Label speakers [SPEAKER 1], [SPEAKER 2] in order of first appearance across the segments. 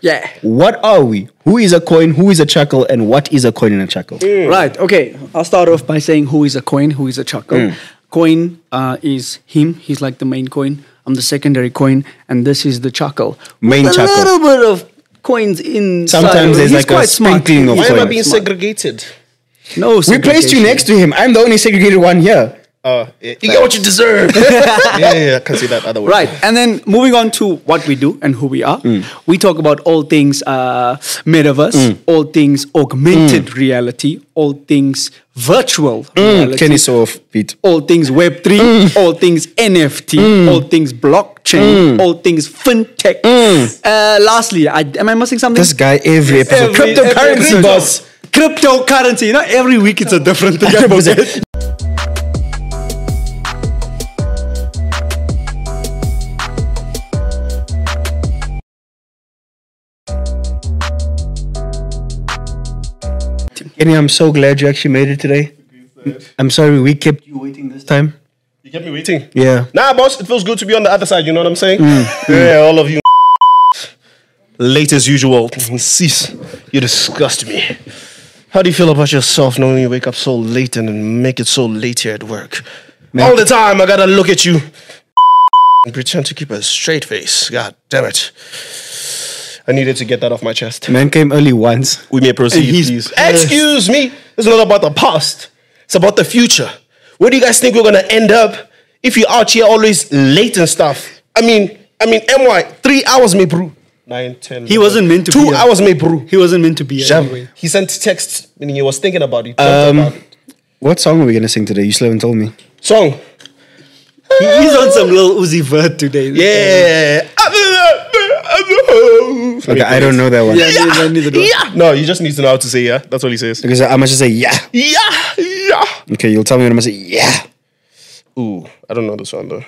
[SPEAKER 1] Yeah.
[SPEAKER 2] What are we? Who is a coin? Who is a chuckle? And what is a coin and a chuckle?
[SPEAKER 1] Right. Okay. I'll start off by saying who is a coin, who is a chuckle.
[SPEAKER 2] Mm.
[SPEAKER 1] Coin uh, is him. He's like the main coin. I'm the secondary coin, and this is the chuckle.
[SPEAKER 2] Main
[SPEAKER 1] With a
[SPEAKER 2] chuckle.
[SPEAKER 1] little bit of coins in.
[SPEAKER 2] Sometimes there's
[SPEAKER 1] he's
[SPEAKER 2] like a
[SPEAKER 1] quite smart.
[SPEAKER 2] sprinkling of
[SPEAKER 1] He's
[SPEAKER 3] Why am I
[SPEAKER 2] coins.
[SPEAKER 3] being
[SPEAKER 1] smart.
[SPEAKER 3] segregated?
[SPEAKER 1] No,
[SPEAKER 2] We placed you next to him. I'm the only segregated one here.
[SPEAKER 3] Uh, you get what you deserve. yeah, yeah, I can see that other way.
[SPEAKER 1] Right, and then moving on to what we do and who we are,
[SPEAKER 2] Mm.
[SPEAKER 1] we talk about all things uh, metaverse, all things augmented
[SPEAKER 2] Mm.
[SPEAKER 1] reality, all things virtual reality,
[SPEAKER 2] Can you show off, Pete?
[SPEAKER 1] all things Web3,
[SPEAKER 2] Mm.
[SPEAKER 1] all things NFT, all things blockchain,
[SPEAKER 2] Mm.
[SPEAKER 1] all things fintech. Uh, lastly, I, am I missing something?
[SPEAKER 2] This guy every episode.
[SPEAKER 1] Every-
[SPEAKER 2] Cryptocurrency,
[SPEAKER 1] every-
[SPEAKER 2] boss.
[SPEAKER 1] Cryptocurrency. You know, every week it's a different thing. I forget.
[SPEAKER 2] Kenny, I'm so glad you actually made it today. I'm sorry we kept you waiting this time.
[SPEAKER 3] You kept me waiting.
[SPEAKER 2] Yeah.
[SPEAKER 3] Nah, boss, it feels good to be on the other side. You know what I'm saying?
[SPEAKER 1] Mm,
[SPEAKER 3] yeah, all of you. Late as usual. Cease. You disgust me. How do you feel about yourself knowing you wake up so late and then make it so late here at work? All the time, I gotta look at you and pretend to keep a straight face. God damn it. I needed to get that off my chest.
[SPEAKER 2] Man came early once.
[SPEAKER 3] We may proceed,
[SPEAKER 2] he's
[SPEAKER 3] please.
[SPEAKER 2] pissed.
[SPEAKER 3] Excuse me. It's not about the past. It's about the future. Where do you guys think we're gonna end up if you're out here always late and stuff? I mean, I mean, my three hours may brew. Nine, ten.
[SPEAKER 1] He wasn't meant to
[SPEAKER 3] Two
[SPEAKER 1] be here.
[SPEAKER 3] hours may brew.
[SPEAKER 1] He wasn't meant to be here
[SPEAKER 3] Jam.
[SPEAKER 1] anyway.
[SPEAKER 3] He sent text meaning he was thinking about it. Um, about it.
[SPEAKER 2] What song are we gonna sing today? You still haven't told me.
[SPEAKER 3] Song.
[SPEAKER 1] He- He's on some little Uzi Vert today.
[SPEAKER 3] Yeah.
[SPEAKER 2] Okay, I don't know that one.
[SPEAKER 1] Yeah, neither- neither do I.
[SPEAKER 3] Yeah. No, you just need to know how to say yeah. That's all he says.
[SPEAKER 2] Because I must just say yeah.
[SPEAKER 3] Yeah. Yeah.
[SPEAKER 2] Okay, you'll tell me when I must say yeah.
[SPEAKER 3] Ooh, I don't know this one though.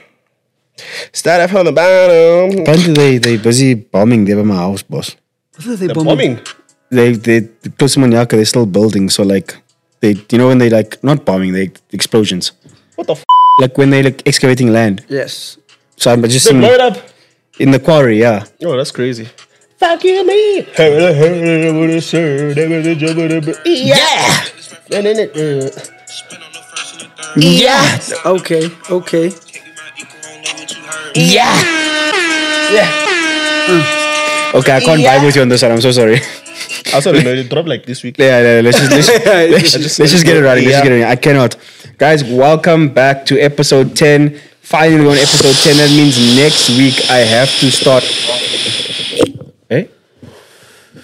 [SPEAKER 3] Start up from the bottom.
[SPEAKER 2] Apparently they they busy bombing there by my house, boss.
[SPEAKER 1] What are they
[SPEAKER 3] The
[SPEAKER 1] bombing?
[SPEAKER 3] bombing.
[SPEAKER 2] They they close to Manyaka, they're still building, so like they you know when they like not bombing, they explosions.
[SPEAKER 3] What the f?
[SPEAKER 2] Like when they like excavating land.
[SPEAKER 1] Yes.
[SPEAKER 2] So I'm just
[SPEAKER 3] They
[SPEAKER 2] in,
[SPEAKER 3] blow it up.
[SPEAKER 2] in the quarry, yeah.
[SPEAKER 3] Oh, that's crazy. Fuck you, me. Yeah.
[SPEAKER 1] Yeah. Okay. Okay.
[SPEAKER 3] Hmm.
[SPEAKER 2] Okay, I can't vibe with you on this one. I'm so sorry.
[SPEAKER 3] I saw it. no, It dropped like this week.
[SPEAKER 2] yeah, yeah, let's just let's, let's,
[SPEAKER 3] just-
[SPEAKER 2] let's just get it running. Let's just
[SPEAKER 3] Yeah.
[SPEAKER 2] get it running. I cannot, guys. Welcome back to episode ten. Finally, we're on episode ten. That means next week I have to start. Hey,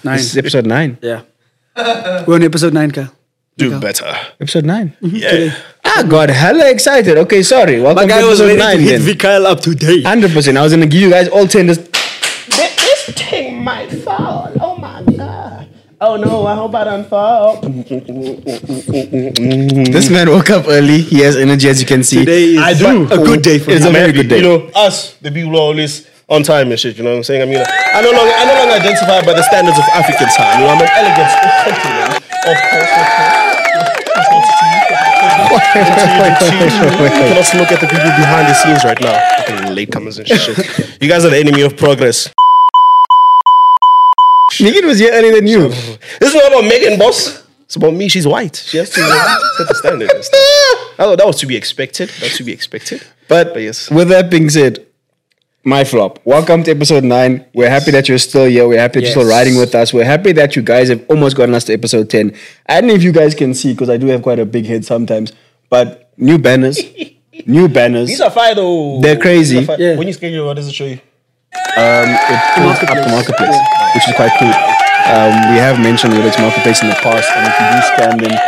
[SPEAKER 1] Nine.
[SPEAKER 2] this is episode nine.
[SPEAKER 1] Yeah. We're on episode nine, Kyle.
[SPEAKER 3] Do better.
[SPEAKER 2] Episode nine.
[SPEAKER 3] Yeah.
[SPEAKER 2] Ah, God, hella excited. Okay, sorry. Welcome to episode nine. Then.
[SPEAKER 1] Kyle up today.
[SPEAKER 2] Hundred percent. I was gonna give you guys all ten. This
[SPEAKER 3] This thing might fall. Oh my god. Oh no, I hope I don't fall.
[SPEAKER 2] this man woke up early. He has energy, as you can see.
[SPEAKER 1] Today is
[SPEAKER 3] I do.
[SPEAKER 2] a good day for
[SPEAKER 3] it's
[SPEAKER 2] me.
[SPEAKER 3] a very
[SPEAKER 2] Happy.
[SPEAKER 3] good day. You know, us, the people who are always on time and shit, you know what I'm saying? I mean, I no longer, I no longer identify by the standards of African time. You know, I'm an elegant countryman. Of course, of course. You cannot look at the people behind the scenes right now. Fucking Latecomers and shit. You guys are the enemy of progress.
[SPEAKER 2] Megan was here earlier than you.
[SPEAKER 3] This is not about Megan, boss. It's about me. She's white. She has to you know, set the standard. and stuff. Oh, that was to be expected. That's to be expected.
[SPEAKER 2] But,
[SPEAKER 3] But yes.
[SPEAKER 2] with that being said, my flop. Welcome to episode nine. We're happy that you're still here. We're happy that you're still
[SPEAKER 1] Yes.
[SPEAKER 2] riding with us. We're happy that you guys have almost gotten us to episode 10. I don't know if you guys can see because I do have quite a big head sometimes, but new banners. new banners.
[SPEAKER 3] These are fire though.
[SPEAKER 2] They're crazy.
[SPEAKER 3] These are fire.
[SPEAKER 1] Yeah.
[SPEAKER 3] When you scale your, what does it show you?
[SPEAKER 2] it pulls up the marketplace, which is quite cool. Um, we have mentioned whether it's marketplace in the past, and if you do scan them,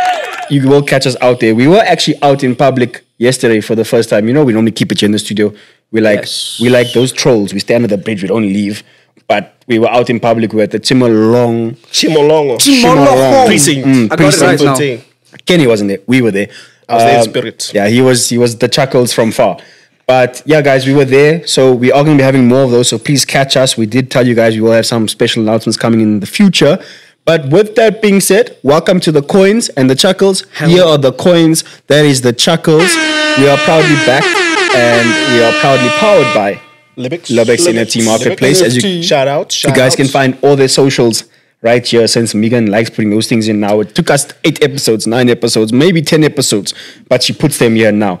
[SPEAKER 2] you will catch us out there. We were actually out in public yesterday for the first time. You know, we normally keep it here in the studio. We like
[SPEAKER 1] Yes.
[SPEAKER 2] we like those trolls. We stand at the bridge. We don't leave. But we were out in public. We were at the Timolong.
[SPEAKER 3] Chimolongo. Mm,
[SPEAKER 2] Chimolongo.
[SPEAKER 3] Precinct.
[SPEAKER 1] I got it right now.
[SPEAKER 3] Precinct.
[SPEAKER 2] Kenny wasn't there. We were there. I
[SPEAKER 3] was there in spirit.
[SPEAKER 2] Yeah, he was. He was the chuckles from far. But yeah, guys, we were there, so we are going to be having more of those. So please catch us. We did tell you guys we will have some special announcements coming in the future. But with that being said, welcome to the coins and the chuckles. Here are the coins. That is the chuckles. We are proudly backed, and we are proudly powered by
[SPEAKER 3] Lebex.
[SPEAKER 2] Lebex NFT Marketplace. As you,
[SPEAKER 3] shout out, shout
[SPEAKER 2] you guys
[SPEAKER 3] out.
[SPEAKER 2] can find all their socials right here since Megan likes putting those things in now. It took us eight episodes, nine episodes, maybe 10 episodes, but she puts them here now.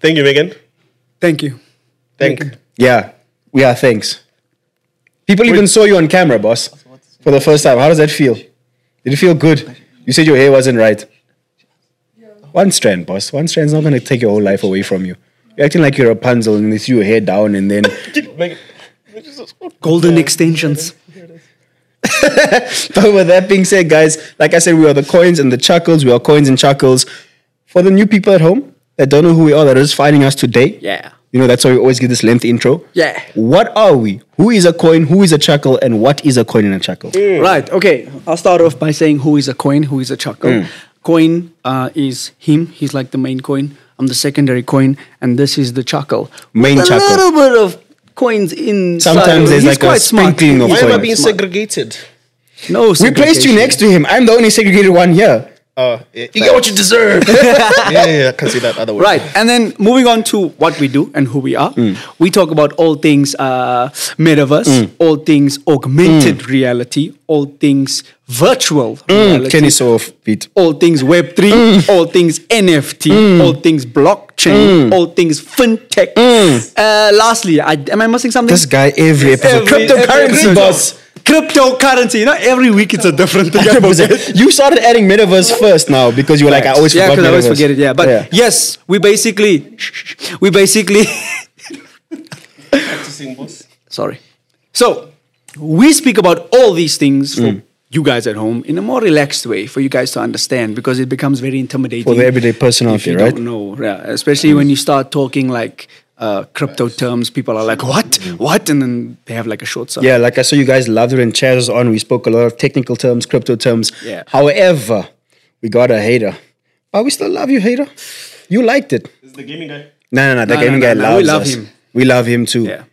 [SPEAKER 3] Thank you, Megan.
[SPEAKER 1] Thank you.
[SPEAKER 3] Thank.
[SPEAKER 2] Yeah. Yeah, thanks. People even saw you on camera, boss, for the first time. How does that feel? Did it feel good? You said your hair wasn't right. One strand, boss. One strand's not going to take your whole life away from you. You're acting like you're Rapunzel and they threw your hair down and then.
[SPEAKER 3] Megan.
[SPEAKER 1] Golden extensions.
[SPEAKER 2] But with that being said, guys, like I said, we are the coins and the chuckles. We are coins and chuckles. For the new people at home that don't know who we are, that are just finding us today.
[SPEAKER 1] Yeah.
[SPEAKER 2] You know, that's why we always give this length intro.
[SPEAKER 1] Yeah.
[SPEAKER 2] What are we? Who is a coin? Who is a chuckle? And what is a coin and a chuckle?
[SPEAKER 1] Right. Okay. I'll start off by saying who is a coin, who is a chuckle.
[SPEAKER 2] Mm.
[SPEAKER 1] Coin uh, is him. He's like the main coin. I'm the secondary coin, and this is the chuckle.
[SPEAKER 2] Main
[SPEAKER 1] With
[SPEAKER 2] chuckle.
[SPEAKER 1] A little bit of coins in.
[SPEAKER 2] Sometimes there's like a sprinkling of
[SPEAKER 3] Why am I
[SPEAKER 2] coins.
[SPEAKER 3] being segregated?
[SPEAKER 1] No.
[SPEAKER 2] We placed you next to him. I'm the only segregated one here.
[SPEAKER 3] Uh, you get what you deserve. yeah, yeah, yeah, I can see that other way.
[SPEAKER 1] Right. And then moving on to what we do and who we are,
[SPEAKER 2] Hmm.
[SPEAKER 1] we talk about all things uh, metaverse, all things augmented
[SPEAKER 2] Hmm.
[SPEAKER 1] reality, all things virtual reality,
[SPEAKER 2] Kenny so off beat.
[SPEAKER 1] all things Web3,
[SPEAKER 2] Hmm.
[SPEAKER 1] all things NFT, all things blockchain,
[SPEAKER 2] Hmm.
[SPEAKER 1] all things fintech. Uh, lastly, I, am I missing something?
[SPEAKER 2] This guy every episode.
[SPEAKER 1] Every-
[SPEAKER 2] Cryptocurrency,
[SPEAKER 1] every-
[SPEAKER 2] boss.
[SPEAKER 1] Cryptocurrency. You know, every week it's a different thing. I forget.
[SPEAKER 2] you started adding metaverse first now because you were like, I always
[SPEAKER 1] yeah,
[SPEAKER 2] forgot
[SPEAKER 1] because I always
[SPEAKER 2] metaverse.
[SPEAKER 1] forget it. Yeah, but yes, we basically, we basically. Sorry. So we speak about all these things for
[SPEAKER 2] Mm.
[SPEAKER 1] you guys at home in a more relaxed way for you guys to understand because it becomes very intimidating
[SPEAKER 2] For the everyday person out
[SPEAKER 1] if you
[SPEAKER 2] there, right?
[SPEAKER 1] Don't know, yeah. Especially when you start talking like uh, crypto terms, people are like, "What? What?" And then they have like a short circuit.
[SPEAKER 2] Mm. Yeah, like I saw you guys lather and chairs on. We spoke a lot of technical terms, crypto terms.
[SPEAKER 1] Yeah.
[SPEAKER 2] However, we got a hater. But we still love you, hater. You liked it.
[SPEAKER 3] It's the gaming guy.
[SPEAKER 2] No, no, no. That
[SPEAKER 1] No,
[SPEAKER 2] gaming
[SPEAKER 1] no,
[SPEAKER 2] guy
[SPEAKER 1] no, no,
[SPEAKER 2] loves
[SPEAKER 1] we love
[SPEAKER 2] us.
[SPEAKER 1] him.
[SPEAKER 2] We love him too.
[SPEAKER 1] yeah.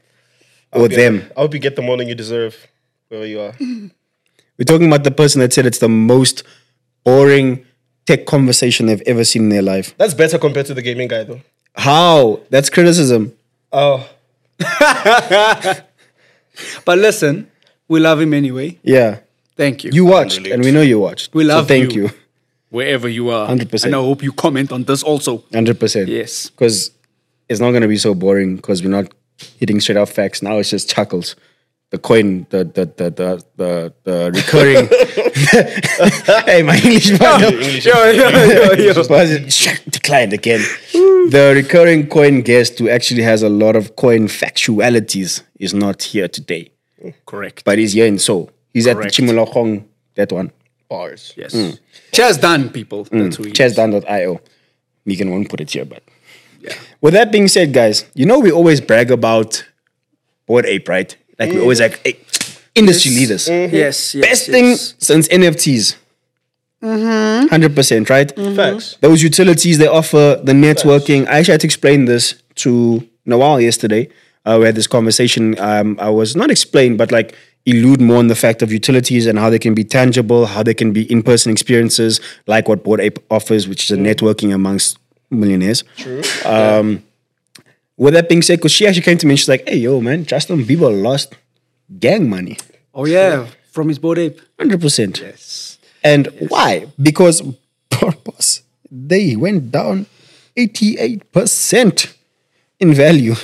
[SPEAKER 2] Or them.
[SPEAKER 3] I hope you get the morning you deserve, wherever you are.
[SPEAKER 2] We're talking about the person that said it's the most boring tech conversation they've ever seen in their life.
[SPEAKER 3] That's better compared to the gaming guy, though.
[SPEAKER 2] How? That's criticism.
[SPEAKER 3] Oh,
[SPEAKER 1] But listen, we love him anyway.
[SPEAKER 2] Yeah.
[SPEAKER 1] Thank you.
[SPEAKER 2] You watched, and we know you watched.
[SPEAKER 1] We love
[SPEAKER 2] so thank
[SPEAKER 1] you.
[SPEAKER 2] you.
[SPEAKER 1] wherever you are,
[SPEAKER 2] 100%.
[SPEAKER 1] and I hope you comment on this also.
[SPEAKER 2] 100%.
[SPEAKER 1] Yes.
[SPEAKER 2] Because it's not going to be so boring because we're not hitting straight out facts. Now it's just chuckles. The coin, the, the, the, the, the, the recurring. hey, my English partner.
[SPEAKER 1] Oh,
[SPEAKER 2] declined again. the recurring coin guest who actually has a lot of coin factualities is not here today,
[SPEAKER 1] Correct.
[SPEAKER 2] but he's here in Seoul. He's
[SPEAKER 1] Correct.
[SPEAKER 2] at the Chimolokong, that one.
[SPEAKER 3] bars.
[SPEAKER 1] Yes.
[SPEAKER 2] Mm.
[SPEAKER 1] Cheers done, people. That's who he is.
[SPEAKER 2] Chessdown.io. Megan won't put it here, but
[SPEAKER 1] Yeah.
[SPEAKER 2] with that being said, guys, you know we always brag about board ape, right? Like we always like hey, industry leaders.
[SPEAKER 1] Yes, yes.
[SPEAKER 2] Best
[SPEAKER 1] yes. Mm-hmm.
[SPEAKER 2] thing since NFTs. 100 percent, right?
[SPEAKER 3] Facts.
[SPEAKER 2] Those utilities they offer, the networking. I actually had to explain this to Nawal yesterday. Uh, we had this conversation. Um, I was not explained, but like elude more on the fact of utilities and how they can be tangible, how they can be in-person experiences, like what Board Ape offers, which is a networking amongst millionaires. True. Um, With that being said, because she actually came to me and she's like, "Hey, yo, man, Justin Bieber lost gang money,
[SPEAKER 1] Oh yeah, from his board ape.
[SPEAKER 2] hundred percent."
[SPEAKER 1] Yes.
[SPEAKER 2] And why? Because purpose. They went down 88% in value.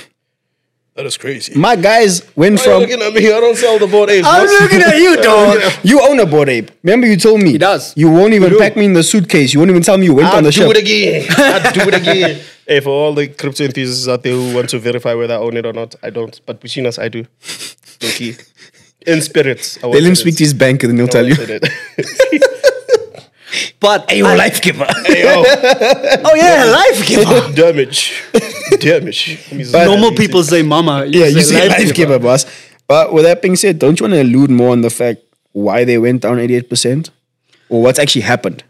[SPEAKER 3] That is crazy.
[SPEAKER 2] My guys went
[SPEAKER 3] Why
[SPEAKER 2] from
[SPEAKER 3] are you looking at me? I don't sell the board apes.
[SPEAKER 2] I'm
[SPEAKER 3] boss.
[SPEAKER 2] looking at you, dog. You own a board ape. Remember you told me. He
[SPEAKER 1] does.
[SPEAKER 2] You won't even pack me in the suitcase. You won't even tell me you went
[SPEAKER 3] I'll
[SPEAKER 2] on the
[SPEAKER 3] do
[SPEAKER 2] ship.
[SPEAKER 3] it again. I'll do it again. Hey, for all the crypto enthusiasts out there who want to verify whether I own it or not, I don't. But between us, I do. Loki. In spirits. I
[SPEAKER 2] They let him speak to his banker, then he'll tell you.
[SPEAKER 1] But
[SPEAKER 2] Hey,
[SPEAKER 1] I-
[SPEAKER 2] life giver.
[SPEAKER 1] oh yeah, life giver.
[SPEAKER 3] Oh, Damage. Damage. Let me zoom
[SPEAKER 2] Normal
[SPEAKER 3] in.
[SPEAKER 1] Normal people say mama.
[SPEAKER 2] yeah, you say life giver, boss. But with that being said, don't you want to allude more on the fact why they went down 88%? Or what's actually happened?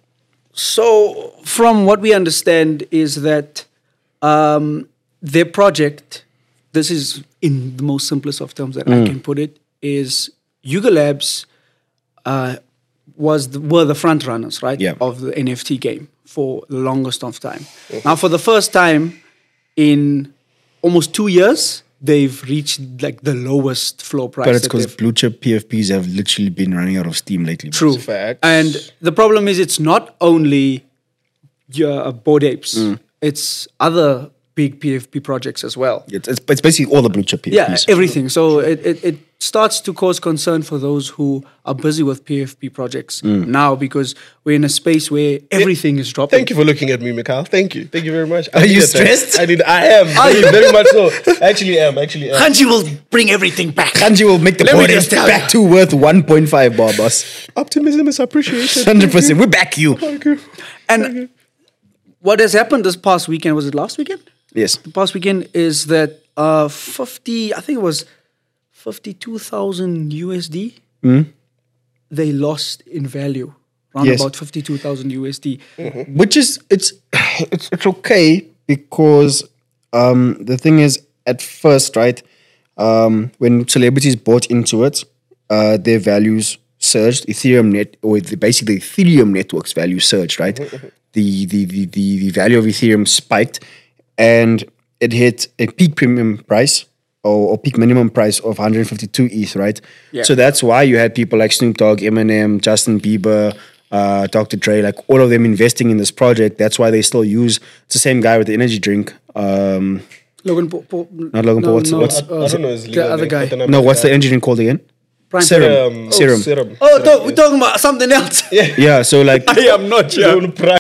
[SPEAKER 1] So, from what we understand, is that um, their project, this is in the most simplest of terms that
[SPEAKER 2] Mm.
[SPEAKER 1] I can put it, is Yuga Labs uh, was the, were the front runners, right,
[SPEAKER 2] Yeah.
[SPEAKER 1] of the
[SPEAKER 2] Mm-hmm.
[SPEAKER 1] NFT game for the longest of time. Now, for the first time in almost two years, they've reached like the lowest floor price.
[SPEAKER 2] But it's
[SPEAKER 1] that
[SPEAKER 2] because
[SPEAKER 1] they've-
[SPEAKER 2] blue chip PFPs have literally been running out of steam lately. bro.
[SPEAKER 1] True.
[SPEAKER 3] Facts.
[SPEAKER 1] And the problem is, it's not only your board apes;
[SPEAKER 3] Mm.
[SPEAKER 1] it's other big PFP projects as well.
[SPEAKER 2] It's, it's, it's basically all the blue chip PFPs.
[SPEAKER 1] Yeah, everything. So it, it, it starts to cause concern for those who are busy with PFP projects
[SPEAKER 3] Mm.
[SPEAKER 1] now because we're in a space where everything is dropping.
[SPEAKER 3] Thank you for looking at me, Mikhail. Thank you. Thank you very much. I
[SPEAKER 2] Are you
[SPEAKER 3] needed that.
[SPEAKER 2] stressed?
[SPEAKER 3] I did. I am. Very, very much so. I actually am. Actually am.
[SPEAKER 1] Kanji will bring everything back.
[SPEAKER 2] Kanji will make the
[SPEAKER 1] Let me
[SPEAKER 2] board
[SPEAKER 1] just tell
[SPEAKER 2] back to worth 1.5 bar, boss.
[SPEAKER 3] Optimism is appreciated.
[SPEAKER 2] 100%. We back you.
[SPEAKER 3] Thank you.
[SPEAKER 1] And what has happened this past weekend? Was it last weekend?
[SPEAKER 2] Yes.
[SPEAKER 1] The past weekend is that uh, 50, I think it was 52,000 USD, they lost in value. Around
[SPEAKER 2] Hmm? Yes.
[SPEAKER 1] about 52,000 USD.
[SPEAKER 2] Which is, it's, it's, it's okay because um, the thing is, at first, right, um, when celebrities bought into it, uh, their values surged. Ethereum net, or the, basically the Ethereum network's value surged, right? the, the, the, the, the value of Ethereum spiked and it hit a peak premium price or, or peak minimum price of 152 ETH, E right? So that's why you had people like Snoop Dogg, Eminem, Justin Bieber, uh, Dr. Dre, like all of them investing in this project. That's why they still use it's the same guy with the energy drink. Um,
[SPEAKER 1] Logan Paul. Paul- uh,
[SPEAKER 2] Not Logan Paul, what's- what's-
[SPEAKER 3] I don't know his legal
[SPEAKER 1] The other
[SPEAKER 3] name,
[SPEAKER 1] guy.
[SPEAKER 3] but then I'm
[SPEAKER 2] no,
[SPEAKER 3] like,
[SPEAKER 2] what's the
[SPEAKER 3] uh,
[SPEAKER 2] energy drink called again?
[SPEAKER 1] Prime
[SPEAKER 2] Serum.
[SPEAKER 3] um,
[SPEAKER 2] Serum.
[SPEAKER 3] oh, serum.
[SPEAKER 1] Oh,
[SPEAKER 3] Serum,
[SPEAKER 1] we're talking about something else. Yeah.
[SPEAKER 2] Yeah, so like
[SPEAKER 1] I am not
[SPEAKER 3] yeah.
[SPEAKER 1] sure.
[SPEAKER 3] Don't pry-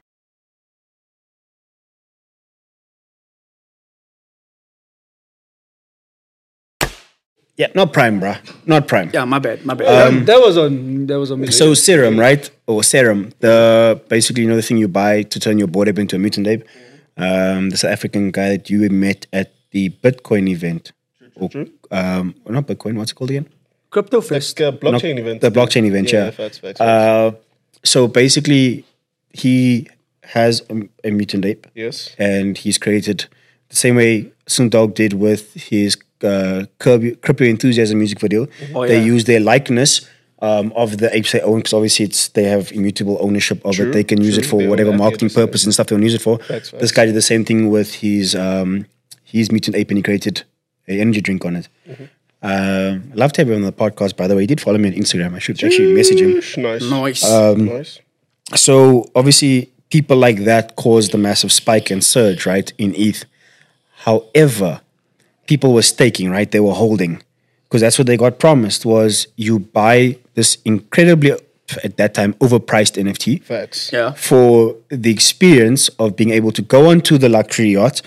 [SPEAKER 2] yeah, not prime, bruh. Not prime.
[SPEAKER 1] Yeah, my bad, my bad. that was on. That was on. me.
[SPEAKER 2] Um, So serum, right? Or serum, the basically you know the thing you buy to turn your board ape into a mutant ape. Um, the South African guy that you met at the Bitcoin event, or, um, or not Bitcoin, what's it called again?
[SPEAKER 1] crypto fest.
[SPEAKER 3] Like a blockchain
[SPEAKER 2] Not-
[SPEAKER 3] event.
[SPEAKER 2] The blockchain event, yeah.
[SPEAKER 3] Yeah, facts, facts,
[SPEAKER 2] Uh, so basically, he has a, a mutant ape,
[SPEAKER 3] Yes.
[SPEAKER 2] and he's created the same way Snoop Dogg did with his uh, Curb- Crip Your Enthusiasm music video.
[SPEAKER 1] Oh,
[SPEAKER 2] they
[SPEAKER 1] yeah.
[SPEAKER 2] use their likeness um, of the apes they own because obviously it's they have immutable ownership of it. They can use it
[SPEAKER 3] true.
[SPEAKER 2] for
[SPEAKER 3] They own
[SPEAKER 2] whatever
[SPEAKER 3] that
[SPEAKER 2] marketing
[SPEAKER 3] 100%.
[SPEAKER 2] purpose and stuff they want to use it for.
[SPEAKER 3] Facts,
[SPEAKER 2] This guy did the same thing with his um, his mutant ape and he created an energy drink on it.
[SPEAKER 3] Mm-hmm.
[SPEAKER 2] Um, I love to have him on the podcast, by the way. He did follow me on Instagram. I should actually message him. Um,
[SPEAKER 3] Sheesh, Nice.
[SPEAKER 1] Nice.
[SPEAKER 3] nice.
[SPEAKER 2] So obviously, people like that caused the massive spike and surge, right, in ETH. However, people were staking, right? They were holding because that's what they got promised was you buy this incredibly at that time overpriced NFT
[SPEAKER 3] Facts.
[SPEAKER 1] yeah.
[SPEAKER 2] for the experience of being able to go onto the luxury yacht,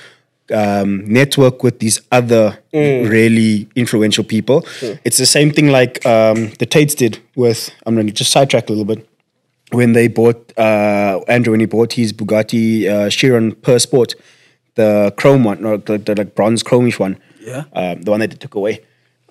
[SPEAKER 2] um, network with these other
[SPEAKER 1] Mm.
[SPEAKER 2] really influential people. It's the same thing like um, the Tates did with, I'm going to just sidetrack a little bit. When they bought, uh, Andrew, when he bought his Bugatti uh, Chiron per sport, the chrome one, or the, the like bronze chromish one,
[SPEAKER 1] Yeah.
[SPEAKER 2] um, the one that they took away.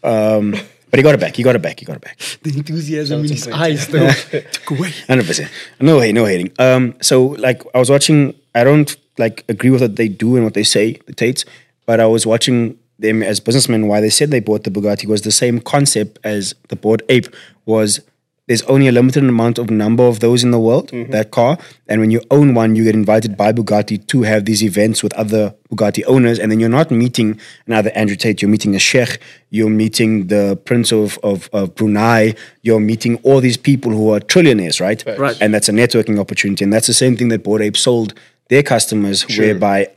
[SPEAKER 2] Um, but he got it back, he got it back, he got it back.
[SPEAKER 1] The enthusiasm in his eyes, though, took away.
[SPEAKER 2] Hundred percent. No hate, no hating. Um, so like I was watching. I don't like agree with what they do and what they say, the Tates, but I was watching them as businessmen. Why they said they bought the Bugatti was the same concept as the bought ape was. There's only a limited amount of number of those in the world that car, and when you own one, you get invited by Bugatti to have these events with other Bugatti owners, and then you're not meeting another Andrew Tate. You're meeting a sheikh. You're meeting the prince of, of, of Brunei. You're meeting all these people who are trillionaires, right?
[SPEAKER 1] Right.
[SPEAKER 2] And that's a networking opportunity. And that's the same thing that Bored Ape sold their customers, whereby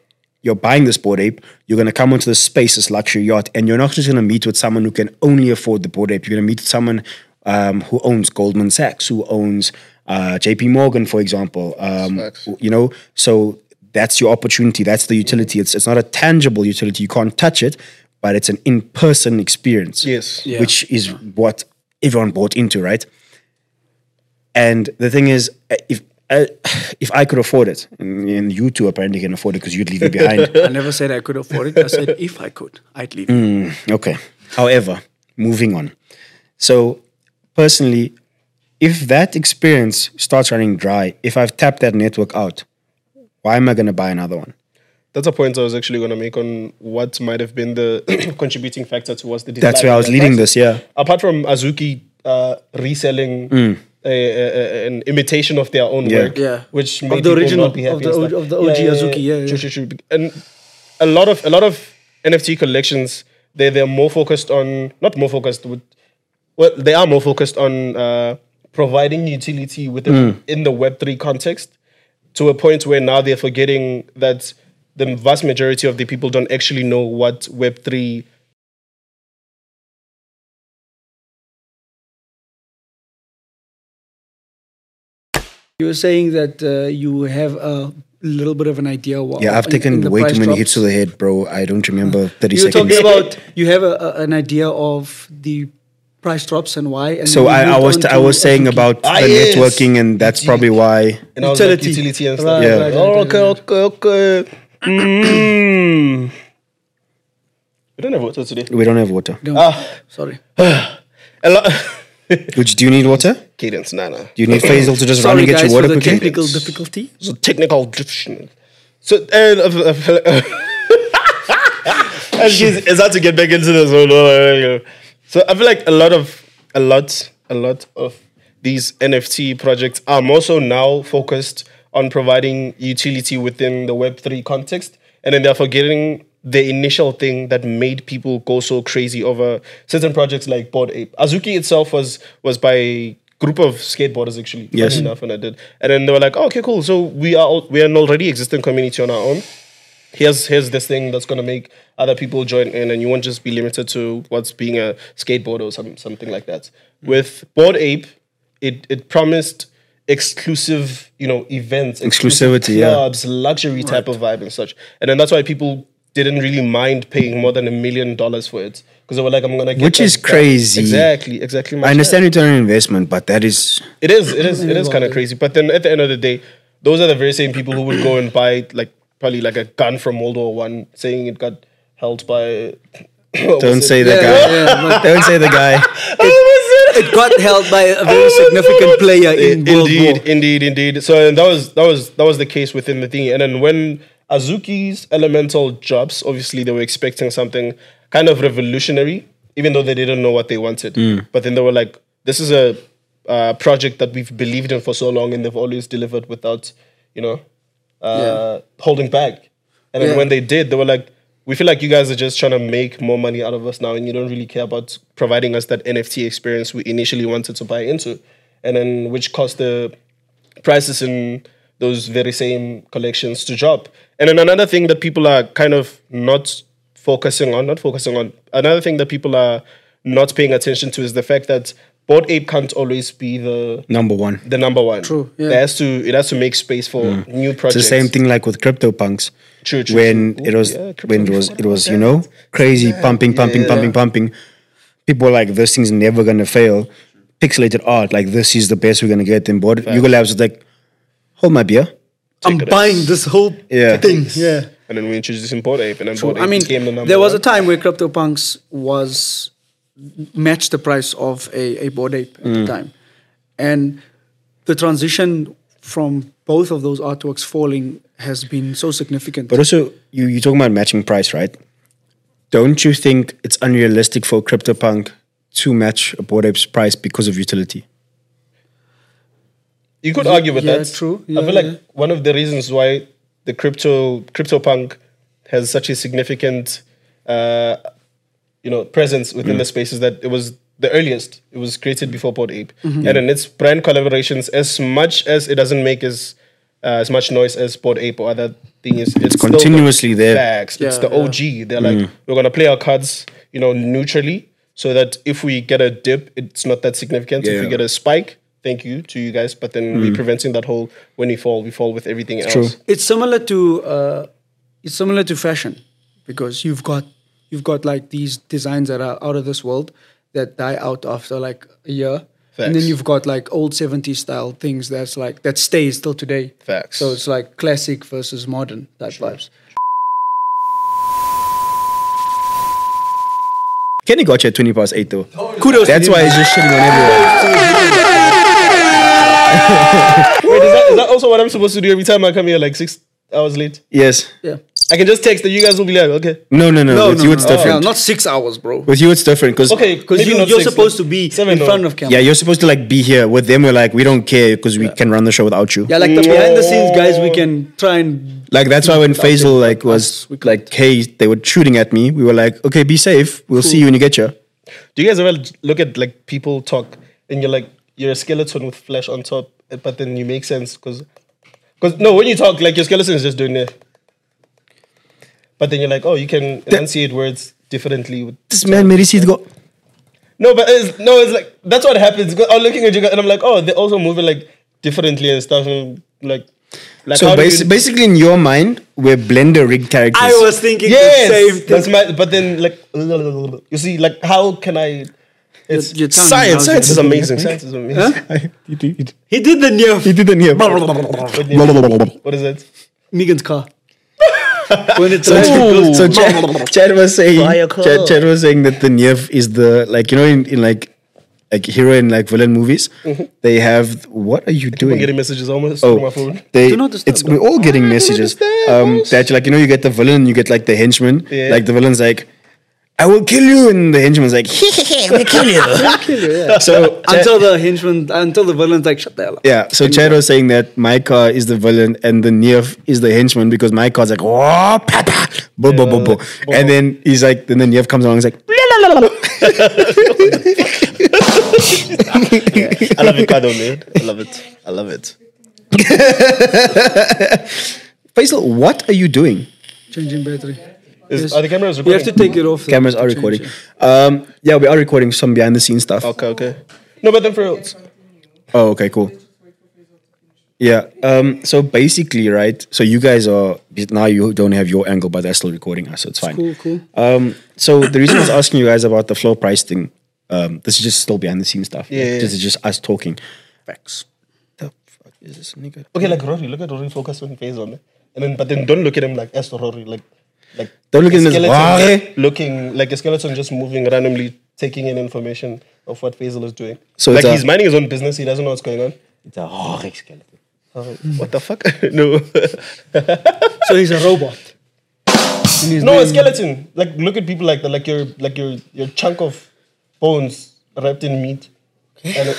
[SPEAKER 2] you're buying this Bored Ape, you're going to come onto this space, this luxury yacht, and you're not just going to meet with someone who can only afford the Bored Ape. You're going to meet someone um, who owns Goldman Sachs, who owns uh, JP Morgan, for example. Um, you know, so that's your opportunity. That's the utility. It's, it's not a tangible utility. You can't touch it, but it's an in person experience
[SPEAKER 3] Yes.
[SPEAKER 1] Yeah.
[SPEAKER 2] which is what everyone bought into, right? And the thing is, uh, if uh, if I could afford it, and, and you two apparently can afford it because you'd leave it behind.
[SPEAKER 1] I never said I could afford it. I said if I could, I'd leave. it.
[SPEAKER 2] okay. However, moving on. So, personally, if that experience starts running dry, if I've tapped that network out, why am I going to buy another one?
[SPEAKER 3] That's a point I was actually going to make on what might have been the contributing factor towards the decline.
[SPEAKER 2] That's where I
[SPEAKER 3] in
[SPEAKER 2] was
[SPEAKER 3] that
[SPEAKER 2] leading
[SPEAKER 3] price.
[SPEAKER 2] this. Yeah.
[SPEAKER 3] Apart from Azuki uh, reselling a, a- a- an imitation of their own work,
[SPEAKER 1] Mm. Yeah.
[SPEAKER 3] which
[SPEAKER 1] Of
[SPEAKER 3] made
[SPEAKER 1] the
[SPEAKER 3] people
[SPEAKER 1] original,
[SPEAKER 3] not be happy
[SPEAKER 1] of the
[SPEAKER 3] and
[SPEAKER 1] O-
[SPEAKER 3] stuff.
[SPEAKER 1] of the OG Azuki, yeah,
[SPEAKER 3] True,
[SPEAKER 1] yeah.
[SPEAKER 3] true, true. And a lot of a lot of NFT collections, they they're more focused on not more focused with well, they are more focused on uh, providing utility
[SPEAKER 1] Mm.
[SPEAKER 3] within in the Web three context to a point where now they're forgetting that the vast majority of the people don't actually know what Web three
[SPEAKER 1] You were saying that uh, you have a little bit of an idea. What,
[SPEAKER 2] Yeah, I've
[SPEAKER 1] in-
[SPEAKER 2] taken
[SPEAKER 1] in Oh, the
[SPEAKER 2] way
[SPEAKER 1] price
[SPEAKER 2] too many
[SPEAKER 1] drops.
[SPEAKER 2] hits to the head, bro. I don't remember 30
[SPEAKER 1] You were
[SPEAKER 2] seconds.
[SPEAKER 1] talking about you have a, a, an idea of the price drops and why. And
[SPEAKER 2] so
[SPEAKER 1] we
[SPEAKER 2] I, I
[SPEAKER 1] moved
[SPEAKER 2] was
[SPEAKER 1] on
[SPEAKER 2] I
[SPEAKER 1] to
[SPEAKER 2] was saying
[SPEAKER 1] Azuki.
[SPEAKER 2] about
[SPEAKER 3] Ah,
[SPEAKER 2] the
[SPEAKER 3] yes.
[SPEAKER 2] networking, and that's probably why.
[SPEAKER 3] and I was like,
[SPEAKER 1] Utility.
[SPEAKER 3] utility and
[SPEAKER 1] Right,
[SPEAKER 3] stuff.
[SPEAKER 1] Yeah.
[SPEAKER 3] Yeah.
[SPEAKER 1] right,
[SPEAKER 3] oh,
[SPEAKER 1] right,
[SPEAKER 3] okay, okay, okay. Mm. we don't have water today.
[SPEAKER 2] We don't have water.
[SPEAKER 1] No,
[SPEAKER 3] Ah,
[SPEAKER 1] sorry.
[SPEAKER 3] a lot.
[SPEAKER 2] Which do you need water?
[SPEAKER 3] Cadence, nah, nah.
[SPEAKER 2] Do you need Faisal to just run
[SPEAKER 1] Sorry,
[SPEAKER 2] and get
[SPEAKER 1] guys,
[SPEAKER 2] your water
[SPEAKER 1] for the
[SPEAKER 2] quickly?
[SPEAKER 1] technical difficulty.
[SPEAKER 3] It's a technical description. So, and uh, uh, uh, and she's it's hard to get back into the zone. So I feel like a lot of a lot a lot of these NFT projects are more so now focused on providing utility within the Web three context, and then they're forgetting the initial thing that made people go so crazy over certain projects like Board Ape. Azuki itself was was by group of skateboarders actually. funny
[SPEAKER 2] Yes.
[SPEAKER 3] enough, and I did, and then they were like, oh, "Okay, cool. So we are al- we are an already existing community on our own." here's here's this thing that's gonna make other people join in, and you won't just be limited to what's being a skateboarder or some, something like that.
[SPEAKER 2] Mm.
[SPEAKER 3] With Board Ape, it it promised exclusive, you know, events,
[SPEAKER 2] Exclusivity, yeah.
[SPEAKER 3] clubs, luxury type of vibe and such, and then that's why people didn't really mind paying more than a million dollars for it because they were like, I'm gonna get
[SPEAKER 2] Which
[SPEAKER 3] that
[SPEAKER 2] is
[SPEAKER 3] back.
[SPEAKER 2] crazy.
[SPEAKER 3] Exactly, exactly. my
[SPEAKER 2] I
[SPEAKER 3] shit.
[SPEAKER 2] understand return on investment, but that is
[SPEAKER 3] It is, it is, it is kind of crazy. But then at the end of the day, those are the very same people who would go and buy like probably like a gun from World War One, saying it got held by.
[SPEAKER 2] don't say the
[SPEAKER 1] Yeah,
[SPEAKER 2] guy.
[SPEAKER 1] yeah, but
[SPEAKER 2] Don't say the guy.
[SPEAKER 1] it got held by a very significant player in World
[SPEAKER 3] indeed,
[SPEAKER 1] War.
[SPEAKER 3] indeed, indeed. So and that was that was that was the case within the thing. And then when Azuki's elemental drops, obviously they were expecting something kind of revolutionary, even though they didn't know what they wanted.
[SPEAKER 1] Mm.
[SPEAKER 3] But then they were like, "This is a uh, project that we've believed in for so long, and they've always delivered without, you know, uh, holding back." And then
[SPEAKER 1] Yeah.
[SPEAKER 3] when they did, they were like. We feel like you guys are just trying to make more money out of us now, and you don't really care about providing us that NFT experience we initially wanted to buy into, and then which cost the prices in those very same collections to drop. And then another thing that people are kind of not focusing on, not focusing on, another thing that people are not paying attention to is the fact that Bored Ape can't always be the
[SPEAKER 2] Number one.
[SPEAKER 3] the number one.
[SPEAKER 1] True, yeah.
[SPEAKER 3] It has to it has to make space for new projects.
[SPEAKER 2] Hmm. It's the same thing like with CryptoPunks.
[SPEAKER 3] True, true,
[SPEAKER 2] When
[SPEAKER 3] true.
[SPEAKER 2] it was
[SPEAKER 3] Yeah,
[SPEAKER 2] when it
[SPEAKER 3] crypto-
[SPEAKER 2] was it was you know crazy pumping pumping pumping pumping. People were like this thing's never gonna fail. Pixelated art like this is the best we're gonna get. Then board Yuga Labs was like, hold my beer.
[SPEAKER 1] I'm
[SPEAKER 3] it
[SPEAKER 1] buying this whole
[SPEAKER 2] Yeah.
[SPEAKER 1] thing. Yeah.
[SPEAKER 3] And then we introduced Bored Ape, and then Bored Ape
[SPEAKER 1] I mean,
[SPEAKER 3] became the number
[SPEAKER 1] there was
[SPEAKER 3] one.
[SPEAKER 1] a time where CryptoPunks was matched the price of a, a board ape at
[SPEAKER 3] Mm.
[SPEAKER 1] the time, and the transition from both of those artworks falling has been so significant.
[SPEAKER 2] But also, you you're talking about matching price, right? Don't you think it's unrealistic for CryptoPunk to match a Bored Ape's price because of utility?
[SPEAKER 3] You could argue with
[SPEAKER 1] yeah,
[SPEAKER 3] that.
[SPEAKER 1] true.
[SPEAKER 3] I
[SPEAKER 1] Yeah,
[SPEAKER 3] feel like
[SPEAKER 1] yeah.
[SPEAKER 3] one of the reasons why the crypto CryptoPunk has such a significant, uh, you know, presence within the space is that it was the earliest. It was created before Pod Ape,
[SPEAKER 1] Mm-hmm.
[SPEAKER 3] and in its brand collaborations, as much as it doesn't make as uh, as much noise as Pod Ape or other things, it's, still the
[SPEAKER 2] continuously there.
[SPEAKER 3] facts. it's
[SPEAKER 1] Yeah,
[SPEAKER 3] the
[SPEAKER 1] yeah.
[SPEAKER 3] OG. They're
[SPEAKER 2] Mm.
[SPEAKER 3] like, we're gonna play our cards, you know, neutrally, so that if we get a dip, it's not that significant. If we
[SPEAKER 2] Yeah. Mm.
[SPEAKER 3] get a spike, thank you to you guys, but then we're preventing that whole when we fall, we fall with everything else.
[SPEAKER 2] true.
[SPEAKER 1] it's similar to uh, it's similar to fashion because you've got you've got like these designs that are out of this world that die out after like a year. And then
[SPEAKER 3] Facts.
[SPEAKER 1] you've got like old 70s style things that's like that stays till today.
[SPEAKER 3] Facts.
[SPEAKER 1] So it's like classic versus modern type vibes.
[SPEAKER 2] Kenny got you at 20 past 8 though.
[SPEAKER 1] Kudos.
[SPEAKER 2] That's why he's just shitting on everyone.
[SPEAKER 3] Wait, is that, is that also what I'm supposed to do every time I come here, like six hours late?
[SPEAKER 2] Yes.
[SPEAKER 1] Yeah.
[SPEAKER 3] I can just text that you guys will be like, okay.
[SPEAKER 2] No, no, no. with you, it's different.
[SPEAKER 1] not six hours, bro.
[SPEAKER 2] With you, it's different because
[SPEAKER 3] Okay,
[SPEAKER 1] Because
[SPEAKER 3] maybe
[SPEAKER 1] you,
[SPEAKER 3] not
[SPEAKER 1] you're
[SPEAKER 3] six,
[SPEAKER 1] supposed to
[SPEAKER 3] then.
[SPEAKER 1] be
[SPEAKER 3] Seven,
[SPEAKER 1] in
[SPEAKER 3] no.
[SPEAKER 1] front of camera.
[SPEAKER 2] yeah, you're supposed to like be here. With them, we're like, we don't care because we can run the show without you.
[SPEAKER 1] Yeah, like the behind the scenes guys, we can try and
[SPEAKER 2] Like that's why when Faisal like was
[SPEAKER 1] we couldn't.
[SPEAKER 2] like, hey, they were shooting at me. We were like, okay, be safe. We'll see you when you get here.
[SPEAKER 3] Do you guys ever look at like people talk and you're like you're a skeleton with flesh on top, but then you make sense because because no, when you talk like your skeleton is just doing it, but then you're like, oh, you can enunciate words differently. With,
[SPEAKER 2] This man made his teeth go.
[SPEAKER 3] no, but it's, no, it's like that's what happens. 'Cause I'm looking at you guys and I'm like, oh, they're also moving like differently and stuff, and like like
[SPEAKER 2] So
[SPEAKER 3] how do you-
[SPEAKER 2] basi- basically, in your mind, we're blender rig characters.
[SPEAKER 1] I was thinking
[SPEAKER 3] yes,
[SPEAKER 1] the same thing.
[SPEAKER 3] that's my. But then like you see, like how can I? It's
[SPEAKER 1] Your tongue,
[SPEAKER 3] science.
[SPEAKER 1] how's
[SPEAKER 3] Science
[SPEAKER 1] it-
[SPEAKER 3] is amazing. Science is amazing.
[SPEAKER 2] he did.
[SPEAKER 1] He did the near.
[SPEAKER 2] He didn't hear.
[SPEAKER 3] What do you mean?
[SPEAKER 2] so
[SPEAKER 3] What is it?
[SPEAKER 1] Megan's car. when it's
[SPEAKER 2] Chad, so Chad, Chad was saying,
[SPEAKER 3] Firecall.
[SPEAKER 2] Chad, Chad was saying that the Nyev is the like you know in, in like like hero and like villain movies, they have what are you
[SPEAKER 3] I'm
[SPEAKER 2] doing?
[SPEAKER 3] getting messages almost from
[SPEAKER 2] Oh,
[SPEAKER 3] my phone.
[SPEAKER 2] they,
[SPEAKER 1] Do not disturb
[SPEAKER 2] it's
[SPEAKER 1] them.
[SPEAKER 2] we're all getting
[SPEAKER 3] not
[SPEAKER 2] messages.
[SPEAKER 3] disturb
[SPEAKER 2] Um,
[SPEAKER 3] us.
[SPEAKER 2] that you like, you know, you get the villain, and you get like the henchman.
[SPEAKER 3] Yeah.
[SPEAKER 2] Like the villain's like, "I will kill you," and the henchman's like, "We kill you." so Chad-
[SPEAKER 1] until the henchman, until the villain's like, shut the hell up.
[SPEAKER 2] yeah, so Chad was saying that my car is the villain and the Nerf is the henchman because my car's like, "Oh, papa, bo bo bo bo," and then he's like, then the Nerf comes along, he's like, "La, la, la, la, la."
[SPEAKER 3] I love it, Kado, man. I love it. I love it.
[SPEAKER 2] Faisal, what are you doing?
[SPEAKER 1] Changing battery.
[SPEAKER 3] Is,
[SPEAKER 1] Yes.
[SPEAKER 3] Are the cameras
[SPEAKER 1] You have
[SPEAKER 3] recording?
[SPEAKER 1] to take it off.
[SPEAKER 2] Cameras are
[SPEAKER 1] Change
[SPEAKER 2] recording.
[SPEAKER 1] it.
[SPEAKER 2] Um, yeah, we are recording some behind the scenes stuff.
[SPEAKER 3] Okay, okay. No, but then for reals.
[SPEAKER 2] Oh, okay, cool. Yeah. Um, so basically, right. So you guys are now you don't have your angle, but they're still recording us, so it's fine.
[SPEAKER 1] Cool, cool.
[SPEAKER 2] Um, so the reason I was asking you guys about the floor price thing, um, this is just still behind the scenes stuff.
[SPEAKER 3] Yeah, yeah,
[SPEAKER 2] This
[SPEAKER 3] yeah.
[SPEAKER 2] is just us talking. Facts. The fuck is this nigga?
[SPEAKER 3] Okay, like Rory, look at Rory, focus on face on it. And then, but then don't look at him like as Rory, like, like.
[SPEAKER 2] Don't look
[SPEAKER 3] a
[SPEAKER 2] at him as,
[SPEAKER 3] skeleton
[SPEAKER 2] "Wow,
[SPEAKER 3] just
[SPEAKER 2] eh?"
[SPEAKER 3] Looking like a skeleton just moving randomly, taking in information of what Faisal is doing.
[SPEAKER 2] So
[SPEAKER 3] So like
[SPEAKER 2] it's a-
[SPEAKER 3] he's minding his own business, he doesn't know what's going on.
[SPEAKER 4] It's a horror skeleton.
[SPEAKER 3] Oh, what the fuck? no,
[SPEAKER 1] So he's a robot. And he's
[SPEAKER 3] no, a
[SPEAKER 1] doing-
[SPEAKER 3] skeleton. Like look at people like that, like your like your your chunk of bones wrapped in meat. And it-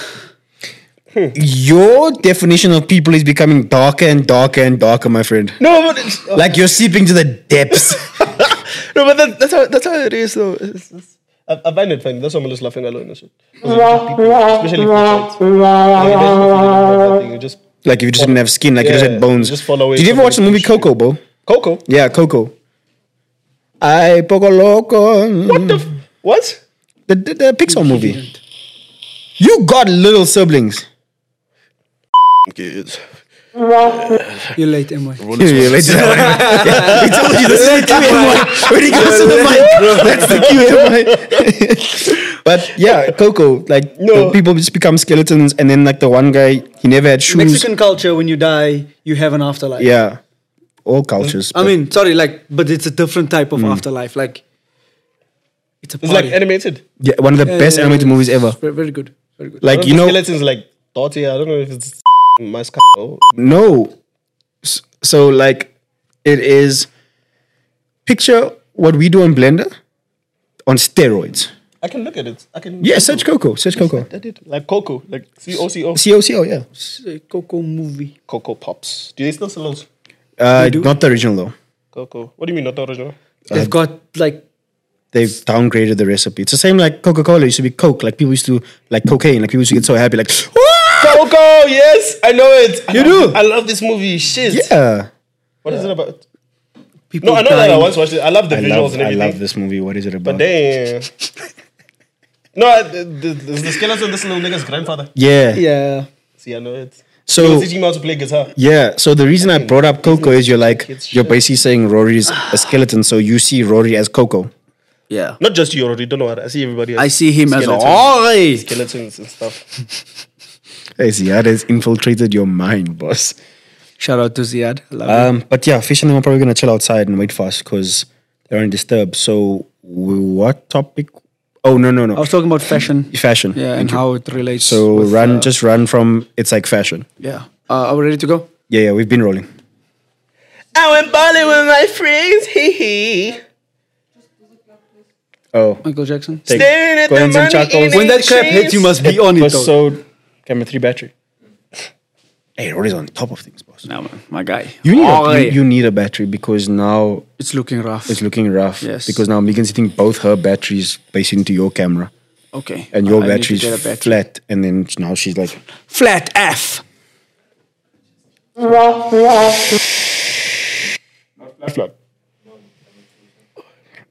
[SPEAKER 2] Your definition of people is becoming darker and darker and darker, my friend.
[SPEAKER 3] No, but it's,
[SPEAKER 2] Like you're seeping to the depths.
[SPEAKER 3] no, but that, that's how that's how it is though. It's, it's, I, I find it funny. That's why I'm just laughing alone and shit. 'Cause you people- Especially for fights. Like, eventually you do that thing, you just
[SPEAKER 2] like if you just didn't have skin, like you just
[SPEAKER 3] Yeah,
[SPEAKER 2] had bones.
[SPEAKER 3] just fall away
[SPEAKER 2] Did you ever
[SPEAKER 3] from
[SPEAKER 2] watch the movie
[SPEAKER 3] education.
[SPEAKER 2] Coco, bro?
[SPEAKER 3] Coco.
[SPEAKER 2] Yeah, Coco. I Poco Loco.
[SPEAKER 3] What the f- what?
[SPEAKER 2] The, the, the Pixar movie. You got little siblings.
[SPEAKER 3] Kids.
[SPEAKER 1] You're late, am I?
[SPEAKER 2] Yeah, yeah, let's- Yeah, we told you this is the QMI. When he goes to the mic, that's the QMI. but yeah, Coco, like
[SPEAKER 3] No.
[SPEAKER 2] the people just become skeletons, and then like the one guy, he never had shoes.
[SPEAKER 1] Mexican culture, when you die, you have an afterlife.
[SPEAKER 2] Yeah, all cultures.
[SPEAKER 1] I mean, sorry, like, but it's a different type of
[SPEAKER 2] Hmm.
[SPEAKER 1] afterlife. Like, it's a
[SPEAKER 3] It's
[SPEAKER 1] party.
[SPEAKER 3] like animated.
[SPEAKER 2] yeah, one of the best
[SPEAKER 1] yeah,
[SPEAKER 2] animated
[SPEAKER 1] yeah.
[SPEAKER 2] movies ever.
[SPEAKER 1] Ve- very good, very good.
[SPEAKER 3] I
[SPEAKER 2] Like
[SPEAKER 3] don't
[SPEAKER 2] you
[SPEAKER 3] know,
[SPEAKER 2] know,
[SPEAKER 3] skeletons like dirty. I don't know if it's my skull.
[SPEAKER 2] No. S- So like it is picture what we do on Blender on steroids.
[SPEAKER 3] I can look at it. I can.
[SPEAKER 2] Yeah, search Coco, search Coco.
[SPEAKER 3] I did like Coco, like C O C O.
[SPEAKER 2] C O C O, yeah.
[SPEAKER 1] It's a Coco movie.
[SPEAKER 3] Coco Pops. Do they still sell those?
[SPEAKER 2] Uh,
[SPEAKER 1] do?
[SPEAKER 2] not the original though.
[SPEAKER 3] Coco. What do you mean not the original?
[SPEAKER 1] They've got like
[SPEAKER 2] They've downgraded the recipe. It's the same like Coca Cola used to be Coke. Like people used to like cocaine. Like people used to get so happy. Like "Ah!"
[SPEAKER 3] Coco. Yes, I know it. I
[SPEAKER 2] You
[SPEAKER 3] love-
[SPEAKER 2] do?
[SPEAKER 3] I love this movie. Shit.
[SPEAKER 2] yeah.
[SPEAKER 3] What is it about?
[SPEAKER 1] people.
[SPEAKER 3] No, I know that I
[SPEAKER 1] dying.
[SPEAKER 3] once watched it. I love the
[SPEAKER 2] I
[SPEAKER 3] visuals
[SPEAKER 2] love,
[SPEAKER 3] and
[SPEAKER 2] I
[SPEAKER 3] everything.
[SPEAKER 2] love this movie. What is it about?
[SPEAKER 3] But damn. no, I- the, the, the the skeleton, this little nigga's grandfather.
[SPEAKER 2] yeah.
[SPEAKER 1] Yeah.
[SPEAKER 3] See, I know it.
[SPEAKER 2] So
[SPEAKER 3] He was teaching me how to play guitar.
[SPEAKER 2] Yeah, so the reason I brought up Coco is you're like
[SPEAKER 3] Kids
[SPEAKER 2] you're basically saying Rory's a skeleton, so you see Rory as Coco.
[SPEAKER 1] Yeah.
[SPEAKER 3] Not just you already, don't know what. I see everybody else.
[SPEAKER 1] I see him as
[SPEAKER 3] Skeleton.
[SPEAKER 1] Ori.
[SPEAKER 3] Skeletons and stuff.
[SPEAKER 2] I see that has infiltrated your mind, boss.
[SPEAKER 1] Shout out to Ziad. Love you.
[SPEAKER 2] Um, but yeah, Fish and them are probably gonna chill outside and wait for us because they're undisturbed. So w- what topic? Oh no no no,
[SPEAKER 1] I was talking about fashion.
[SPEAKER 2] fashion.
[SPEAKER 1] Yeah, and how it relates.
[SPEAKER 2] So
[SPEAKER 1] with,
[SPEAKER 2] run,
[SPEAKER 1] uh,
[SPEAKER 2] just run from it's like fashion.
[SPEAKER 1] yeah. Uh, are we ready to go?
[SPEAKER 2] Yeah yeah, we've been rolling.
[SPEAKER 3] I went bowling with my friends. Hee hee.
[SPEAKER 2] Oh.
[SPEAKER 1] Michael Jackson.
[SPEAKER 2] Take
[SPEAKER 3] Staring at the
[SPEAKER 2] Coins and
[SPEAKER 3] money
[SPEAKER 2] chuckles.
[SPEAKER 3] in
[SPEAKER 1] When that clap hits, you must be on it. dog.
[SPEAKER 2] Episode camera three battery. Hey, Rory's on top of things, boss.
[SPEAKER 1] Nah, man, my guy.
[SPEAKER 2] You need,
[SPEAKER 1] Oh,
[SPEAKER 2] a,
[SPEAKER 1] hey.
[SPEAKER 2] you, you need a battery because now
[SPEAKER 1] it's looking rough.
[SPEAKER 2] it's looking rough.
[SPEAKER 1] Yes.
[SPEAKER 2] Because now Megan's hitting both her batteries basically into your camera.
[SPEAKER 1] okay.
[SPEAKER 2] And your
[SPEAKER 1] I need to
[SPEAKER 2] battery's
[SPEAKER 1] get a battery.
[SPEAKER 2] flat. And then now she's like,
[SPEAKER 1] Flat F.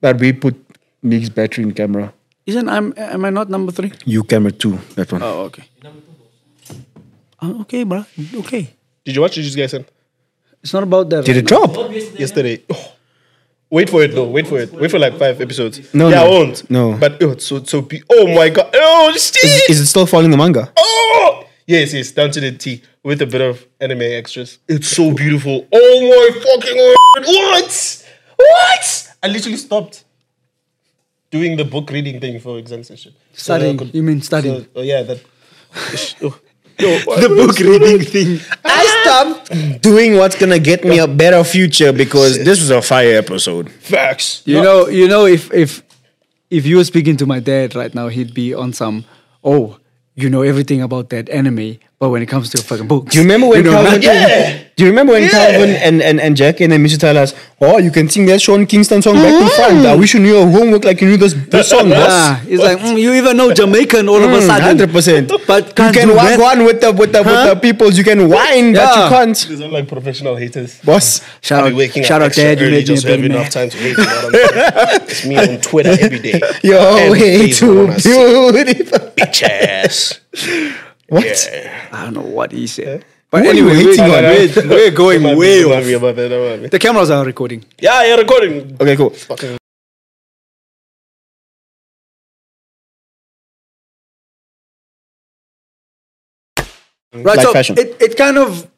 [SPEAKER 2] but we put Megan's battery in camera.
[SPEAKER 1] Isn't I'm am I not number three?
[SPEAKER 2] You camera two, that one.
[SPEAKER 1] Oh, okay.
[SPEAKER 2] Oh,
[SPEAKER 1] Uh, okay, bro. Okay.
[SPEAKER 3] Did you watch it? Did you guys send?
[SPEAKER 1] It's not about that.
[SPEAKER 2] Did it drop?
[SPEAKER 3] yesterday. Oh. Wait for it though. Wait for it. Wait for like five episodes.
[SPEAKER 2] No,
[SPEAKER 3] yeah,
[SPEAKER 2] no.
[SPEAKER 3] I won't.
[SPEAKER 2] No.
[SPEAKER 3] But oh, it's so so. Be- oh my god. Oh shit.
[SPEAKER 2] Is it still following the manga?
[SPEAKER 3] oh. Yes, yes. Down to the T with a bit of anime extras. It's so beautiful. Oh my fucking word. What? What? I literally stopped doing the book reading thing for exams and shit. So that I
[SPEAKER 1] Studying.
[SPEAKER 3] could-
[SPEAKER 1] You mean studying.
[SPEAKER 3] so- oh yeah. That. Oh.
[SPEAKER 1] the book reading thing.
[SPEAKER 2] I stopped doing what's gonna get me a better future because this was a fire episode.
[SPEAKER 3] Facts.
[SPEAKER 1] You know, you know, if if if you were speaking to my dad right now, he'd be on some. Oh, you know everything about that anime, but when it comes to a fucking book,
[SPEAKER 2] Do you remember when
[SPEAKER 1] know,
[SPEAKER 2] Calvin?
[SPEAKER 1] nothing.
[SPEAKER 3] Yeah.
[SPEAKER 2] Do you remember when
[SPEAKER 3] Yeah.
[SPEAKER 2] Calvin and, and, and Jack and then Mr. tell us, "Oh, you can sing that Sean Kingston song back to front. I wish you knew your homework like you knew this, this song, boss."
[SPEAKER 1] Ah, it's like mm, you even know Jamaican all of
[SPEAKER 2] Mm.
[SPEAKER 1] a sudden.
[SPEAKER 2] Hundred percent.
[SPEAKER 1] But
[SPEAKER 2] you
[SPEAKER 1] can't
[SPEAKER 2] can
[SPEAKER 1] do that.
[SPEAKER 2] wag on with the with the
[SPEAKER 1] Huh?
[SPEAKER 2] with the peoples. You can whine,
[SPEAKER 1] Yeah.
[SPEAKER 2] but you can't,
[SPEAKER 3] These are like professional haters.
[SPEAKER 2] boss.
[SPEAKER 1] Shout
[SPEAKER 3] I'll
[SPEAKER 1] out,
[SPEAKER 3] be waking
[SPEAKER 1] shout
[SPEAKER 3] up
[SPEAKER 1] out,
[SPEAKER 3] extra
[SPEAKER 1] Dad. You
[SPEAKER 3] early
[SPEAKER 1] made me a
[SPEAKER 3] just to have
[SPEAKER 1] better
[SPEAKER 3] enough
[SPEAKER 1] man.
[SPEAKER 3] time to read. You know what I'm saying? it's me on Twitter every day.
[SPEAKER 2] You're
[SPEAKER 3] And
[SPEAKER 2] way
[SPEAKER 3] Facebook
[SPEAKER 2] too
[SPEAKER 3] when I see
[SPEAKER 2] beautiful.
[SPEAKER 3] Bitch ass.
[SPEAKER 2] What?
[SPEAKER 3] Yeah.
[SPEAKER 1] I don't know what he said. But
[SPEAKER 2] Who are you
[SPEAKER 1] anyway, we're,
[SPEAKER 2] hating on?
[SPEAKER 1] we're, we're going
[SPEAKER 3] Don't mind me,
[SPEAKER 1] way
[SPEAKER 3] don't
[SPEAKER 1] off.
[SPEAKER 3] mind me about that, don't mind me.
[SPEAKER 1] The cameras are recording.
[SPEAKER 3] Yeah, you're recording.
[SPEAKER 2] Okay, cool.
[SPEAKER 3] Fucking
[SPEAKER 1] Right,
[SPEAKER 2] Like
[SPEAKER 1] so
[SPEAKER 2] fashion.
[SPEAKER 1] it it kind of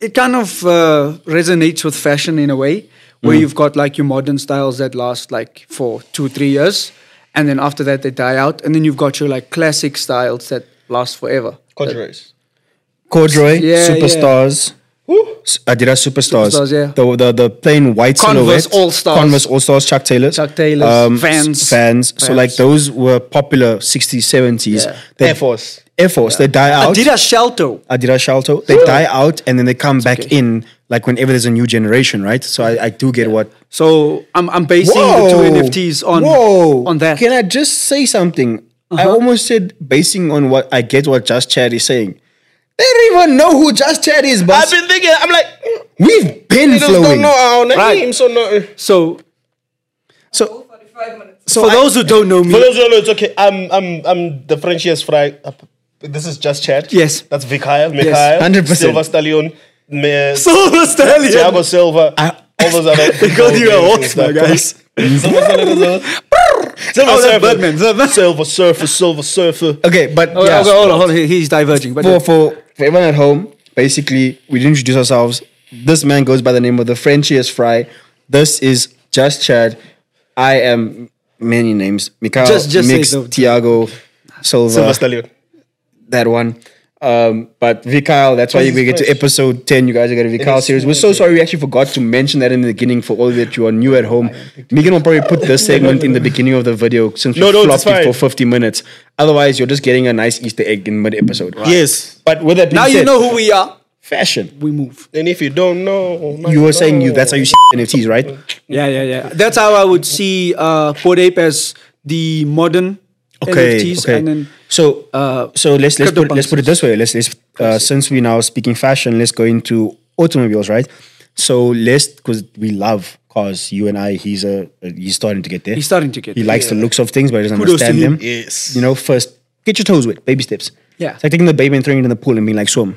[SPEAKER 1] it kind of uh, resonates with fashion in a way
[SPEAKER 3] Mm.
[SPEAKER 1] where you've got like your modern styles that last like for two three years, and then after that they die out, and then you've got your like classic styles that last forever.
[SPEAKER 3] corduroys.
[SPEAKER 2] corduroy,
[SPEAKER 1] Yeah,
[SPEAKER 2] superstars.
[SPEAKER 3] Who?
[SPEAKER 2] S- uh, Adidas superstars,
[SPEAKER 1] Superstars, yeah.
[SPEAKER 2] the, the the plain white
[SPEAKER 1] Converse
[SPEAKER 2] silhouette,
[SPEAKER 1] All-Stars.
[SPEAKER 2] Converse All Stars, Chuck Taylors, Um,
[SPEAKER 1] Chuck Taylors,
[SPEAKER 2] s-
[SPEAKER 1] Vans.
[SPEAKER 2] Vans. So
[SPEAKER 1] Vans.
[SPEAKER 2] like those were popular 60s, 70s.
[SPEAKER 1] Yeah.
[SPEAKER 2] They,
[SPEAKER 3] Air Force.
[SPEAKER 2] Air Force. They die out.
[SPEAKER 1] Adidas Shelto.
[SPEAKER 2] Adidas Shalto. They die out and then they come back in like whenever there's a new generation, right? So I, I do get what.
[SPEAKER 1] So I'm I'm basing the two NFTs on
[SPEAKER 2] Whoa.
[SPEAKER 1] on that. Uh-huh.
[SPEAKER 2] Can I just say something? I almost said basing on what I get what Just Chad is saying. They don't even know who Just Chad is,
[SPEAKER 3] I've
[SPEAKER 2] but
[SPEAKER 3] been thinking. I'm like, mm,
[SPEAKER 2] we've been
[SPEAKER 3] they just
[SPEAKER 2] flowing.
[SPEAKER 3] don't know our name.
[SPEAKER 1] Right.
[SPEAKER 3] So no.
[SPEAKER 1] So
[SPEAKER 2] So,
[SPEAKER 1] for those who don't know
[SPEAKER 3] For
[SPEAKER 1] me,
[SPEAKER 3] those who don't know, it's okay. I'm I'm I'm the Frenchiest fry. uh, This is just chat.
[SPEAKER 1] Yes.
[SPEAKER 3] That's Mikhail. Mikhail.
[SPEAKER 2] 100%.
[SPEAKER 3] Silver Stallion. Ma-
[SPEAKER 1] Silver Stallion.
[SPEAKER 3] Thiago Silva. all those other.
[SPEAKER 1] Because you are hawks, my
[SPEAKER 3] Silver
[SPEAKER 1] guys.
[SPEAKER 3] Stallion.
[SPEAKER 1] Oh,
[SPEAKER 3] Silver
[SPEAKER 1] that's
[SPEAKER 3] Surfer.
[SPEAKER 1] Birdman. Silver-
[SPEAKER 3] Silver Surfer. Silver Surfer.
[SPEAKER 2] okay, but
[SPEAKER 1] Oh,
[SPEAKER 2] yeah,
[SPEAKER 1] okay, hold on, hold on. He- He's diverging. But
[SPEAKER 2] for, for, for everyone at home, basically, we didn't introduce ourselves. This man goes by the name of the Frenchiest Fry. This is Just Chad. I am many names. Mikhail,
[SPEAKER 1] Just- just say
[SPEAKER 2] Mix,
[SPEAKER 1] the-
[SPEAKER 2] Tiago, Silva,
[SPEAKER 3] Silver Stallion.
[SPEAKER 2] that one. Um, but Vikal, that's why
[SPEAKER 3] Jesus
[SPEAKER 2] we get to
[SPEAKER 3] Christ.
[SPEAKER 2] episode 10. You guys are going to Vikal
[SPEAKER 3] is
[SPEAKER 2] series. We're so sorry we actually forgot to mention that in the beginning for all that you are new at home. Megan will probably put this segment in the beginning of the video since we
[SPEAKER 3] No, no, it's
[SPEAKER 2] flopped it
[SPEAKER 3] fine.
[SPEAKER 2] for 50 minutes. Otherwise, you're just getting a nice Easter egg in mid episode.
[SPEAKER 3] Yes.
[SPEAKER 2] But with that being
[SPEAKER 1] now
[SPEAKER 2] said,
[SPEAKER 1] you know who we are.
[SPEAKER 2] fashion.
[SPEAKER 1] We move.
[SPEAKER 3] And if you don't know, oh now
[SPEAKER 2] You were saying
[SPEAKER 3] know.
[SPEAKER 2] you that's how you see NFTs, right?
[SPEAKER 1] Yeah, yeah, yeah. That's how I would see uh, Bored Ape as the modern NFTs, and then
[SPEAKER 2] so
[SPEAKER 1] uh,
[SPEAKER 2] so let's let's put, let's
[SPEAKER 1] cryptocurrencies.
[SPEAKER 2] put it this way. Let's let's uh, since we're now speaking fashion, let's go into automobiles, right? So let's because we love cars. You and I, he's a he's starting to get there.
[SPEAKER 1] he's starting to get.
[SPEAKER 2] he likes the looks of things, but he doesn't
[SPEAKER 1] Kudos to
[SPEAKER 2] understand
[SPEAKER 1] him.
[SPEAKER 2] them.
[SPEAKER 3] Yes.
[SPEAKER 2] You know, first get your toes wet, baby steps.
[SPEAKER 1] Yeah.
[SPEAKER 2] it's like taking the baby and throwing it in the pool and being like swim.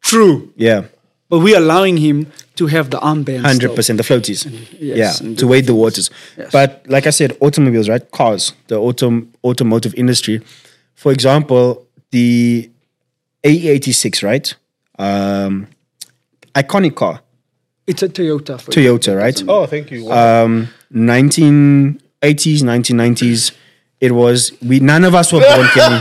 [SPEAKER 1] true,
[SPEAKER 2] Yeah,
[SPEAKER 1] but we're allowing him to have the armband.
[SPEAKER 2] hundred
[SPEAKER 1] still.
[SPEAKER 2] percent the floaties.
[SPEAKER 1] Mm-hmm. yes,
[SPEAKER 2] yeah,
[SPEAKER 1] and
[SPEAKER 2] to wade the waters. But like I said, automobiles, right? Cars, the autom- automotive industry. For example, the A86, right? Um, iconic car,
[SPEAKER 1] It's a Toyota. For you.
[SPEAKER 2] Toyota, right?
[SPEAKER 3] Oh, thank you.
[SPEAKER 2] Um, 1980s, 1990s. It was we. None of us were born, Kenny.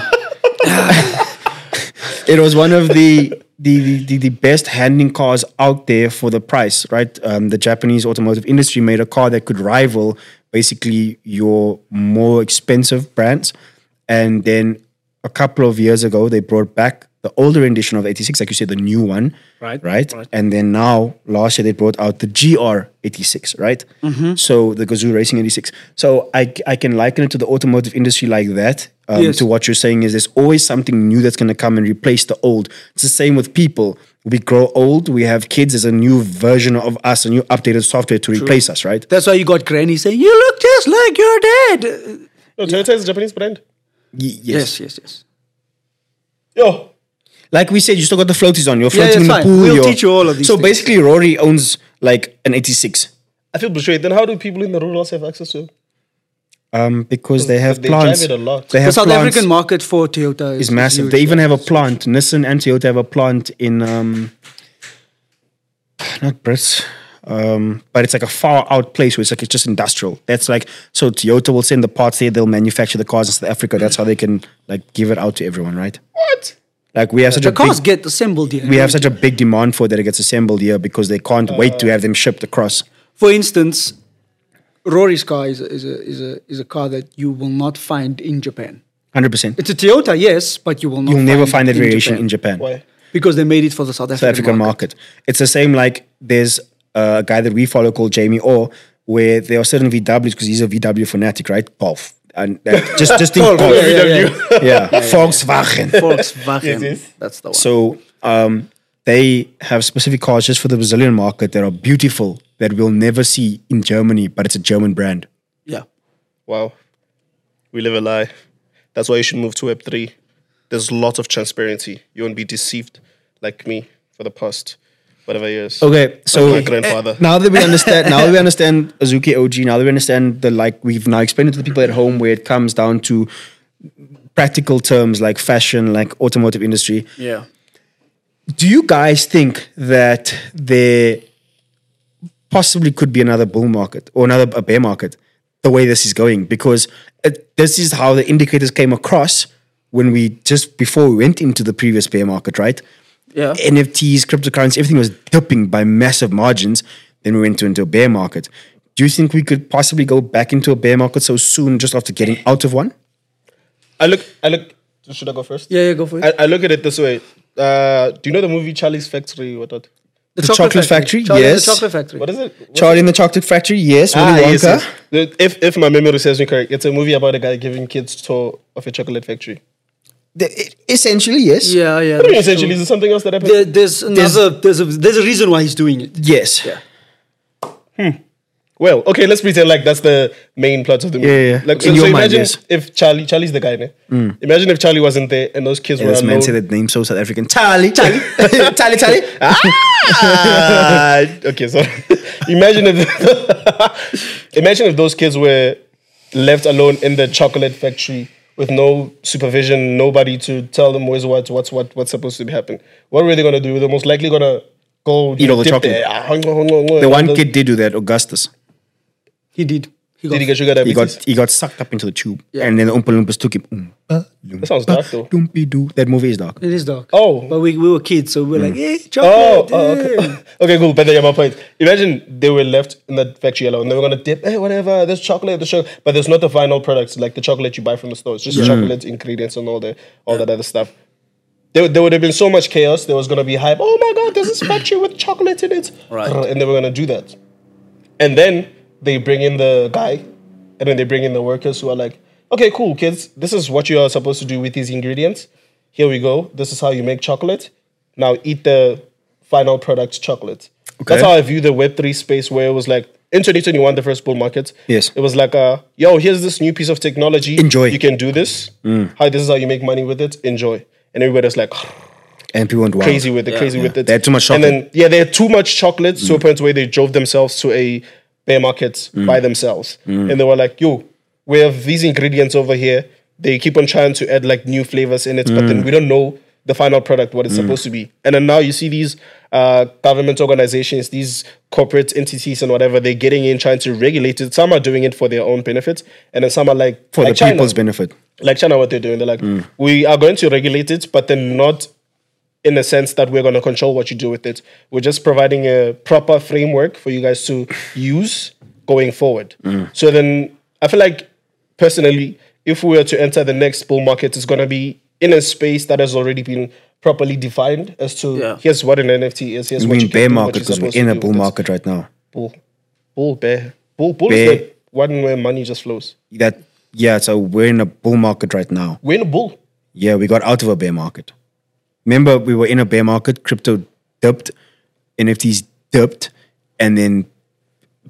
[SPEAKER 2] it was one of the the, the, the, the best handling cars out there for the price, right? Um, the Japanese automotive industry made a car that could rival basically your more expensive brands. And then a couple of years ago, they brought back the older rendition of 86, like you said, the new one,
[SPEAKER 1] Right,
[SPEAKER 2] Right?
[SPEAKER 1] right.
[SPEAKER 2] And then now, last year, they brought out the GR86, right?
[SPEAKER 1] Mm-hmm.
[SPEAKER 2] So the Gazoo Racing 86. So I, I can liken it to the automotive industry like that. Um,
[SPEAKER 1] Yes.
[SPEAKER 2] To what you're saying is there's always something new that's going to come and replace the old. It's the same with people. We grow old, we have kids, there's a new version of us, a new updated software to replace us, right?
[SPEAKER 1] That's why you got Granny saying, "You look just like your dad."
[SPEAKER 3] No, Toyota is a Japanese brand.
[SPEAKER 2] Y-
[SPEAKER 1] Yes, yes, yes.
[SPEAKER 3] Yo,
[SPEAKER 2] Like we said, you still got the floaties on. You're
[SPEAKER 1] Yeah,
[SPEAKER 2] floating
[SPEAKER 1] it's
[SPEAKER 2] in the
[SPEAKER 1] fine.
[SPEAKER 2] pool.
[SPEAKER 1] We'll
[SPEAKER 2] you're-
[SPEAKER 1] teach you all of these
[SPEAKER 2] So
[SPEAKER 1] things.
[SPEAKER 2] basically, Rory owns like an 86
[SPEAKER 3] I feel betrayed. Then how do people in the rurals have access to?
[SPEAKER 2] um, because they have
[SPEAKER 3] They drive
[SPEAKER 2] plants.
[SPEAKER 3] it a lot.
[SPEAKER 2] They
[SPEAKER 1] The
[SPEAKER 2] have
[SPEAKER 1] South
[SPEAKER 2] plants.
[SPEAKER 1] African market for Toyota is,
[SPEAKER 2] is massive.
[SPEAKER 1] huge.
[SPEAKER 2] They even have a plant. Nissan and Toyota have a plant in um, not Brits, um, but it's like a far out place where it's like it's just industrial. That's like so Toyota will send the parts there. They'll manufacture the cars in South Africa. That's how they can like give it out to everyone, right?
[SPEAKER 3] What?
[SPEAKER 2] Like we have such
[SPEAKER 1] the
[SPEAKER 2] a big,
[SPEAKER 1] cars get assembled here.
[SPEAKER 2] we have such a big demand for it that it gets assembled here because they can't wait to have them shipped across.
[SPEAKER 1] for instance, Rory's car is a, is a is a is a car that you will not find in Japan.
[SPEAKER 2] Hundred percent.
[SPEAKER 1] It's a Toyota, yes, but you will not.
[SPEAKER 2] You'll never find that
[SPEAKER 1] it
[SPEAKER 2] variation in Japan.
[SPEAKER 3] Why?
[SPEAKER 1] because they made it for the South African,
[SPEAKER 2] South African
[SPEAKER 1] market.
[SPEAKER 2] market. It's the same like there's a guy that we follow called Jamie Orr, where there are certain VWs because he's a VW fanatic, right? Golf. And that- just just think
[SPEAKER 1] Golf,
[SPEAKER 2] golf.
[SPEAKER 1] yeah,
[SPEAKER 2] Yeah,
[SPEAKER 1] yeah,
[SPEAKER 2] Volkswagen.
[SPEAKER 1] Volkswagen.
[SPEAKER 3] Yes, yes.
[SPEAKER 1] That's the one.
[SPEAKER 2] So um, they have specific cars just for the Brazilian market that are beautiful that we'll never see in Germany, but it's a German brand.
[SPEAKER 1] yeah.
[SPEAKER 3] Wow. We live a lie. That's why you should move to Web3. There's lots of transparency. You won't be deceived like me for the past whatever years.
[SPEAKER 2] Okay, so eh,
[SPEAKER 3] my grandfather.
[SPEAKER 2] now that we understand, now that we understand Azuki OG, now that we understand the like, we've now explained it to the people at home where it comes down to practical terms like fashion, like automotive industry.
[SPEAKER 1] Yeah.
[SPEAKER 2] Do you guys think that there possibly could be another bull market or another a bear market the way this is going? Because it, this is how the indicators came across when we just before we went into the previous bear market, right?
[SPEAKER 1] Yeah.
[SPEAKER 2] NFTs, cryptocurrency, everything was dipping by massive margins. Then we went into a bear market. Do you think we could possibly go back into a bear market so soon just after getting out of one?
[SPEAKER 3] I look, I look, should I go first?
[SPEAKER 1] Yeah, yeah, go for it.
[SPEAKER 3] I, I look at it this way. Uh, do you know the movie Charlie's Factory? What not?
[SPEAKER 2] The Chocolate Factory,
[SPEAKER 1] Charlie and
[SPEAKER 2] yes.
[SPEAKER 1] The chocolate factory.
[SPEAKER 3] What is it? What's
[SPEAKER 2] Charlie in the Chocolate Factory, Ah, yes. Willy Wonka.
[SPEAKER 3] Ah, yes, yes. The- If, if my memory serves me correct, it's a movie about a guy giving kids tour of a chocolate factory.
[SPEAKER 2] The- e, essentially, yes.
[SPEAKER 1] Yeah, yeah.
[SPEAKER 3] What do you mean,
[SPEAKER 1] that's
[SPEAKER 3] essentially?
[SPEAKER 1] true.
[SPEAKER 3] Is it something else that happened?
[SPEAKER 1] There, there's another. There's a, there's a reason why he's doing it.
[SPEAKER 2] Yes.
[SPEAKER 1] Yeah.
[SPEAKER 3] Well, okay, let's pretend like that's the main plot of the movie.
[SPEAKER 2] Yeah, yeah, yeah.
[SPEAKER 3] Like, so,
[SPEAKER 2] In
[SPEAKER 3] so
[SPEAKER 2] your mind,
[SPEAKER 3] imagine
[SPEAKER 2] yes. Mm.
[SPEAKER 3] if Charlie, Charlie's the guy, ne? Imagine if Charlie wasn't there and those kids were
[SPEAKER 2] this man
[SPEAKER 3] alone.
[SPEAKER 2] said that name so South African. Charlie, Charlie, Charlie, Charlie. Ah!
[SPEAKER 3] okay, so imagine if imagine if those kids were left alone in the chocolate factory with no supervision, nobody to tell them where's what, what's what, what's supposed to be happening. What were they gonna do? They're most likely gonna go
[SPEAKER 2] Eat all the
[SPEAKER 3] dip
[SPEAKER 2] chocolate.
[SPEAKER 3] there. Ah, hung- hung- hung- hung-
[SPEAKER 2] the one
[SPEAKER 3] hung-
[SPEAKER 2] kid did do that, Augustus.
[SPEAKER 1] He did. He got.
[SPEAKER 3] did he get sugar
[SPEAKER 2] He
[SPEAKER 3] diabetes?
[SPEAKER 2] got he got sucked up into the tube, and then the Oompa Loompas took him. Oompa
[SPEAKER 3] that sounds dark though.
[SPEAKER 2] Doo. That movie is dark.
[SPEAKER 1] it is dark.
[SPEAKER 3] Oh.
[SPEAKER 1] but we, we were kids, so we were like, eh,
[SPEAKER 3] Oh,
[SPEAKER 1] chocolate.
[SPEAKER 3] oh,
[SPEAKER 1] eh."
[SPEAKER 3] okay. okay, cool. But then yeah, my point. Imagine they were left in that factory alone. They were gonna dip, hey, whatever. There's chocolate, there's sugar, but there's not the final products like the chocolate you buy from the store. It's just chocolate ingredients and all the all that other stuff. There, there would have been so much chaos. There was gonna be hype. Oh my god, there's this factory with chocolate in it. Uh,
[SPEAKER 1] Right.
[SPEAKER 3] And they were gonna do that. And then they bring in the guy, and then they bring in the workers who are like, okay, cool, kids, this is what you are supposed to do with these ingredients. Here we go. This is how you make chocolate. Now eat the final product chocolate. That's how I view the Web3 space where it was like, in 2021, the first bull market.
[SPEAKER 2] Yes.
[SPEAKER 3] It was like, uh, yo, here's this new piece of technology.
[SPEAKER 2] Enjoy. Mm.
[SPEAKER 3] You can do this. Hi, this is how you make money with it. Enjoy. And everybody's like,
[SPEAKER 2] And people went wild.
[SPEAKER 3] crazy with it, crazy with it.
[SPEAKER 2] They had too much Mm.
[SPEAKER 3] And then yeah, they had too much chocolate to a point where they drove themselves to a bear market by themselves.
[SPEAKER 2] Mm.
[SPEAKER 3] And they were like, yo, we have these ingredients over here. They keep on trying to add like new flavors in it, but
[SPEAKER 2] Mm.
[SPEAKER 3] then we don't know the final product, what it's supposed to be. And then now you see these uh, government organizations, these corporate entities and whatever, they're getting in trying to regulate it. Some are doing it for their own benefit, and then some are like
[SPEAKER 2] for
[SPEAKER 3] like
[SPEAKER 2] the
[SPEAKER 3] China
[SPEAKER 2] people's benefit. Mm.
[SPEAKER 3] like China, what they're doing, they're like, we are going to regulate it, but then not in the sense that we're going to control what you do with it. We're just providing a proper framework for you guys to use going forward.
[SPEAKER 2] Mm.
[SPEAKER 3] So then I feel like personally, if we were to enter the next bull market, it's going to be in a space that has already been properly defined as to
[SPEAKER 1] Yeah.
[SPEAKER 3] here's what an NFT is, here's
[SPEAKER 2] I
[SPEAKER 3] what
[SPEAKER 2] mean
[SPEAKER 3] you can
[SPEAKER 2] bear
[SPEAKER 3] do, what
[SPEAKER 2] market
[SPEAKER 3] you're
[SPEAKER 2] because we're
[SPEAKER 3] supposed
[SPEAKER 2] in
[SPEAKER 3] to
[SPEAKER 2] a
[SPEAKER 3] do
[SPEAKER 2] bull
[SPEAKER 3] with it.
[SPEAKER 2] market right now.
[SPEAKER 3] Bull, bull, bear, bull, bull
[SPEAKER 2] Bear.
[SPEAKER 3] is the one where money just flows.
[SPEAKER 2] That yeah, so we're in a bull market right now.
[SPEAKER 3] We're in a bull.
[SPEAKER 2] Yeah, we got out of a bear market. Remember, we were in a bear market, crypto dipped, NFTs dipped, and then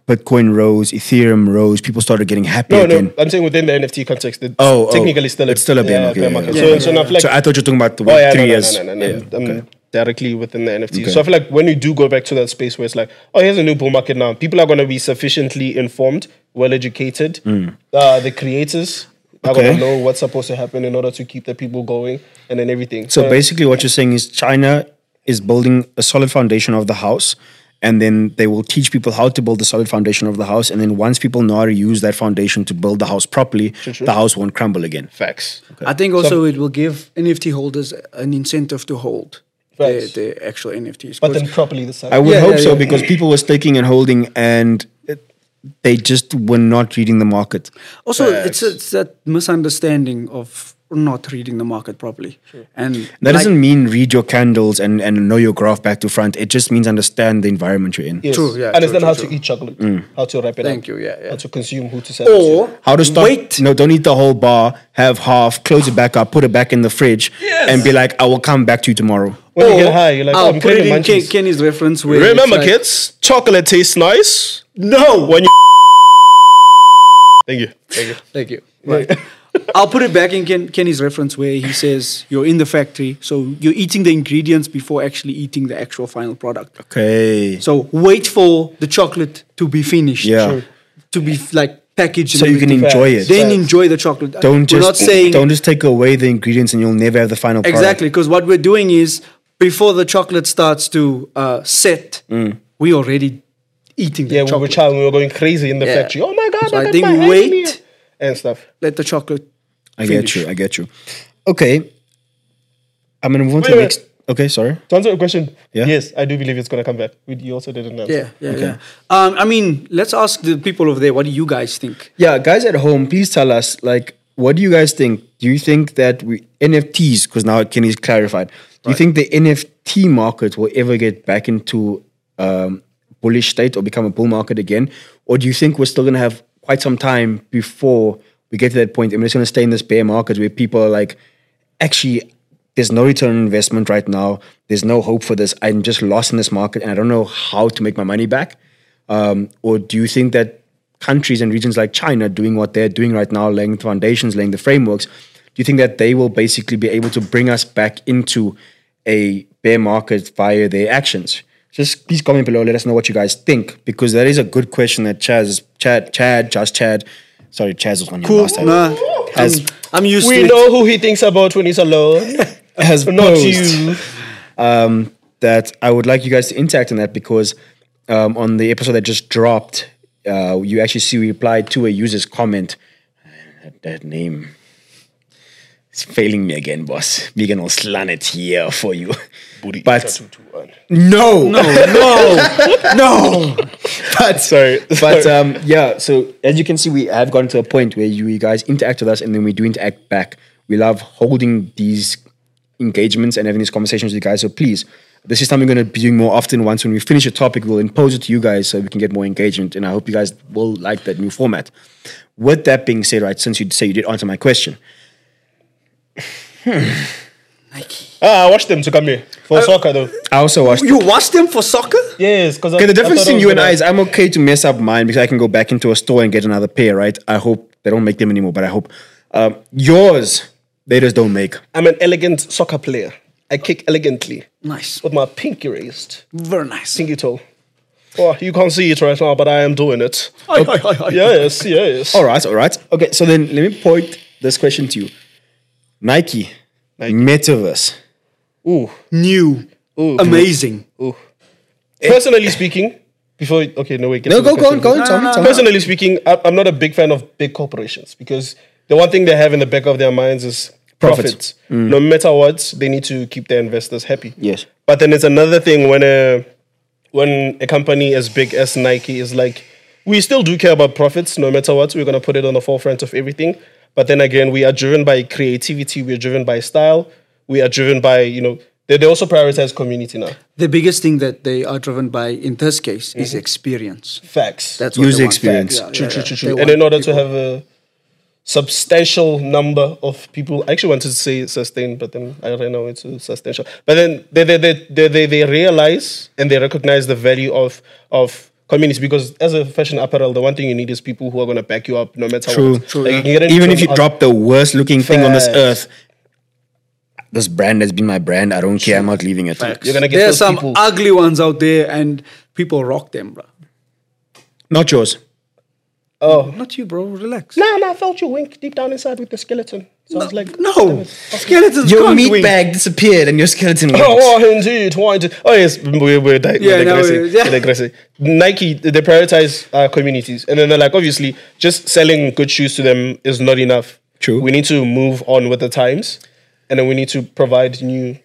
[SPEAKER 2] Bitcoin rose, Ethereum rose, people started getting happy
[SPEAKER 3] No,
[SPEAKER 2] again.
[SPEAKER 3] no, I'm saying within the NFT context. It's
[SPEAKER 2] Oh, oh,
[SPEAKER 3] technically still a,
[SPEAKER 2] it's still a bear
[SPEAKER 3] yeah,
[SPEAKER 2] market, yeah, yeah,
[SPEAKER 3] So,
[SPEAKER 2] yeah.
[SPEAKER 3] so now I feel like
[SPEAKER 2] so I thought you were talking about the
[SPEAKER 3] Oh
[SPEAKER 2] one
[SPEAKER 3] yeah,
[SPEAKER 2] three
[SPEAKER 3] no, no,
[SPEAKER 2] years.
[SPEAKER 3] no, no, no,
[SPEAKER 2] Yeah,
[SPEAKER 3] no. I'm directly within the NFT.
[SPEAKER 2] Okay.
[SPEAKER 3] So I feel like when we do go back to that space where it's like, oh, here's a new bull market now. People are going to be sufficiently informed, well educated. Uh, the creators are going
[SPEAKER 2] Hmm. Okay.
[SPEAKER 3] to know what's supposed to happen in order to keep the people going, and then everything.
[SPEAKER 2] So basically, what you're saying is China is building a solid foundation of the house, and then they will teach people how to build the solid foundation of the house. And then once people know how to use that foundation to build the house properly, the house won't crumble again.
[SPEAKER 3] facts.
[SPEAKER 1] I think also it will give NFT holders an incentive to hold the,
[SPEAKER 3] Right.
[SPEAKER 1] the actual NFTs.
[SPEAKER 3] But then properly this
[SPEAKER 2] I
[SPEAKER 3] time.
[SPEAKER 2] would
[SPEAKER 1] Yeah,
[SPEAKER 2] hope
[SPEAKER 1] yeah,
[SPEAKER 2] so
[SPEAKER 1] yeah.
[SPEAKER 2] because people were staking and holding, and it, they just were not reading the market.
[SPEAKER 1] also, it's, it's that misunderstanding of not reading the market properly. And like-
[SPEAKER 2] That doesn't mean read your candles and, and know your graph back to front. It just means understand the environment you're in.
[SPEAKER 3] Yes.
[SPEAKER 1] True, yeah,
[SPEAKER 3] Understand
[SPEAKER 1] true,
[SPEAKER 3] how
[SPEAKER 1] true,
[SPEAKER 3] to eat chocolate,
[SPEAKER 2] Hmm.
[SPEAKER 3] how to wrap it
[SPEAKER 1] Thank
[SPEAKER 3] up.
[SPEAKER 1] you, yeah, yeah.
[SPEAKER 3] How to consume, who to sell. it to.
[SPEAKER 1] or
[SPEAKER 2] How to stop?
[SPEAKER 1] Wait,
[SPEAKER 2] No, don't eat the whole bar. Have half. Close it back up. Put it back in the fridge, and be like, "I will come back to you tomorrow."
[SPEAKER 3] when you
[SPEAKER 1] or
[SPEAKER 3] get high, you're like,
[SPEAKER 1] I'll
[SPEAKER 3] oh, I'm
[SPEAKER 1] put it
[SPEAKER 3] craving
[SPEAKER 1] in Ken,
[SPEAKER 3] munchies.
[SPEAKER 1] Kenny's reference. Where it's
[SPEAKER 3] Remember,
[SPEAKER 1] like-
[SPEAKER 3] kids, chocolate tastes nice. No, when you. Thank you. Thank you.
[SPEAKER 1] Thank you. Right. I'll put it back in Ken, Kenny's reference where he says you're in the factory, so you're eating the ingredients before actually eating the actual final product.
[SPEAKER 2] Okay. So,
[SPEAKER 1] So wait for the chocolate to be finished.
[SPEAKER 2] Yeah. Sure.
[SPEAKER 1] To be like packaged.
[SPEAKER 2] you can enjoy it.
[SPEAKER 1] Then enjoy the chocolate.
[SPEAKER 2] don't
[SPEAKER 1] we're
[SPEAKER 2] just
[SPEAKER 1] not saying
[SPEAKER 2] don't just take away the ingredients and you'll never have the final product.
[SPEAKER 1] exactly because what we're doing is before the chocolate starts to uh, set,
[SPEAKER 2] Mm.
[SPEAKER 1] we already eating the
[SPEAKER 3] Yeah, we were
[SPEAKER 1] chocolate.
[SPEAKER 3] child, we were going crazy in the
[SPEAKER 1] Yeah.
[SPEAKER 3] factory. Oh my god!
[SPEAKER 1] So
[SPEAKER 3] I,
[SPEAKER 1] I
[SPEAKER 3] got
[SPEAKER 1] think
[SPEAKER 3] my hand in
[SPEAKER 1] wait-
[SPEAKER 3] here. and stuff.
[SPEAKER 1] Let the chocolate.
[SPEAKER 2] I get
[SPEAKER 1] Finish.
[SPEAKER 2] you. I get you. Okay. I'm gonna move on to
[SPEAKER 3] Wait,
[SPEAKER 2] the
[SPEAKER 3] wait.
[SPEAKER 2] next. Okay, sorry.
[SPEAKER 3] To answer your question,
[SPEAKER 2] Yeah.
[SPEAKER 3] yes, I do believe it's gonna come back. We, you also didn't answer.
[SPEAKER 1] Yeah, yeah, yeah. Um, I mean, let's ask the people over there. What do you guys think?
[SPEAKER 2] Yeah, guys at home, please tell us like what do you guys think? Do you think that we NFTs because now Kenny's clarified. Do you think the NFT market will ever get back into um, bullish state or become a bull market again, or do you think we're still going to have quite some time before we get to that point and we're just going to stay in this bear market where people are like, actually, there's no return on investment right now. There's no hope for this. I'm just lost in this market and I don't know how to make my money back. Um, or do you think that countries and regions like China doing what they're doing right now, laying the foundations, laying the frameworks, do you think that they will basically be able to bring us back into a bear market via their actions? Just please comment below. Let us know what you guys think because that is a good question that Chaz, Chad, Chad, just Chad, sorry, Chaz was on your last time.
[SPEAKER 1] Nah, um, I'm,
[SPEAKER 2] Has-
[SPEAKER 1] I'm used
[SPEAKER 3] We
[SPEAKER 1] to it.
[SPEAKER 3] know who he thinks about when he's alone.
[SPEAKER 2] Has
[SPEAKER 3] Not
[SPEAKER 2] posed.
[SPEAKER 3] you.
[SPEAKER 2] that I would like you guys to interact on that because um, on the episode that just dropped, uh, you actually see we replied to a user's comment. That, that name is failing me again, boss. We can all slant it here for you. But no, no, no, no. But
[SPEAKER 3] Sorry.
[SPEAKER 2] but um, yeah. So as you can see, we have gotten to a point where you guys interact with us, and then we do interact back. We love holding these engagements and having these conversations with you guys. So please, this is something we're going to be doing more often. Once when we finish a topic, we'll impose it to you guys so we can get more engagement. And I hope you guys will like that new format. With that being said, right, since you say you did answer my question,
[SPEAKER 3] Ah, I watched them to come here
[SPEAKER 1] Uh,
[SPEAKER 3] for soccer though.
[SPEAKER 2] I also watched.
[SPEAKER 1] Oh, You watch them for soccer?
[SPEAKER 3] Yes, because
[SPEAKER 2] Okay, the difference between you and I is I'm okay to mess up mine because I can go back into a store and get another pair, right? I hope they don't make them anymore, but I hope um, yours they just don't make.
[SPEAKER 3] I'm an elegant soccer player. I kick elegantly
[SPEAKER 1] Nice.
[SPEAKER 3] with my pinky raised.
[SPEAKER 1] Very nice.
[SPEAKER 3] pinky toe. Well, you can't see it right now, but I am doing it.
[SPEAKER 1] Oi, oi, oi, oi.
[SPEAKER 3] Yes, yes.
[SPEAKER 2] All right, all right. Okay, so then let me point this question to you: Nike, Metaverse.
[SPEAKER 3] Ooh.
[SPEAKER 1] New. Amazing. Eh.
[SPEAKER 3] Personally speaking, before okay, no wait. get
[SPEAKER 2] No,
[SPEAKER 3] to the
[SPEAKER 2] go, go on,
[SPEAKER 3] question.
[SPEAKER 2] go on, tell me,
[SPEAKER 1] no,
[SPEAKER 2] tell me.
[SPEAKER 3] Personally speaking, I- I'm not a big fan of big corporations because the one thing they have in the back of their minds is
[SPEAKER 2] Profits. Mm.
[SPEAKER 3] profits. No matter what, they need to keep their investors happy.
[SPEAKER 2] Yes.
[SPEAKER 3] But then it's another thing when a when a company as big as Nike is like, we still do care about profits, no matter what. We're gonna put it on the forefront of everything. But then again, we are driven by creativity. We are driven by style. We are driven by you know. They, they also prioritize community now.
[SPEAKER 1] The biggest thing that they are driven by in this case is experience.
[SPEAKER 3] Facts.
[SPEAKER 1] That's what
[SPEAKER 2] User
[SPEAKER 1] they want.
[SPEAKER 2] experience.
[SPEAKER 1] Yeah, yeah,
[SPEAKER 3] True,
[SPEAKER 1] yeah.
[SPEAKER 3] true, true,
[SPEAKER 1] They
[SPEAKER 3] true.
[SPEAKER 1] want
[SPEAKER 3] And in order
[SPEAKER 1] people-
[SPEAKER 3] to have a substantial number of people, I actually wanted to say sustain, but then I don't know it's a substantial. But then they they, they, they, they they realize and they recognize the value of of communities because as a fashion apparel, the one thing you need is people who are gonna back you up no matter
[SPEAKER 2] True,
[SPEAKER 3] what.
[SPEAKER 1] true,
[SPEAKER 3] Like,
[SPEAKER 1] yeah.
[SPEAKER 3] can get into
[SPEAKER 2] Even if
[SPEAKER 3] some
[SPEAKER 2] you
[SPEAKER 3] other-
[SPEAKER 2] drop the worst looking thing on this
[SPEAKER 3] Facts.
[SPEAKER 2] earth, this brand has been my brand. I don't care. I'm not leaving it.
[SPEAKER 3] you're gonna get
[SPEAKER 1] There are
[SPEAKER 3] those
[SPEAKER 1] some
[SPEAKER 3] people.
[SPEAKER 1] ugly ones out there, and people rock them, bro.
[SPEAKER 2] Not yours.
[SPEAKER 1] Not you, bro. Relax.
[SPEAKER 3] Oh. Nah, nah, I felt you wink deep down inside with the skeleton. So I was like,
[SPEAKER 1] no, skeletons
[SPEAKER 2] Your
[SPEAKER 1] can't
[SPEAKER 2] meat
[SPEAKER 1] win.
[SPEAKER 2] bag disappeared and your skeleton.
[SPEAKER 3] Oh,
[SPEAKER 2] went.
[SPEAKER 3] oh, indeed. Why indeed? Oh, yes. We're, we're, di-
[SPEAKER 1] Yeah,
[SPEAKER 3] we're
[SPEAKER 1] no,
[SPEAKER 3] digressing.
[SPEAKER 1] we- yeah.
[SPEAKER 3] We're digressing. Nike, they prioritize uh, communities. And then they're like, obviously, just selling good shoes to them is not enough.
[SPEAKER 2] True.
[SPEAKER 3] We need to move on with the times. And then we need to provide new.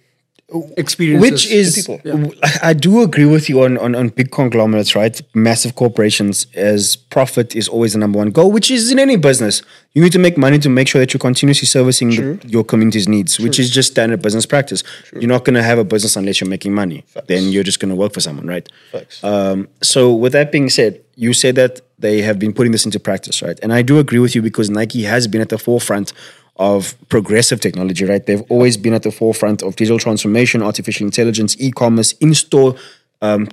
[SPEAKER 1] Experiences.
[SPEAKER 2] which is
[SPEAKER 3] people.
[SPEAKER 2] w- I do agree with you on, on on big conglomerates, right? Massive corporations as profit is always the number one goal, which is in any business. You need to make money to make sure that you're continuously servicing the, your community's needs, which is just standard business practice. You're not going to have a business unless you're making money. Then you're just going to work for someone, right?
[SPEAKER 3] Facts.
[SPEAKER 2] Um, so with that being said, you said that they have been putting this into practice, right? And I do agree with you because Nike has been at the forefront of progressive technology, right? They've always been at the forefront of digital transformation, artificial intelligence, e-commerce, in-store, um,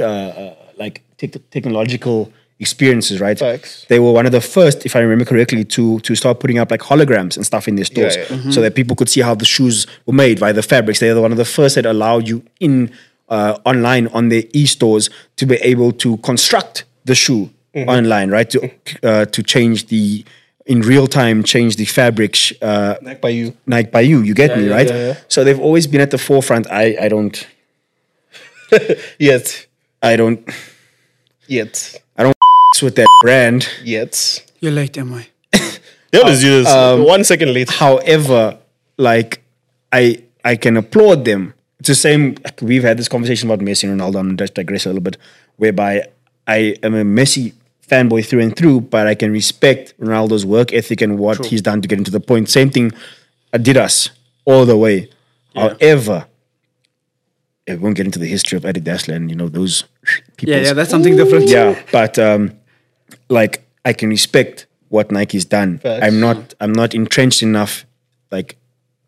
[SPEAKER 2] uh, uh, like tech technological experiences, right?
[SPEAKER 3] Facts.
[SPEAKER 2] They were one of the first, if I remember correctly, to to start putting up like holograms and stuff in their stores,
[SPEAKER 3] yeah.
[SPEAKER 2] so that people could see how the shoes were made by the fabrics. They are one of the first that allowed you in uh, online on their e stores to be able to construct the shoe
[SPEAKER 3] Mm-hmm.
[SPEAKER 2] online, right? To uh, to change the in real time change the fabric sh- uh,
[SPEAKER 3] Like by you.
[SPEAKER 2] Nike by you. You get me
[SPEAKER 3] yeah,
[SPEAKER 2] right?
[SPEAKER 3] yeah, yeah.
[SPEAKER 2] So they've always been at the forefront. I I don't
[SPEAKER 3] Yet.
[SPEAKER 2] I don't
[SPEAKER 3] Yet.
[SPEAKER 2] with that brand.
[SPEAKER 3] Yet. Um,
[SPEAKER 1] you're late, am I?
[SPEAKER 3] Yeah, let's do this. One second later.
[SPEAKER 2] However, like I I can applaud them. It's the same. We've had this conversation about Messi and Ronaldo. I'm just digress a little bit, whereby I am a Messi fanboy through and through, but I can respect Ronaldo's work ethic and what he's done to get into the point. Same thing, Adidas all the way. However, it won't get into the history of Adidas and you know those people.
[SPEAKER 1] Yeah, yeah, that's something different.
[SPEAKER 2] Yeah, but um, like I can respect what Nike's done.
[SPEAKER 3] Facts.
[SPEAKER 2] I'm not I'm not entrenched enough, like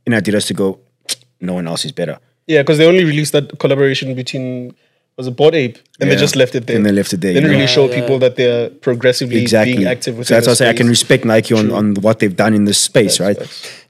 [SPEAKER 2] in Adidas to go. No one else is better.
[SPEAKER 3] Yeah, because they only released that collaboration between was a Bored Ape, and
[SPEAKER 2] Yeah.
[SPEAKER 3] they just left it there.
[SPEAKER 2] And they left it there,
[SPEAKER 3] They didn't
[SPEAKER 2] yeah.
[SPEAKER 3] really show
[SPEAKER 1] Yeah,
[SPEAKER 3] people that they're progressively
[SPEAKER 2] Exactly.
[SPEAKER 3] being active.
[SPEAKER 2] so
[SPEAKER 3] within
[SPEAKER 2] that's
[SPEAKER 3] the
[SPEAKER 2] why I say I can
[SPEAKER 3] space.
[SPEAKER 2] respect Nike on, on what they've done in this space, right?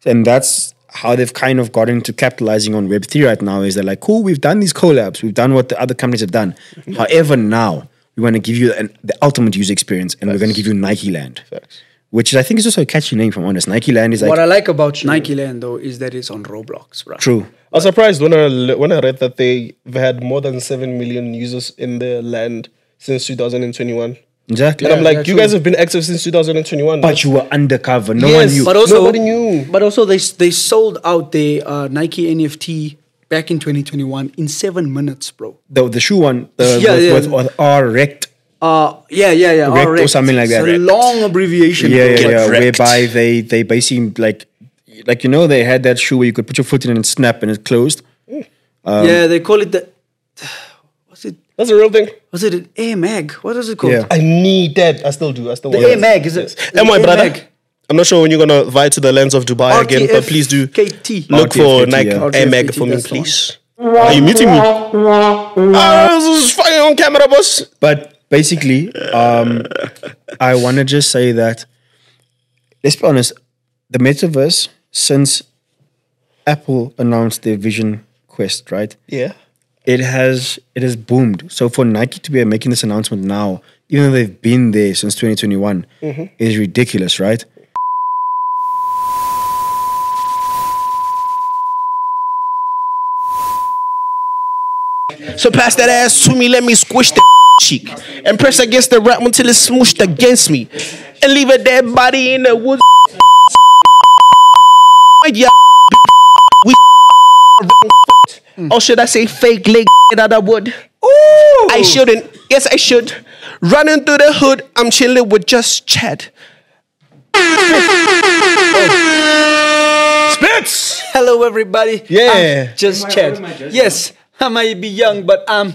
[SPEAKER 2] And that's how they've kind of gotten to capitalizing on Web three right now. Is they're like, cool, we've done these collabs, we've done what the other companies have done. However, now we want to give you an, the ultimate user experience, and we're going to give you Nike Land,
[SPEAKER 3] Facts.
[SPEAKER 2] which is, I think is also a catchy name. If I'm honest, Nike Land is like
[SPEAKER 1] What I like about Nike Land though is that it's on Roblox, bro.
[SPEAKER 2] true.
[SPEAKER 3] I was surprised when I le- when I read that they have had more than seven million users in their land since 2021.
[SPEAKER 2] Exactly.
[SPEAKER 3] and I'm like,
[SPEAKER 1] yeah, true.
[SPEAKER 3] you guys have been active since 2021.
[SPEAKER 2] But you were undercover. No
[SPEAKER 3] Yes,
[SPEAKER 2] one knew.
[SPEAKER 1] But also,
[SPEAKER 3] Nobody knew.
[SPEAKER 1] But also, they they sold out their uh, Nike NFT back in 2021 in seven minutes, bro.
[SPEAKER 2] the, the shoe one, the,
[SPEAKER 1] Yeah, yeah.
[SPEAKER 2] with, with- with R rect.
[SPEAKER 1] Uh, yeah, yeah, yeah.
[SPEAKER 2] Wrecked or
[SPEAKER 1] Alright.
[SPEAKER 2] something like that.
[SPEAKER 1] It's a
[SPEAKER 2] Wrecked.
[SPEAKER 1] long abbreviation.
[SPEAKER 2] Yeah,
[SPEAKER 1] bro.
[SPEAKER 2] yeah, yeah.
[SPEAKER 3] wrecked.
[SPEAKER 2] Whereby they they basically like, like you know, they had that shoe where you could put your foot in and snap and it closed. um,
[SPEAKER 1] yeah, they call it the. Was it
[SPEAKER 3] That's a real thing.
[SPEAKER 1] was it an Air Mag? What is it called?
[SPEAKER 2] Yeah.
[SPEAKER 3] I need that. I still do. I still want
[SPEAKER 1] Air Mag,
[SPEAKER 3] that.
[SPEAKER 1] is it- is
[SPEAKER 3] And my
[SPEAKER 1] it Air
[SPEAKER 3] brother,
[SPEAKER 1] Mag?
[SPEAKER 3] I'm not sure when you're gonna vie to the lands of Dubai again, but please do
[SPEAKER 1] RTFKT.
[SPEAKER 3] look for
[SPEAKER 2] RTFKT,
[SPEAKER 3] Nike
[SPEAKER 2] yeah.
[SPEAKER 3] Air Mag
[SPEAKER 1] RTFKT,
[SPEAKER 3] for me,
[SPEAKER 1] that's the one.
[SPEAKER 3] please. Are you muting me? Ah, this is fucking on camera, boss.
[SPEAKER 2] But basically, um, I want to just say that. Let's be honest. The metaverse since Apple announced their Vision Quest, right?
[SPEAKER 3] Yeah.
[SPEAKER 2] it has it has boomed. So for Nike to be making this announcement now, even though they've been there since 2021,
[SPEAKER 1] Mm-hmm.
[SPEAKER 2] is ridiculous, right?
[SPEAKER 3] So pass that ass to me, let me squish the cheek. And press against the rap until it's smooshed against me. And leave a dead body in the woods. Yeah, we or should I say fake leg that I would?
[SPEAKER 1] Ooh.
[SPEAKER 3] I shouldn't. Yes, I should. Running through the hood, I'm chilling with just Chad.
[SPEAKER 2] Spitz!
[SPEAKER 1] Hello, everybody.
[SPEAKER 2] Yeah.
[SPEAKER 1] I'm just Chad. Yes, I might be young, but I'm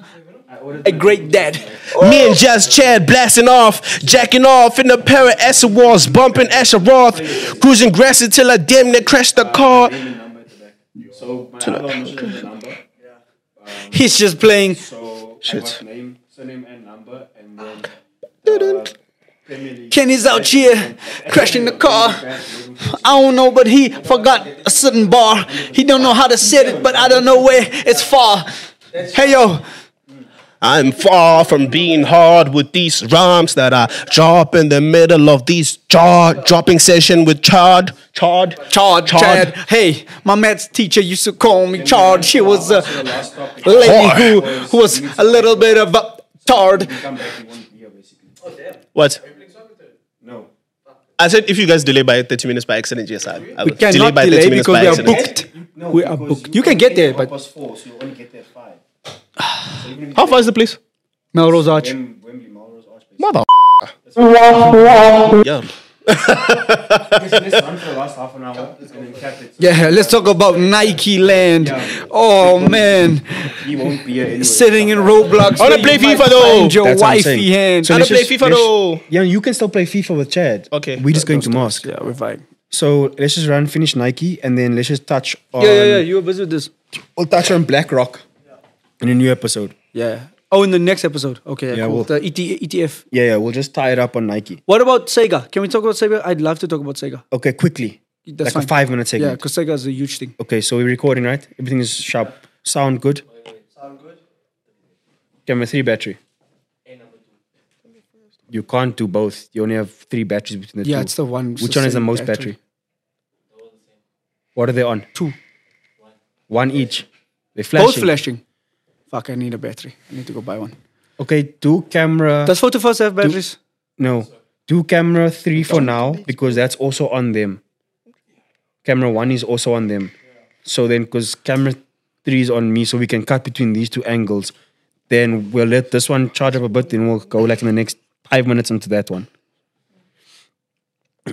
[SPEAKER 1] a great dad.
[SPEAKER 2] Oh.
[SPEAKER 3] Me and Jazz Chad blasting off, jacking off in a pair of Esser walls, bumping Asher Roth, cruising grass until I damn near crashed the
[SPEAKER 1] Uh,
[SPEAKER 3] car.
[SPEAKER 4] So my other one is the number.
[SPEAKER 1] He's just playing.
[SPEAKER 4] So I got name, surname, and number, and then uh, the family.
[SPEAKER 1] Kenny's out here crashing the car. I don't know, but he forgot a certain bar. He don't know how to set it, but I don't know where it's far. Hey yo,
[SPEAKER 3] I'm far from being hard with these rhymes that I drop in the middle of these jaw dropping session with Chad. Chad.
[SPEAKER 1] Chard, Chad. Hey, my maths teacher used to call me Chard. She was a lady who, who was a little bit of a tard.
[SPEAKER 4] Come back, you won't be here basically.
[SPEAKER 3] What?
[SPEAKER 4] No.
[SPEAKER 3] I said if you guys delay by 30 minutes by accident, yes, I, I
[SPEAKER 1] We
[SPEAKER 3] was delayed
[SPEAKER 1] cannot
[SPEAKER 3] by 30
[SPEAKER 1] delay
[SPEAKER 3] minutes
[SPEAKER 1] because
[SPEAKER 3] by
[SPEAKER 1] we are
[SPEAKER 3] accident.
[SPEAKER 1] booked.
[SPEAKER 4] No,
[SPEAKER 1] We are
[SPEAKER 4] because
[SPEAKER 1] booked. You can get there,
[SPEAKER 4] half
[SPEAKER 1] but
[SPEAKER 4] past four, so you only get there at five. So even if
[SPEAKER 3] How far is the place?
[SPEAKER 1] Melrose Arch.
[SPEAKER 4] Wem- Wembley, Melrose Arch, basically.
[SPEAKER 3] Mother. Yeah.
[SPEAKER 4] Let's let's run for the last half an hour and then cap it.
[SPEAKER 1] Yeah, let's talk about Nike Land. Oh man,
[SPEAKER 4] He won't be here anyway.
[SPEAKER 1] sitting in Roblox.
[SPEAKER 3] I wanna
[SPEAKER 1] where
[SPEAKER 3] play
[SPEAKER 1] you might
[SPEAKER 3] FIFA though.
[SPEAKER 1] find Your
[SPEAKER 2] That's what I'm
[SPEAKER 1] wifey
[SPEAKER 2] saying.
[SPEAKER 1] hand.
[SPEAKER 2] So
[SPEAKER 3] I
[SPEAKER 2] let's
[SPEAKER 3] don't play
[SPEAKER 2] just-
[SPEAKER 3] FIFA
[SPEAKER 2] let's-
[SPEAKER 3] though.
[SPEAKER 2] Yeah, you can still play FIFA with Chad.
[SPEAKER 3] Okay.
[SPEAKER 2] We're just going to mosque.
[SPEAKER 1] yeah, we're fine.
[SPEAKER 2] So let's just run, finish Nike, and then let's just touch on.
[SPEAKER 1] Yeah, yeah, yeah. You were busy with this.
[SPEAKER 2] We'll touch on BlackRock in a new episode.
[SPEAKER 1] Yeah. Oh, in the next episode. Okay. Yeah,
[SPEAKER 2] Yeah,
[SPEAKER 1] cool.
[SPEAKER 2] we'll-
[SPEAKER 1] The E ET, ETF.
[SPEAKER 2] Yeah, yeah. We'll just tie it up on Nike.
[SPEAKER 1] What about Sega? Can we talk about Sega? I'd love to talk about Sega.
[SPEAKER 2] Okay, quickly.
[SPEAKER 1] That's fine.
[SPEAKER 2] like a five minute
[SPEAKER 1] Yeah,
[SPEAKER 2] segment.
[SPEAKER 1] because Sega is a huge thing.
[SPEAKER 2] Okay, so we're recording, right? Everything is sharp. Sound good? Sound good. Camera three battery. You can't do both. You only have three batteries between the two.
[SPEAKER 1] Yeah, it's the one.
[SPEAKER 2] Which one is the
[SPEAKER 1] same
[SPEAKER 2] most battery? What are they on?
[SPEAKER 1] Two.
[SPEAKER 2] One each. They're flashing.
[SPEAKER 1] Both flashing. Fuck! I need a battery. I need to go buy one.
[SPEAKER 2] Okay, do camera.
[SPEAKER 1] Does Photo First have batteries?
[SPEAKER 2] no, do camera three for now because that's also on them. Camera one is also on them. So then, because camera three is on me, so we can cut between these two angles. Then we'll let this one charge up a bit, then we'll go like in the next five minutes into that one.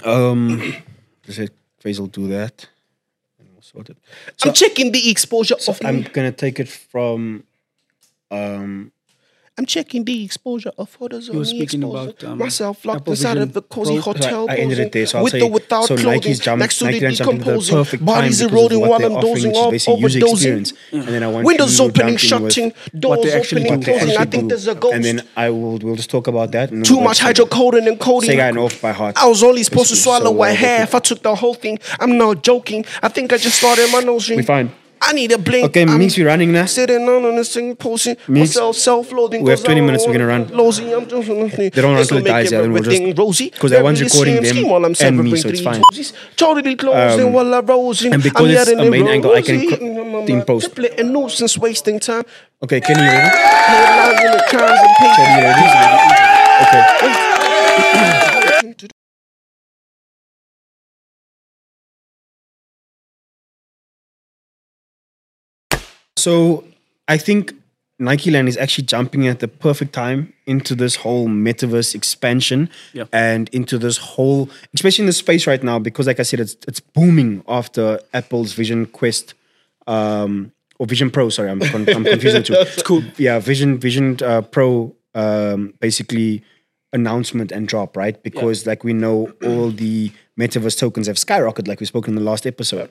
[SPEAKER 2] Um, just let Faisal do that, and we'll sort it.
[SPEAKER 3] I'm checking the exposure of
[SPEAKER 2] I'm gonna take it from. Um,
[SPEAKER 3] I'm checking the exposure of photos on
[SPEAKER 1] were
[SPEAKER 3] me
[SPEAKER 1] speaking
[SPEAKER 3] exposure.
[SPEAKER 1] about, um,
[SPEAKER 3] myself locked
[SPEAKER 1] Apple
[SPEAKER 3] inside of
[SPEAKER 1] Vision
[SPEAKER 3] the cozy
[SPEAKER 2] uh,
[SPEAKER 1] Pro.
[SPEAKER 3] hotel
[SPEAKER 2] I- I ended it there, so
[SPEAKER 3] building,
[SPEAKER 2] I'll
[SPEAKER 3] with
[SPEAKER 2] say-
[SPEAKER 3] or without
[SPEAKER 2] so
[SPEAKER 3] clothing
[SPEAKER 2] Nike's jumped,
[SPEAKER 3] next to
[SPEAKER 2] Nike
[SPEAKER 3] the
[SPEAKER 2] ran jumped into the
[SPEAKER 3] decomposing
[SPEAKER 2] perfect
[SPEAKER 3] bodies
[SPEAKER 2] time because
[SPEAKER 3] eroding
[SPEAKER 2] of what
[SPEAKER 3] one
[SPEAKER 2] they're
[SPEAKER 3] I'm
[SPEAKER 2] offering,
[SPEAKER 3] dozing
[SPEAKER 2] which is
[SPEAKER 3] off
[SPEAKER 2] basically user
[SPEAKER 3] overdosing
[SPEAKER 2] experience. And then I want
[SPEAKER 3] windows
[SPEAKER 2] you to
[SPEAKER 3] opening
[SPEAKER 2] jump in with
[SPEAKER 3] shutting
[SPEAKER 1] they
[SPEAKER 3] doors
[SPEAKER 1] actually
[SPEAKER 3] opening
[SPEAKER 2] what they
[SPEAKER 1] do.
[SPEAKER 3] closing I
[SPEAKER 2] actually
[SPEAKER 3] think
[SPEAKER 2] do.
[SPEAKER 3] there's a ghost
[SPEAKER 2] And then I will we'll just talk about that. and then
[SPEAKER 3] too
[SPEAKER 2] we'll
[SPEAKER 3] much
[SPEAKER 2] go to-
[SPEAKER 3] hydrocodone and codeine.
[SPEAKER 2] Sega and off by heart.
[SPEAKER 3] I was only supposed to
[SPEAKER 2] Basically,
[SPEAKER 3] swallow
[SPEAKER 2] so,
[SPEAKER 3] a
[SPEAKER 2] uh,
[SPEAKER 3] half. I took the whole thing. I'm not joking. I think I just started my nose ring.
[SPEAKER 2] We fine.
[SPEAKER 3] I need a blink.
[SPEAKER 2] Okay,
[SPEAKER 3] I'm
[SPEAKER 2] Meeks, we running now.
[SPEAKER 3] Sitting on on this thing, posting
[SPEAKER 2] Meeks,
[SPEAKER 3] myself, self-loading.
[SPEAKER 2] we have
[SPEAKER 3] 'cause
[SPEAKER 2] 20
[SPEAKER 3] I don't
[SPEAKER 2] minutes, we're
[SPEAKER 3] wanna
[SPEAKER 2] gonna run.
[SPEAKER 3] be Lousy, I'm just they
[SPEAKER 2] don't run until it dies, yeah, then we'll just-
[SPEAKER 3] rosy.
[SPEAKER 2] 'cause that one's recording them
[SPEAKER 3] while
[SPEAKER 2] and me,
[SPEAKER 3] I'm celebrating
[SPEAKER 2] so it's
[SPEAKER 3] three
[SPEAKER 2] fine.
[SPEAKER 3] roses. Totally closing
[SPEAKER 2] Um,
[SPEAKER 3] while I'm rosing.
[SPEAKER 2] and because
[SPEAKER 3] I'm
[SPEAKER 2] it's
[SPEAKER 3] yelling
[SPEAKER 2] a
[SPEAKER 3] and
[SPEAKER 2] main angle, I can
[SPEAKER 3] rosy.
[SPEAKER 2] cl-
[SPEAKER 3] Mm,
[SPEAKER 2] in
[SPEAKER 3] mm,
[SPEAKER 2] post.
[SPEAKER 3] mm, And no sense wasting time.
[SPEAKER 2] Okay, Kenny, you ready?
[SPEAKER 3] Headlines in the cons and papers.
[SPEAKER 2] Kenny, you ready? Okay. So I think Nike Land is actually jumping at the perfect time into this whole metaverse expansion
[SPEAKER 1] Yeah.
[SPEAKER 2] and into this whole, especially in the space right now, because like I said, it's it's booming after Apple's Vision Quest um, or Vision Pro. Sorry, I'm, con- I'm confusing the two. It's cool. Yeah, Vision Vision uh, Pro um, basically announcement and drop right because like we know all the metaverse tokens have skyrocketed like we spoke in the last episode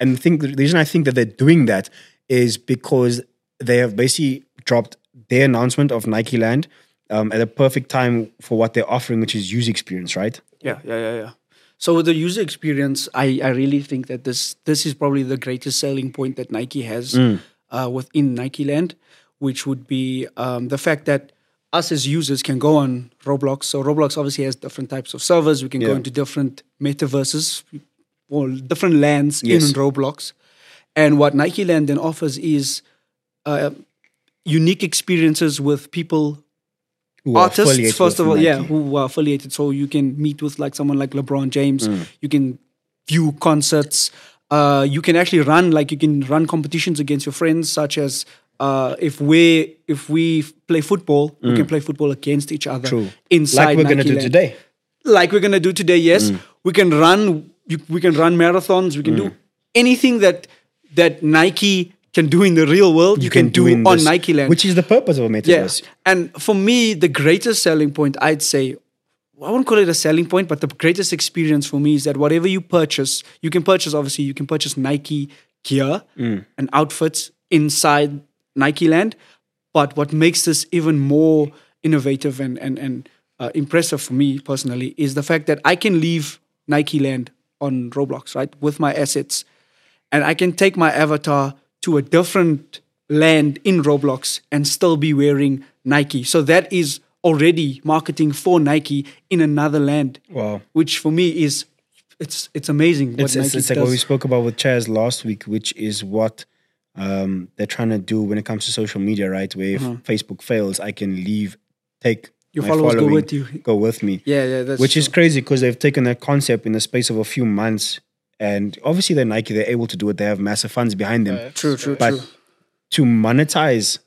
[SPEAKER 2] and the thing the reason i think that they're doing that is because they have basically dropped their announcement of nike land um, at the perfect time for what they're offering which is user experience right
[SPEAKER 1] Yeah, yeah, yeah, yeah. So with the user experience, I, I really think that this this is probably the greatest selling point that Nike has uh, within Nike Land, which would be um, the fact that us as users can go on Roblox. So Roblox obviously has different types of servers. We can go
[SPEAKER 2] Yeah.
[SPEAKER 1] into different metaverses or different lands
[SPEAKER 2] Yes.
[SPEAKER 1] in Roblox. And what Nike Land then offers is uh, unique experiences with people
[SPEAKER 2] Who are
[SPEAKER 1] artists
[SPEAKER 2] affiliated
[SPEAKER 1] first
[SPEAKER 2] with
[SPEAKER 1] of all yeah
[SPEAKER 2] Nike.
[SPEAKER 1] who are
[SPEAKER 2] Mm.
[SPEAKER 1] affiliated so you can meet with like someone like lebron james you can view concerts Uh, you can actually run like you can run competitions against your friends, such as uh, if we if we f- play football, we can play football against each other
[SPEAKER 2] Mm. True.
[SPEAKER 1] inside.
[SPEAKER 2] Like we're gonna
[SPEAKER 1] Nike
[SPEAKER 2] do
[SPEAKER 1] Land.
[SPEAKER 2] today. Mm.
[SPEAKER 1] Like we're gonna do today. Yes, we can run. You, we can run marathons. We can do anything that that Nike can do in the real world. You, can, do
[SPEAKER 2] in
[SPEAKER 1] on
[SPEAKER 2] this-
[SPEAKER 1] Nike Land.
[SPEAKER 2] which is the purpose of a metaverse.
[SPEAKER 1] Yes. And for me, the greatest selling point, I'd say, I wouldn't call it a selling point, but the greatest experience for me is that whatever you purchase, you can purchase, obviously, you can purchase Nike gear and outfits inside Nike land. But what makes this even more innovative and, and, and uh, impressive for me personally is the fact that I can leave Nike land on Roblox, right, with my assets and I can take my avatar to a different land in Roblox and still be wearing Nike. So that is already marketing for Nike in another land.
[SPEAKER 2] Wow.
[SPEAKER 1] Which for me is it's it's amazing what
[SPEAKER 2] It's, it's,
[SPEAKER 1] Nike
[SPEAKER 2] it's like
[SPEAKER 1] does.
[SPEAKER 2] what we spoke about with Chaz last week, which is what um, they're trying to do when it comes to social media, right? Where if Facebook fails, I can leave, take
[SPEAKER 1] Uh-huh. Your
[SPEAKER 2] my
[SPEAKER 1] followers go
[SPEAKER 2] following,
[SPEAKER 1] with you.
[SPEAKER 2] go with me.
[SPEAKER 1] Yeah, yeah, that's
[SPEAKER 2] which is
[SPEAKER 1] true.
[SPEAKER 2] crazy because they've taken that concept in the space of a few months, and obviously they're Nike, they're able to do it. They have massive funds behind them.
[SPEAKER 1] true, true,
[SPEAKER 2] but
[SPEAKER 1] true.
[SPEAKER 2] to monetize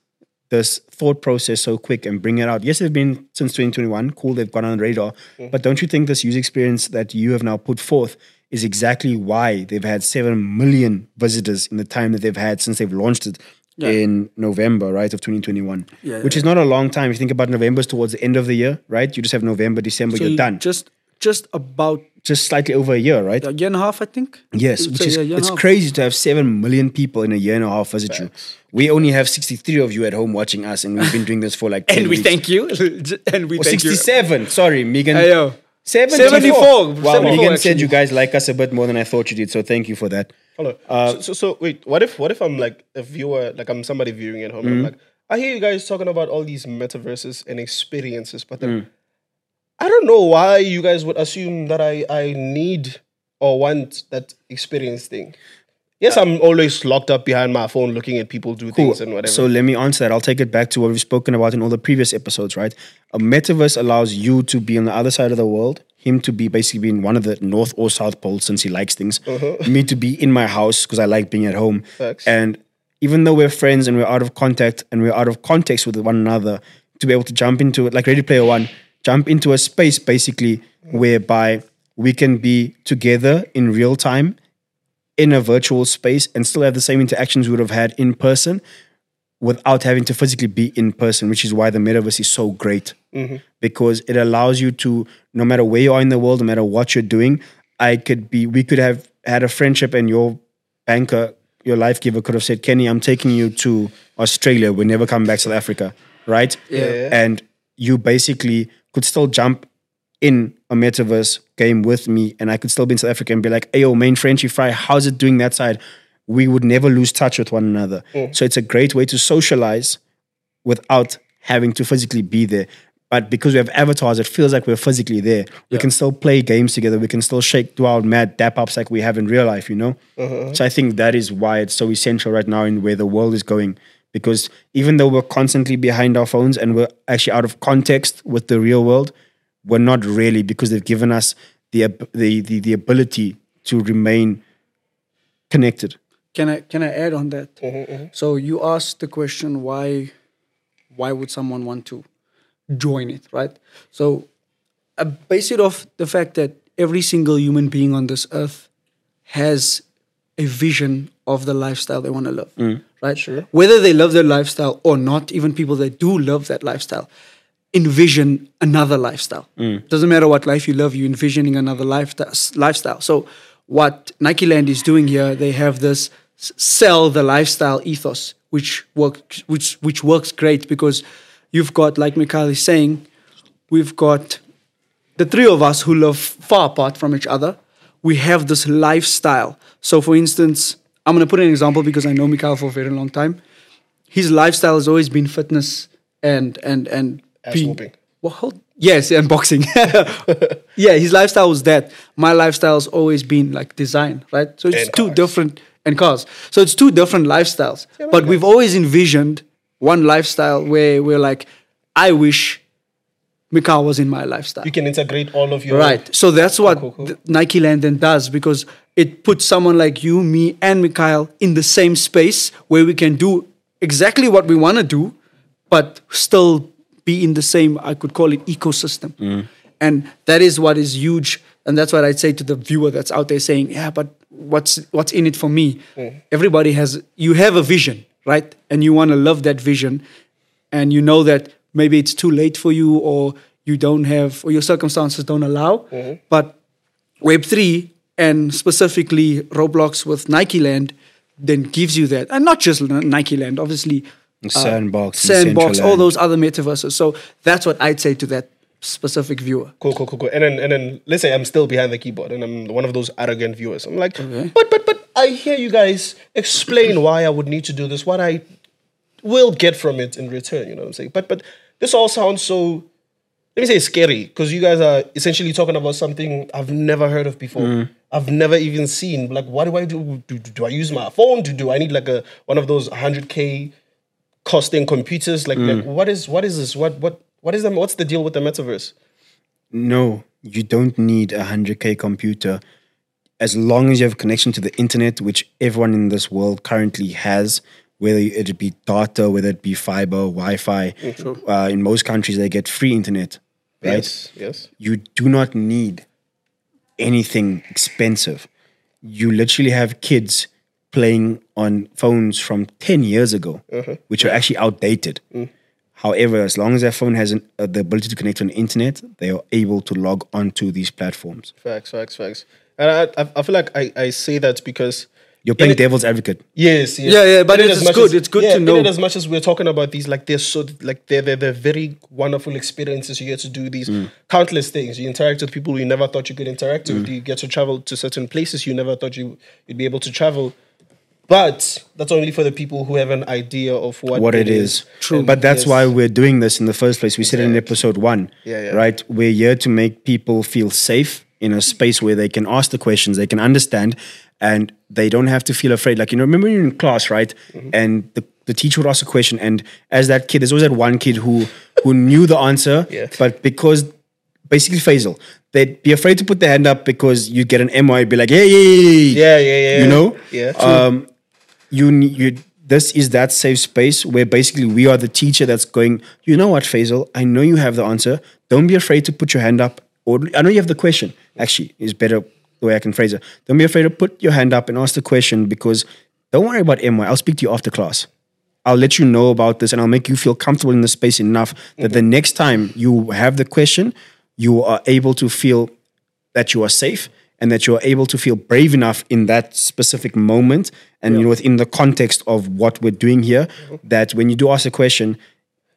[SPEAKER 2] this thought process so quick and bring it out. Yes, they've been since 2021. Cool, they've gone on the radar.
[SPEAKER 1] Mm-hmm.
[SPEAKER 2] But don't you think this user experience that you have now put forth is exactly why they've had 7 million visitors in the time that they've had since they've launched it in November, right, of 2021, which is not a long time. If you think about November's towards the end of the year, right? You just have November, December, you're done. Just,
[SPEAKER 1] Just just about
[SPEAKER 2] slightly over a year, right?
[SPEAKER 1] a year and a half, I think.
[SPEAKER 2] Yes,
[SPEAKER 1] You'd
[SPEAKER 2] which
[SPEAKER 1] say,
[SPEAKER 2] is
[SPEAKER 1] yeah, year and
[SPEAKER 2] it's
[SPEAKER 1] a half.
[SPEAKER 2] crazy to have seven million people in a year and a half visit you. We only have sixty three of you at home watching us, and we've been doing this for like. 10
[SPEAKER 1] And we
[SPEAKER 2] weeks.
[SPEAKER 1] thank you. and we
[SPEAKER 2] Or
[SPEAKER 1] thank you.
[SPEAKER 2] sixty-seven. Sorry, Megan.
[SPEAKER 1] Hey, yo.
[SPEAKER 2] 74.
[SPEAKER 1] 74,
[SPEAKER 2] Wow,
[SPEAKER 1] 74
[SPEAKER 2] Megan said
[SPEAKER 1] actually.
[SPEAKER 2] you guys like us a bit more than I thought you did, so thank you for that.
[SPEAKER 3] Hello. so, so, so wait, what if what if I'm like a viewer, like I'm somebody viewing at home, I'm like, I hear you guys talking about all these metaverses and experiences, but then I don't know why you guys would assume that I I need or want that experience thing. Yes, I'm always locked up behind my phone looking at people do things and whatever.
[SPEAKER 2] So let me answer that. I'll take it back to what we've spoken about in all the previous episodes, right? A metaverse allows you to be on the other side of the world, him to be basically being one of the north or south poles since he likes things, me to be in my house because I like being at home.
[SPEAKER 3] Uh-huh. Facts.
[SPEAKER 2] And even though we're friends and we're out of contact and we're out of context with one another, to be able to jump into it, like Ready Player One, jump into a space basically whereby we can be together in real time in a virtual space and still have the same interactions we would have had in person without having to physically be in person, which is why the metaverse is so great because it allows you to, no matter where you are in the world, no matter what you're doing, I could be, we could have had a friendship and your banker, your life giver could have said, Kenny, I'm taking you to Australia. We're never coming back to South Africa, right?
[SPEAKER 1] Yeah.
[SPEAKER 2] And you basically could still jump in a metaverse game with me and I could still be in South Africa and be like, hey, yo, main Frenchy fry, how's it doing that side? We would never lose touch with one another. So it's a great way to socialize without having to physically be there. But because we have avatars, it feels like we're physically there. We can still play games together. We can still shake, do our mad dap ups like we have in real life, you know? So I think that is why it's so essential right now in where the world is going. Because even though we're constantly behind our phones and we're actually out of context with the real world, we're not really because they've given us the ab- the the, the ability to remain connected.
[SPEAKER 1] Can I can I add on that? So you asked the question why why would someone want to join it, right? So I base uh, it off the fact that every single human being on this earth has a vision of the lifestyle they want to live, right? Sure. Whether they love their lifestyle or not, even people that do love that lifestyle envision another lifestyle. Doesn't matter what life you love, you're envisioning another lifestyle. lifestyle. So, what Nike Land is doing here, they have this s- sell the lifestyle ethos, which works, which which works great because you've got, like Mikhail is saying, we've got the three of us who live far apart from each other, we have this lifestyle. So, for instance, I'm going to put an example because I know Mikhail for a very long time. His lifestyle has always been fitness and and and
[SPEAKER 3] Ass whooping.
[SPEAKER 1] Well, hold- yes, and boxing. yeah, his lifestyle was that. My lifestyle's always been like design, right? So it's
[SPEAKER 3] And
[SPEAKER 1] two
[SPEAKER 3] cars.
[SPEAKER 1] different and cars. So it's two different lifestyles. but we've always envisioned one lifestyle where we're like, I wish Mikau was in my lifestyle.
[SPEAKER 3] You can integrate all of your
[SPEAKER 1] Right. So that's what
[SPEAKER 3] cool, cool.
[SPEAKER 1] th- Nike Land then does because it puts someone like you, me, and Mikhail in the same space where we can do exactly what we want to do, but still be in the same, I could call it ecosystem. And that is what is huge. And that's what I'd say to the viewer that's out there saying, yeah, but what's what's in it for me? Everybody has you have a vision, right? And you want to love that vision and you know that maybe it's too late for you or you don't have or your circumstances don't allow
[SPEAKER 2] Mm-hmm.
[SPEAKER 1] but web3 and specifically roblox with nike land then gives you that and not just N- nike land obviously uh,
[SPEAKER 2] Sandbox and
[SPEAKER 1] sandbox all
[SPEAKER 2] Decentraland.
[SPEAKER 1] those other metaverses so that's what i'd say to that specific viewer
[SPEAKER 3] Cool, cool, cool, cool. And then, and then, let's say I'm still behind the keyboard, and I'm one of those arrogant viewers. I'm like, but, but, but, I hear you guys explain why I would need to do this, what I will get from it in return. You know what I'm saying? But, but, this all sounds so. Let me say scary because you guys are essentially talking about something I've never heard of before. I've never even seen. Like, what do I do? Do, do I use my phone? Do, do I need like a one of those 100k costing computers? Like, like, what is what is this? What what what is the what's the deal with the metaverse?
[SPEAKER 2] No, you don't need a 100K computer. As long as you have connection to the internet, which everyone in this world currently has, whether it be data, whether it be fiber, Wi Fi, uh, in most countries they get free internet, right?
[SPEAKER 3] Yes, yes.
[SPEAKER 2] you do not need anything expensive. You literally have kids playing on phones from 10 years ago, which are actually outdated. However, as long as their phone has an, uh, the ability to connect on the internet, they are able to log onto these platforms.
[SPEAKER 3] Facts, facts, facts. And I, I, I feel like I, I say that because
[SPEAKER 2] You're playing
[SPEAKER 3] it-
[SPEAKER 2] devil's advocate.
[SPEAKER 3] yes, yes.
[SPEAKER 1] Yeah, yeah, but
[SPEAKER 3] In
[SPEAKER 1] it's-
[SPEAKER 3] as
[SPEAKER 1] it's
[SPEAKER 3] much
[SPEAKER 1] good,
[SPEAKER 3] as-
[SPEAKER 1] it's good
[SPEAKER 3] yeah,
[SPEAKER 1] to
[SPEAKER 3] in
[SPEAKER 1] know.
[SPEAKER 3] it As much as we're talking about these, like they're so like they're they're, they're very wonderful experiences. You get to do these
[SPEAKER 1] Mm.
[SPEAKER 3] countless things. You interact with people you never thought you could interact
[SPEAKER 1] Mm.
[SPEAKER 3] with. You get to travel to certain places you never thought you you'd be able to travel. But that's only for the people who have an idea of what
[SPEAKER 2] what it is.
[SPEAKER 3] True,
[SPEAKER 2] But that's
[SPEAKER 3] yes.
[SPEAKER 2] why we're doing this in the first place. We said in episode one,
[SPEAKER 3] Yeah, yeah.
[SPEAKER 2] right? We're here to make people feel safe in a space where they can ask the questions, they can understand, and they don't have to feel afraid. Like, you know, remember you're in class, right?
[SPEAKER 3] Mm-hmm.
[SPEAKER 2] And the, the teacher would ask a question, and as that kid, there's always that one kid who who knew the answer,
[SPEAKER 3] Yeah.
[SPEAKER 2] but because basically Faisal, they'd be afraid to put their hand up because you get an MI, be like, hey,
[SPEAKER 3] Yeah, yeah, yeah.
[SPEAKER 2] you know,
[SPEAKER 3] Yeah.
[SPEAKER 2] Um, you ne- you this is that safe space where basically we are the teacher that's going you know what Faisal I know you have the answer don't be afraid to put your hand up or I know you have the question actually is better the way I can phrase it don't be afraid to put your hand up and ask the question because don't worry about MY I'll speak to you after class I'll let you know about this and I'll make you feel comfortable in the space enough that the next time you have the question you are able to feel that you are safe and that you are able to feel brave enough in that specific moment and you know, within the context of what we're doing here
[SPEAKER 3] Mm-hmm.
[SPEAKER 2] that when you do ask a question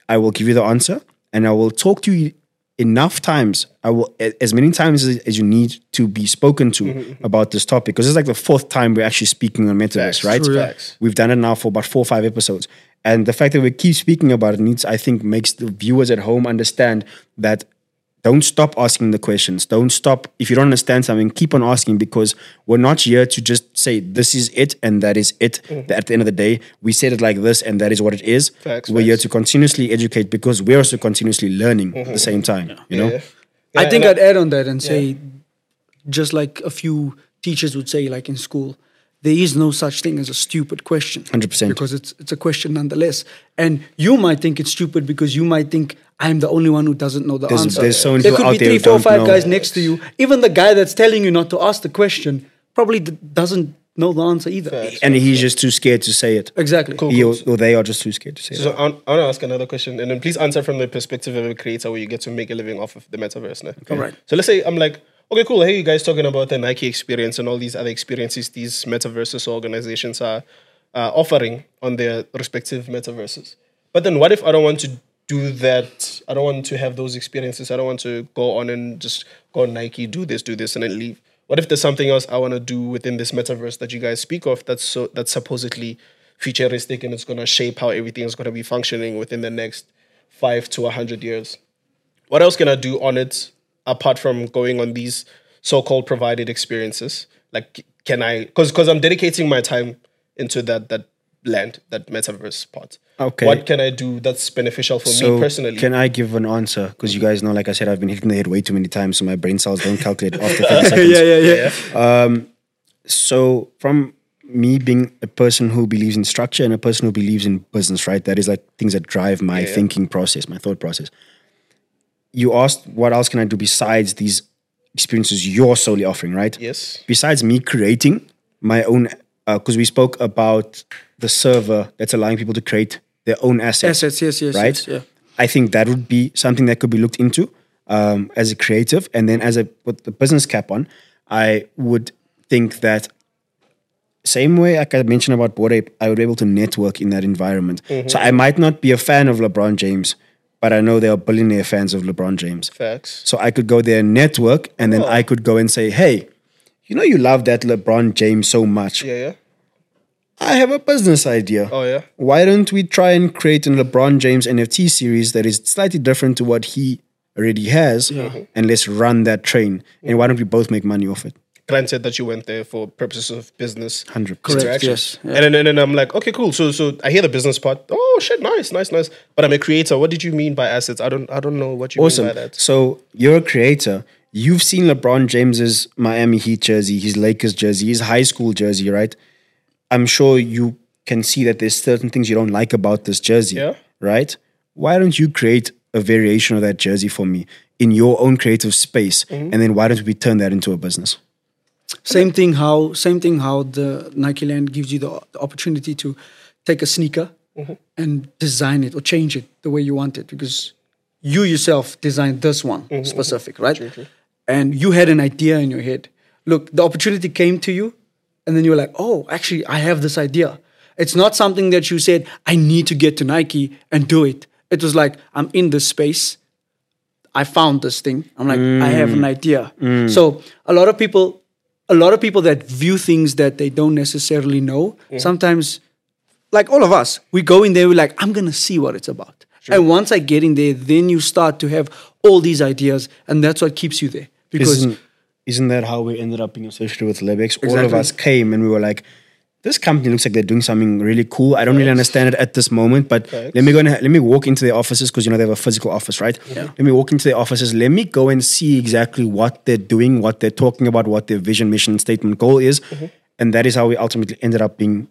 [SPEAKER 2] i will give you the answer and i will talk to you enough times i will a- as many times as, as you need to be spoken to about this topic because it's like the fourth time we're actually speaking on metaverse
[SPEAKER 3] Mm-hmm. Facts.
[SPEAKER 2] right
[SPEAKER 3] True, yeah. Facts.
[SPEAKER 2] We've done it now for about four or five episodes. And the fact that we keep speaking about it needs, I think, makes the viewers at home understand that don't stop asking the questions. Don't stop. If you don't understand something, keep on asking because we're not here to just say this is it and that is it. At the end of the day, we said it like this and that is what it is.
[SPEAKER 3] Mm-hmm. Facts, Mm-hmm.
[SPEAKER 2] we're here to continuously educate because we're also continuously learning at the same time. You know?
[SPEAKER 3] Yeah.
[SPEAKER 1] I think I'd
[SPEAKER 3] and
[SPEAKER 1] add on that and say, just like a few teachers would say, like in school, there is no such thing as a stupid question.
[SPEAKER 2] 100%.
[SPEAKER 1] Because it's, it's a question nonetheless. And you might think it's stupid because you might think, I'm the only one who doesn't know the
[SPEAKER 2] There's-
[SPEAKER 1] answer.
[SPEAKER 2] there's so many
[SPEAKER 1] there
[SPEAKER 2] people
[SPEAKER 1] could be
[SPEAKER 2] out
[SPEAKER 1] three,
[SPEAKER 2] there who
[SPEAKER 1] four,
[SPEAKER 2] don't
[SPEAKER 1] five
[SPEAKER 2] know.
[SPEAKER 1] guys next to you. Even the guy that's telling you not to ask the question probably d- doesn't know the answer either.
[SPEAKER 2] And he's just too scared to say it.
[SPEAKER 1] Exactly. Cool.
[SPEAKER 2] He or, or they are just too scared to say it.
[SPEAKER 3] So I want to ask another question, and then please answer from the perspective of a creator where you get to make a living off of the metaverse. Now.
[SPEAKER 1] All right.
[SPEAKER 3] So let's say I'm like, okay, cool. I hear you guys talking about the Nike experience and all these other experiences these metaverses organizations are uh, offering on their respective metaverses. But then, what if I don't want to do that? I don't want to have those experiences. I don't want to go on and just go on Nike, do this, do this, and then leave. What if there's something else I want to do within this metaverse that you guys speak of? That's so that's supposedly futuristic and it's going to shape how everything is going to be functioning within the next five to a hundred years what else can I do on it apart from going on these so-called provided experiences? Like, can I? Because because I'm dedicating my time into that that land, that metaverse part.
[SPEAKER 2] Okay.
[SPEAKER 3] What can I do that's beneficial for me personally?
[SPEAKER 2] Can I give an answer? Because you guys know, like I said, I've been hitting the head way too many times, so my brain cells don't calculate after 30 seconds.
[SPEAKER 1] yeah, yeah, yeah.
[SPEAKER 2] So, from me being a person who believes in structure and a person who believes in business, right? That is like things that drive my thinking process, my thought process. You asked, what else can I do besides these experiences you're solely offering, right?
[SPEAKER 3] yes.
[SPEAKER 2] besides me creating my own, because we spoke about the server that's allowing people to create their own assets.
[SPEAKER 1] Assets, yes, yes,
[SPEAKER 2] right.
[SPEAKER 1] yes, yeah.
[SPEAKER 2] I think that would be something that could be looked into um, as a creative, and then as a with the business cap on, I would think that same way like I mentioned about Bored Ape, I would be able to network in that environment.
[SPEAKER 1] Mm-hmm.
[SPEAKER 2] So I might not be a fan of LeBron James, but I know there are billionaire fans of LeBron James.
[SPEAKER 3] Facts.
[SPEAKER 2] So I could go there and network, and
[SPEAKER 1] Oh.
[SPEAKER 2] then I could go and say, hey, you know, you love that LeBron James so much.
[SPEAKER 3] Yeah, yeah.
[SPEAKER 2] I have a business idea.
[SPEAKER 3] Oh, yeah.
[SPEAKER 2] Why don't we try and create a LeBron James NFT series that is slightly different to what he already has? And let's run that train. And why don't we both make money off it?
[SPEAKER 3] Granted that you went there for purposes of business
[SPEAKER 2] 100%.
[SPEAKER 3] interaction.
[SPEAKER 1] yes, yeah.
[SPEAKER 3] And, then, and then I'm like, okay, cool. So so I hear the business part. Oh shit, nice, nice, nice. But I'm a creator. What did you mean by assets? I don't I don't know what you
[SPEAKER 2] Awesome.
[SPEAKER 3] mean by that.
[SPEAKER 2] So you're a creator. You've seen LeBron James's Miami Heat jersey, his Lakers jersey, his high school jersey, right? I'm sure you can see that there's certain things you don't like about this jersey,
[SPEAKER 3] Yeah.
[SPEAKER 2] right? Why don't you create a variation of that jersey for me in your own creative space,
[SPEAKER 3] Mm-hmm.
[SPEAKER 2] and then why don't we turn that into a business?
[SPEAKER 1] Same thing how same thing how the Nike Land gives you the o- the opportunity to take a sneaker and design it or change it the way you want it because you yourself designed this one specific, right? And you had an idea in your head. Look, the opportunity came to you, and then you were like, "Oh, actually, I have this idea." It's not something that you said, "I need to get to Nike and do it." It was like, "I'm in this space. I found this thing. I'm like, I have an idea. So a lot of people, a lot of people that view things that they don't necessarily know, sometimes, like all of us, we go in there, we're like, I'm gonna see what it's about. And once I get in there, then you start to have all these ideas, and that's what keeps you there. Because
[SPEAKER 2] Isn't, isn't that how we ended up being associated with Lebex? All of
[SPEAKER 1] Exactly.
[SPEAKER 2] us came and we were like, this company looks like they're doing something really cool. I don't really understand it at this moment, but let me go and ha- let me walk into their offices because you know they have a physical office, right? Let me walk into their offices. Let me go and see exactly what they're doing, what they're talking about, what their vision, mission, statement, goal is,
[SPEAKER 1] Mm-hmm.
[SPEAKER 2] and that is how we ultimately ended up being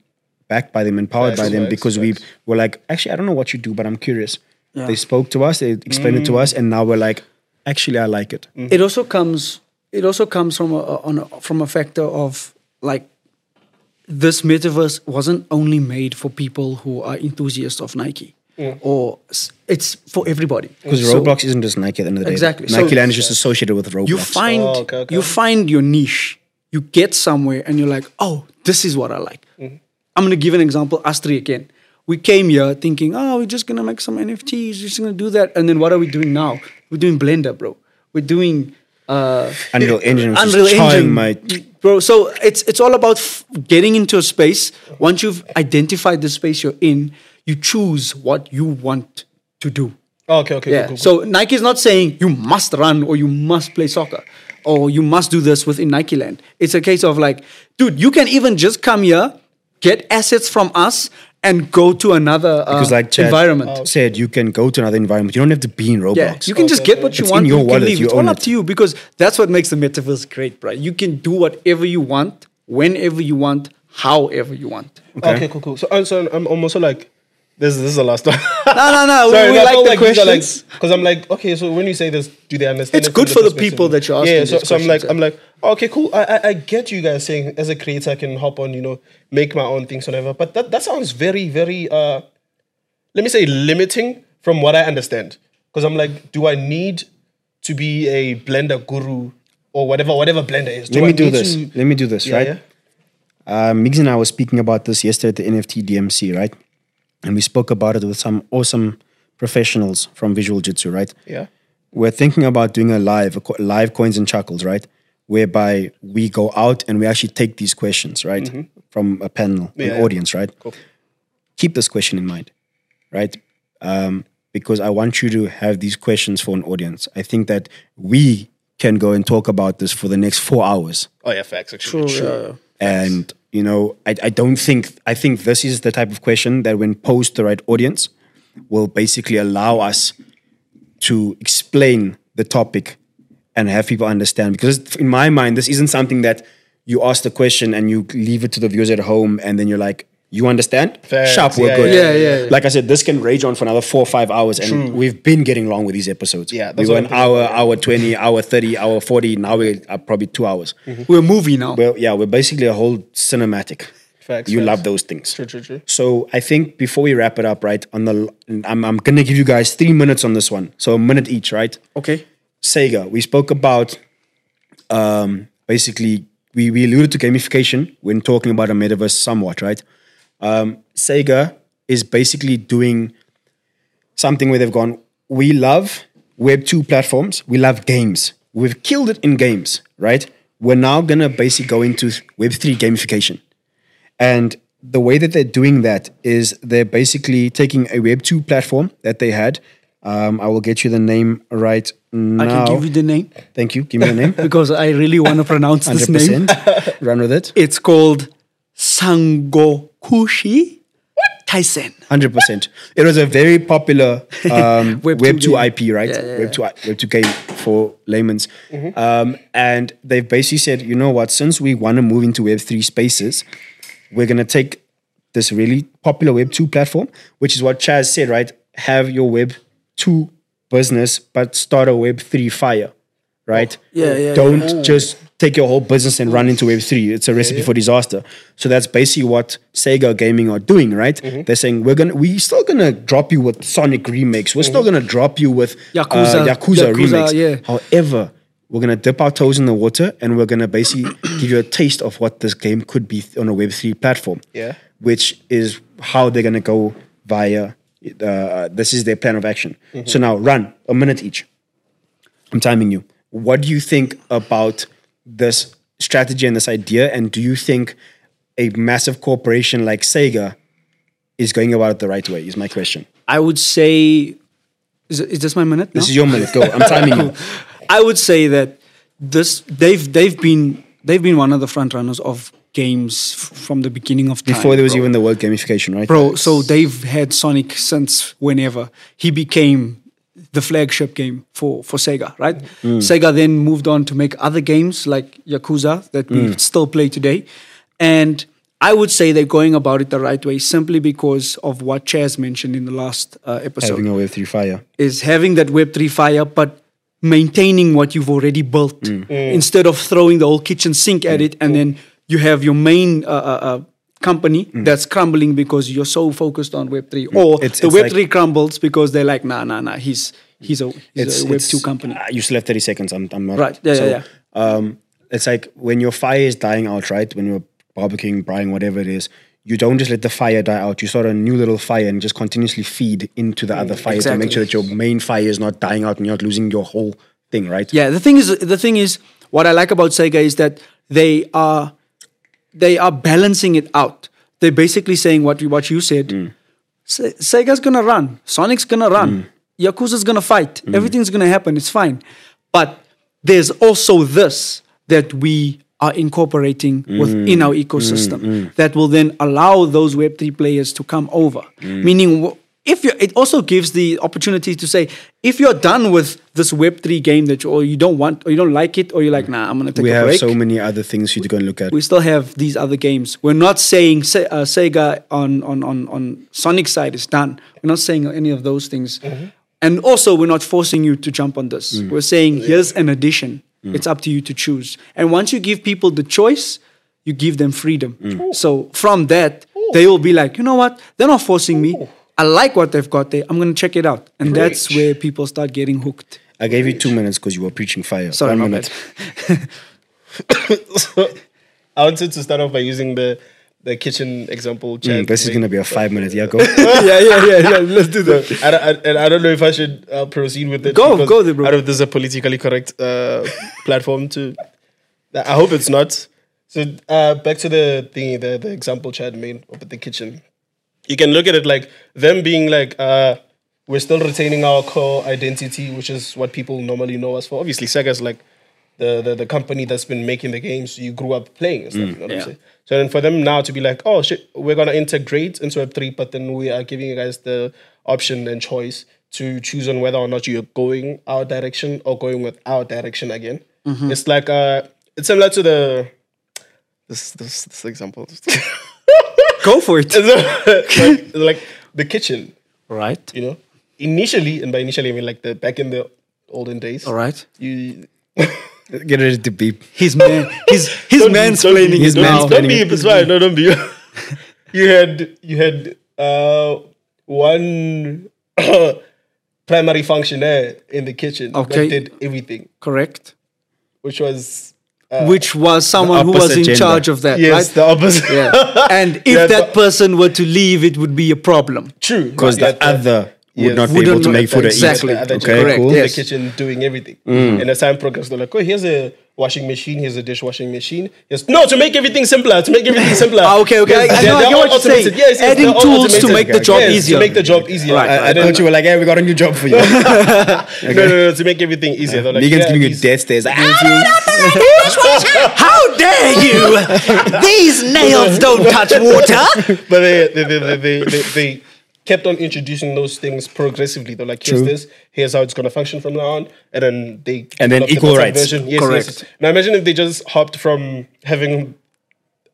[SPEAKER 2] backed by them, empowered by
[SPEAKER 3] Facts,
[SPEAKER 2] them,
[SPEAKER 3] facts,
[SPEAKER 2] because
[SPEAKER 3] facts.
[SPEAKER 2] we were like, actually, I don't know what you do, but I'm curious. They spoke to us, they explained it to
[SPEAKER 1] Mm.
[SPEAKER 2] us, and now we're like, actually, I like it.
[SPEAKER 1] it also comes it also comes from a, on a from a factor of like this metaverse wasn't only made for people who are enthusiasts of Nike or s- it's for everybody
[SPEAKER 2] Because
[SPEAKER 1] So
[SPEAKER 2] Roblox isn't just Nike at the end of the day.
[SPEAKER 1] Exactly.
[SPEAKER 2] Nike
[SPEAKER 1] So-
[SPEAKER 2] Land is just associated with Roblox.
[SPEAKER 1] you find
[SPEAKER 3] Oh, okay, okay.
[SPEAKER 1] you find your niche you get somewhere and you're like oh this is what I like
[SPEAKER 3] Mm-hmm.
[SPEAKER 1] I'm gonna give an example Astri again we came here thinking oh we're just gonna make some NFTs we're just gonna do that and then what are we doing now we're doing Blender bro we're doing uh,
[SPEAKER 2] Unreal Engine. Which
[SPEAKER 1] Unreal
[SPEAKER 2] is
[SPEAKER 1] Engine,
[SPEAKER 2] Engine. My,
[SPEAKER 1] bro. So it's it's all about f- getting into a space. Once you've identified the space you're in, you choose what you want to do.
[SPEAKER 3] Oh, okay, okay,
[SPEAKER 1] Yeah.
[SPEAKER 3] cool, cool,
[SPEAKER 1] So Nike is not saying you must run or you must play soccer or you must do this within Nike Land. It's a case of like, dude, you can even just come here, get assets from us, and go to another uh,
[SPEAKER 2] because like Chad
[SPEAKER 1] environment.
[SPEAKER 2] said, you can go to another environment. You don't have to be in Roblox.
[SPEAKER 1] Yeah, you can just get what you
[SPEAKER 2] It's
[SPEAKER 1] want.
[SPEAKER 2] in your
[SPEAKER 1] you can
[SPEAKER 2] wallet,
[SPEAKER 1] leave.
[SPEAKER 2] you
[SPEAKER 1] it's all
[SPEAKER 2] own
[SPEAKER 1] up
[SPEAKER 2] it.
[SPEAKER 1] to you because that's what makes the metaverse great, bro. You can do whatever you want, whenever you want, however you want.
[SPEAKER 3] cool. Okay, cool, cool. So, uh, so I'm I'm also like, this, this is the last one.
[SPEAKER 1] No, no, no. we- we like the questions.
[SPEAKER 3] Because I'm like, okay, so when you say this, do they understand?
[SPEAKER 1] It's
[SPEAKER 3] it from
[SPEAKER 1] good for the
[SPEAKER 3] perspective
[SPEAKER 1] people
[SPEAKER 3] of-
[SPEAKER 1] that you're
[SPEAKER 3] Yeah,
[SPEAKER 1] asking
[SPEAKER 3] so,
[SPEAKER 1] these
[SPEAKER 3] so I'm like,
[SPEAKER 1] questions,
[SPEAKER 3] I'm like, oh, okay, cool. I, I, I get you guys saying as a creator, I can hop on, you know, make my own things, whatever. But that, that sounds very, very, uh, let me say, limiting from what I understand. Because I'm like, do I need to be a blender guru or whatever, whatever blender is?
[SPEAKER 2] Let
[SPEAKER 3] I
[SPEAKER 2] me do
[SPEAKER 3] need
[SPEAKER 2] this.
[SPEAKER 3] to-
[SPEAKER 2] Let me do this,
[SPEAKER 3] Yeah,
[SPEAKER 2] right?
[SPEAKER 3] yeah.
[SPEAKER 2] Uh, Migs and I were speaking about this yesterday at the NFT DMC, right? And we spoke about it with some awesome professionals from Visual Jitsu, right?
[SPEAKER 3] Yeah.
[SPEAKER 2] We're thinking about doing a live, a co- live coins and chuckles, right? Whereby we go out and we actually take these questions, right? From a panel, an
[SPEAKER 3] Mm-hmm. yeah.
[SPEAKER 2] audience, right? Keep this question in mind, right? Um, because I want you to have these questions for an audience. I think that we can go and talk about this for the next four hours
[SPEAKER 3] Oh, yeah, facts, actually.
[SPEAKER 1] Sure.
[SPEAKER 2] and You know, I, I don't think, I think this is the type of question that when posed to the right audience will basically allow us to explain the topic and have people understand. Because in my mind, this isn't something that you ask the question and you leave it to the viewers at home and then you're like, you understand?
[SPEAKER 3] Facts.
[SPEAKER 2] Sharp, we're
[SPEAKER 3] Yeah,
[SPEAKER 2] good.
[SPEAKER 1] yeah, Yeah, yeah, yeah.
[SPEAKER 2] Like I said, this can rage on for another four or five hours, and we've been getting long with these episodes.
[SPEAKER 3] Yeah,
[SPEAKER 2] we
[SPEAKER 3] that's
[SPEAKER 2] were
[SPEAKER 3] what
[SPEAKER 2] an
[SPEAKER 3] I'm thinking.
[SPEAKER 2] hour, hour twenty, hour thirty, hour forty. Now we're uh, probably two hours.
[SPEAKER 1] We're a movie now.
[SPEAKER 2] Well, yeah, we're basically a whole cinematic.
[SPEAKER 3] Facts,
[SPEAKER 2] you
[SPEAKER 3] facts.
[SPEAKER 2] love those things.
[SPEAKER 3] True, true, true.
[SPEAKER 2] So I think before we wrap it up, right? On the, l- I'm, I'm gonna give you guys three minutes on this one, so a minute each, right?
[SPEAKER 1] okay.
[SPEAKER 2] Sega. We spoke about um, basically we, we alluded to gamification when talking about a metaverse somewhat, right? Um, Sega is basically doing something where they've gone, we love Web 2 platforms, we love games. We've killed it in games, right? We're now gonna basically go into Web 3 gamification. And the way that they're doing that is they're basically taking a Web2 platform that they had. Um, I will get you the name right now.
[SPEAKER 1] I can give you the name
[SPEAKER 2] Thank you. Give me the name.
[SPEAKER 1] because I really want to pronounce this name.
[SPEAKER 2] 100%. Run with it.
[SPEAKER 1] It's called Sangokushi Tyson.
[SPEAKER 2] 100%. It was a very popular um,
[SPEAKER 1] Web2
[SPEAKER 2] Web2
[SPEAKER 1] game.
[SPEAKER 2] IP, right?
[SPEAKER 1] Yeah, yeah,
[SPEAKER 2] Web2, I- Web2 game for layman's. Um, and they've basically said, you know what, since we want to move into Web3 spaces, we're going to take this really popular Web2 platform, which is what Chaz said, right? Have your Web2 business, but start a Web3 fire, right?
[SPEAKER 1] Oh, Yeah, yeah,
[SPEAKER 2] Don't just take your whole business and run into Web3. It's a recipe for disaster. So that's basically what Sega Gaming are doing, right?
[SPEAKER 1] Mm-hmm.
[SPEAKER 2] They're saying, we're going to, we're still going to drop you with Sonic remakes. We're still going to drop you with uh,
[SPEAKER 1] Mm-hmm. Yakuza-
[SPEAKER 2] Yakuza,
[SPEAKER 1] Yakuza,
[SPEAKER 2] remakes.
[SPEAKER 1] yeah.
[SPEAKER 2] However, we're going to dip our toes in the water and we're going to basically give you a taste of what this game could be on a Web3 platform.
[SPEAKER 3] Yeah.
[SPEAKER 2] Which is how they're going to go via, uh, this is their plan of action.
[SPEAKER 1] Mm-hmm.
[SPEAKER 2] So now run a minute each. I'm timing you. What do you think about this strategy and this idea? And do you think a massive corporation like Sega is going about it the right way? Is my question.
[SPEAKER 1] I would say, is, is this my minute?
[SPEAKER 2] This
[SPEAKER 1] now?
[SPEAKER 2] is your minute. Go. I'm timing you.
[SPEAKER 1] I would say that this they've they've been they've been one of the front runners of games f- from the beginning of time.
[SPEAKER 2] Before there was
[SPEAKER 1] bro.
[SPEAKER 2] even the word gamification, right?
[SPEAKER 1] bro. So they've had Sonic since whenever he became the flagship game for for Sega, right? Sega then moved on to make other games like Yakuza that we still play today, and I would say they're going about it the right way simply because of what Chaz mentioned in the last uh, episode
[SPEAKER 2] having a wave through fire.
[SPEAKER 1] is having that Web3 fire, but maintaining what you've already built
[SPEAKER 2] Mm.
[SPEAKER 1] instead of throwing the whole kitchen sink at it. And then you have your main uh, uh, uh, company that's crumbling because you're so focused on Web3. Or
[SPEAKER 2] Mm. It's-
[SPEAKER 1] the
[SPEAKER 2] it's
[SPEAKER 1] Web3 crumbles because he's like, nah, nah, nah, he's, he's a, he's a Web2 company.
[SPEAKER 2] Ah, You still have 30 seconds. I'm, I'm not.
[SPEAKER 1] Right. Yeah, yeah, yeah.
[SPEAKER 2] Um, it's like when your fire is dying out, right? When you're barbecuing, brying, whatever it is, you don't just let the fire die out. You start a new little fire and just continuously feed into the other fire to make
[SPEAKER 1] exactly.
[SPEAKER 2] sure that your main fire is not dying out and you're not losing your whole thing, right?
[SPEAKER 1] Yeah, the thing is, the thing is, what I like about Sega is that they are they are balancing it out. They're basically saying what you, what you said.
[SPEAKER 2] Mm.
[SPEAKER 1] Se- Sega's gonna run, Sonic's gonna
[SPEAKER 2] Mm.
[SPEAKER 1] run, Yakuza's gonna fight. Everything's gonna happen. It's fine, but there's also this that we are incorporating
[SPEAKER 2] Mm.
[SPEAKER 1] within our ecosystem that will then allow those Web3 players to come over.
[SPEAKER 2] Mm.
[SPEAKER 1] Meaning, wh- if you, it also gives the opportunity to say, if you're done with this Web3 game that you, or you don't want, or you don't like it, or you're like, nah, I'm gonna take
[SPEAKER 2] We
[SPEAKER 1] a
[SPEAKER 2] have
[SPEAKER 1] break
[SPEAKER 2] so many other things for you to go and look at.
[SPEAKER 1] we still have these other games. We're not saying Se- uh, Sega on, on, on, on Sonic's side is done. We're not saying any of those things.
[SPEAKER 2] Mm-hmm.
[SPEAKER 1] And also, we're not forcing you to jump on this.
[SPEAKER 2] Mm.
[SPEAKER 1] We're saying, here's an addition. It's up to you to choose. And once you give people the choice, you give them freedom.
[SPEAKER 2] Mm.
[SPEAKER 1] So from that,
[SPEAKER 2] Oh.
[SPEAKER 1] they will be like, you know what? They're not forcing me. I like what they've got there. I'm going to check it out. And that's where people start getting hooked.
[SPEAKER 2] I gave you two minutes because you were preaching fire.
[SPEAKER 1] Sorry,
[SPEAKER 2] One
[SPEAKER 1] my
[SPEAKER 2] minute.
[SPEAKER 1] bad.
[SPEAKER 3] I wanted to start off by using the the kitchen example. Chad
[SPEAKER 2] Mm, This is
[SPEAKER 3] made.
[SPEAKER 2] going to be a five minute. Yeah, go.
[SPEAKER 1] yeah, yeah, yeah, yeah. Let's do that.
[SPEAKER 3] I don't, I, and I don't know if I should uh, proceed with it.
[SPEAKER 1] Go,
[SPEAKER 3] because
[SPEAKER 1] go there, bro.
[SPEAKER 3] I don't know if this is a politically correct uh, platform to. I hope it's not. So uh, back to the thing, the, the example Chad made up at the kitchen. You can look at it like them being like, uh, we're still retaining our core identity, which is what people normally know us for. Obviously, Sega's like the, the, the company that's been making the games you grew up playing and stuff. you know what I'm saying? So then for them now to be like, oh shit, we're gonna integrate into Web three, but then we are giving you guys the option and choice to choose on whether or not you're going our direction or going with our direction again. It's like uh, it's similar to the this this, this example.
[SPEAKER 1] Go for it.
[SPEAKER 3] like, like the kitchen,
[SPEAKER 1] Right.
[SPEAKER 3] you know. Initially, and by initially I mean like the back in the olden days.
[SPEAKER 1] All right.
[SPEAKER 3] You
[SPEAKER 2] Get ready to beep.
[SPEAKER 1] His man. His his mansplaining is
[SPEAKER 2] don't-
[SPEAKER 1] now.
[SPEAKER 2] don't-
[SPEAKER 3] be it's fine. No, don't be. you had you had uh, one primary functionaire in the kitchen
[SPEAKER 1] Okay.
[SPEAKER 3] that did everything,
[SPEAKER 1] Correct.
[SPEAKER 3] which was
[SPEAKER 1] Which was someone who was
[SPEAKER 2] opposite
[SPEAKER 1] in
[SPEAKER 2] gender.
[SPEAKER 1] charge of that.
[SPEAKER 3] yes
[SPEAKER 1] Right.
[SPEAKER 3] the opposite.
[SPEAKER 1] yeah. And if
[SPEAKER 3] Yeah,
[SPEAKER 1] that
[SPEAKER 3] but-
[SPEAKER 1] person were to leave, it would be a problem.
[SPEAKER 3] True,
[SPEAKER 2] Because
[SPEAKER 3] Yeah,
[SPEAKER 2] the other would
[SPEAKER 3] Yes.
[SPEAKER 2] not be
[SPEAKER 1] Wouldn't
[SPEAKER 2] able to
[SPEAKER 1] know-
[SPEAKER 2] make food or
[SPEAKER 1] Exactly.
[SPEAKER 2] eat.
[SPEAKER 3] The other
[SPEAKER 2] Okay,
[SPEAKER 3] correct,
[SPEAKER 2] cool.
[SPEAKER 3] in
[SPEAKER 1] Yes. Mm.
[SPEAKER 3] the kitchen doing everything. And as time progressed, they're like, oh, here's a washing machine, here's a dishwashing machine. Yes, no, to make everything simpler, to make everything simpler.
[SPEAKER 1] Ah, okay, okay. I- I know- I get
[SPEAKER 3] all
[SPEAKER 1] what you're saying.
[SPEAKER 3] automated. Yes, yes,
[SPEAKER 1] Adding
[SPEAKER 3] they're all
[SPEAKER 1] tools to
[SPEAKER 3] automated.
[SPEAKER 1] make the job
[SPEAKER 3] Yes,
[SPEAKER 1] easier.
[SPEAKER 3] To make the job easier.
[SPEAKER 1] Right,
[SPEAKER 3] And
[SPEAKER 2] I, I
[SPEAKER 3] then-
[SPEAKER 2] thought you were like, hey, we got a new job for you. Megan's
[SPEAKER 3] no, no, no, to make everything easier. They're like, yeah,
[SPEAKER 2] giving you
[SPEAKER 3] these-
[SPEAKER 2] death stares. Ah,
[SPEAKER 1] How dare you? These nails don't touch water.
[SPEAKER 3] but they they, they, they, they, they, they kept on introducing those things progressively. They're like, here's
[SPEAKER 2] True.
[SPEAKER 3] this, here's how it's gonna function from now on, and then they
[SPEAKER 2] And then
[SPEAKER 3] developed a
[SPEAKER 2] equal
[SPEAKER 3] better
[SPEAKER 2] rights.
[SPEAKER 3] version. Yes,
[SPEAKER 1] Correct.
[SPEAKER 3] Yes. Now imagine if they just hopped from having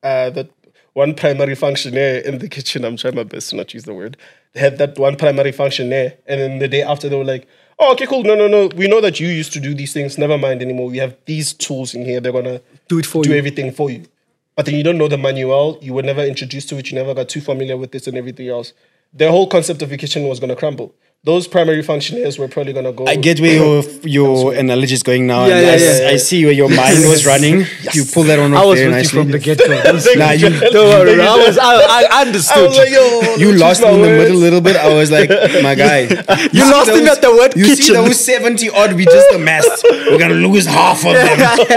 [SPEAKER 3] uh, that one primary functionaire in the kitchen. I'm trying my best to not use the word. They had that one primary functionaire, and then the day after they were like. Oh, okay, cool. No, no, no. We know that you used to do these things. Never mind anymore. We have these tools in here. They're gonna
[SPEAKER 1] Do it for
[SPEAKER 3] do
[SPEAKER 1] you.
[SPEAKER 3] everything for you. But then you don't know the manual. You were never introduced to it. You never got too familiar with this and everything else. The whole concept of your kitchen was going to crumble. Those primary functionaries were probably going to go.
[SPEAKER 2] I get where your your analogy is going now.
[SPEAKER 1] Yeah,
[SPEAKER 2] and
[SPEAKER 1] yeah,
[SPEAKER 2] I, s-
[SPEAKER 1] yeah,
[SPEAKER 2] I see where your mind was running. You pull that one off
[SPEAKER 1] I was
[SPEAKER 2] very
[SPEAKER 1] with you
[SPEAKER 2] nicely.
[SPEAKER 1] from the get go.
[SPEAKER 3] Thank
[SPEAKER 2] Nah, you-
[SPEAKER 3] Joel.
[SPEAKER 1] Don't worry,
[SPEAKER 3] Thank you,
[SPEAKER 1] I was
[SPEAKER 3] Joel.
[SPEAKER 1] I, I understood.
[SPEAKER 3] I was like, yo,
[SPEAKER 2] you
[SPEAKER 3] let's
[SPEAKER 2] lost
[SPEAKER 3] use
[SPEAKER 2] me
[SPEAKER 3] my
[SPEAKER 2] in the middle a
[SPEAKER 3] words.
[SPEAKER 2] little bit. I was like, my guy.
[SPEAKER 1] You
[SPEAKER 2] see
[SPEAKER 1] lost him at the word
[SPEAKER 2] you See
[SPEAKER 1] kitchen.
[SPEAKER 2] those 70 odd we just amassed. We're going to lose half of them.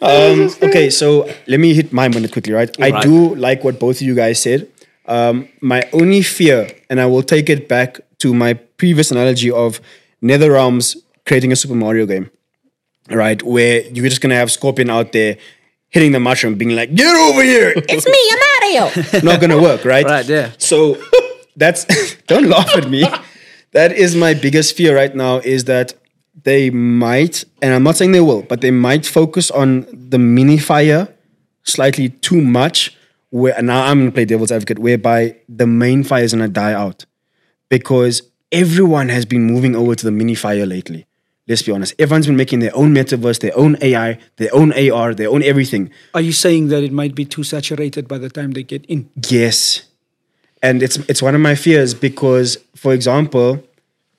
[SPEAKER 2] um, okay, so let me hit my minute quickly, right? I
[SPEAKER 1] Right.
[SPEAKER 2] do like what both of you guys said. Um, my only fear, and I will take it back to my previous analogy of NetherRealms creating a Super Mario game right? Where you're just gonna have Scorpion out there hitting the mushroom, being like, "Get over here! It's me, I'm out of Not gonna work, right?
[SPEAKER 1] Right, yeah.
[SPEAKER 2] So that's don't laugh at me. That is my biggest fear right now is that they might, and I'm not saying they will, but they might focus on the mini fire slightly too much. Where and now I'm gonna play devil's advocate, whereby the main fire is gonna die out because everyone has been moving over to the mini fire lately. Let's be honest. Everyone's been making their own metaverse, their own AI, their own AR, their own everything.
[SPEAKER 1] Are you saying that it might be too saturated by the time they get in?
[SPEAKER 2] Yes. And it's it's one of my fears because, for example,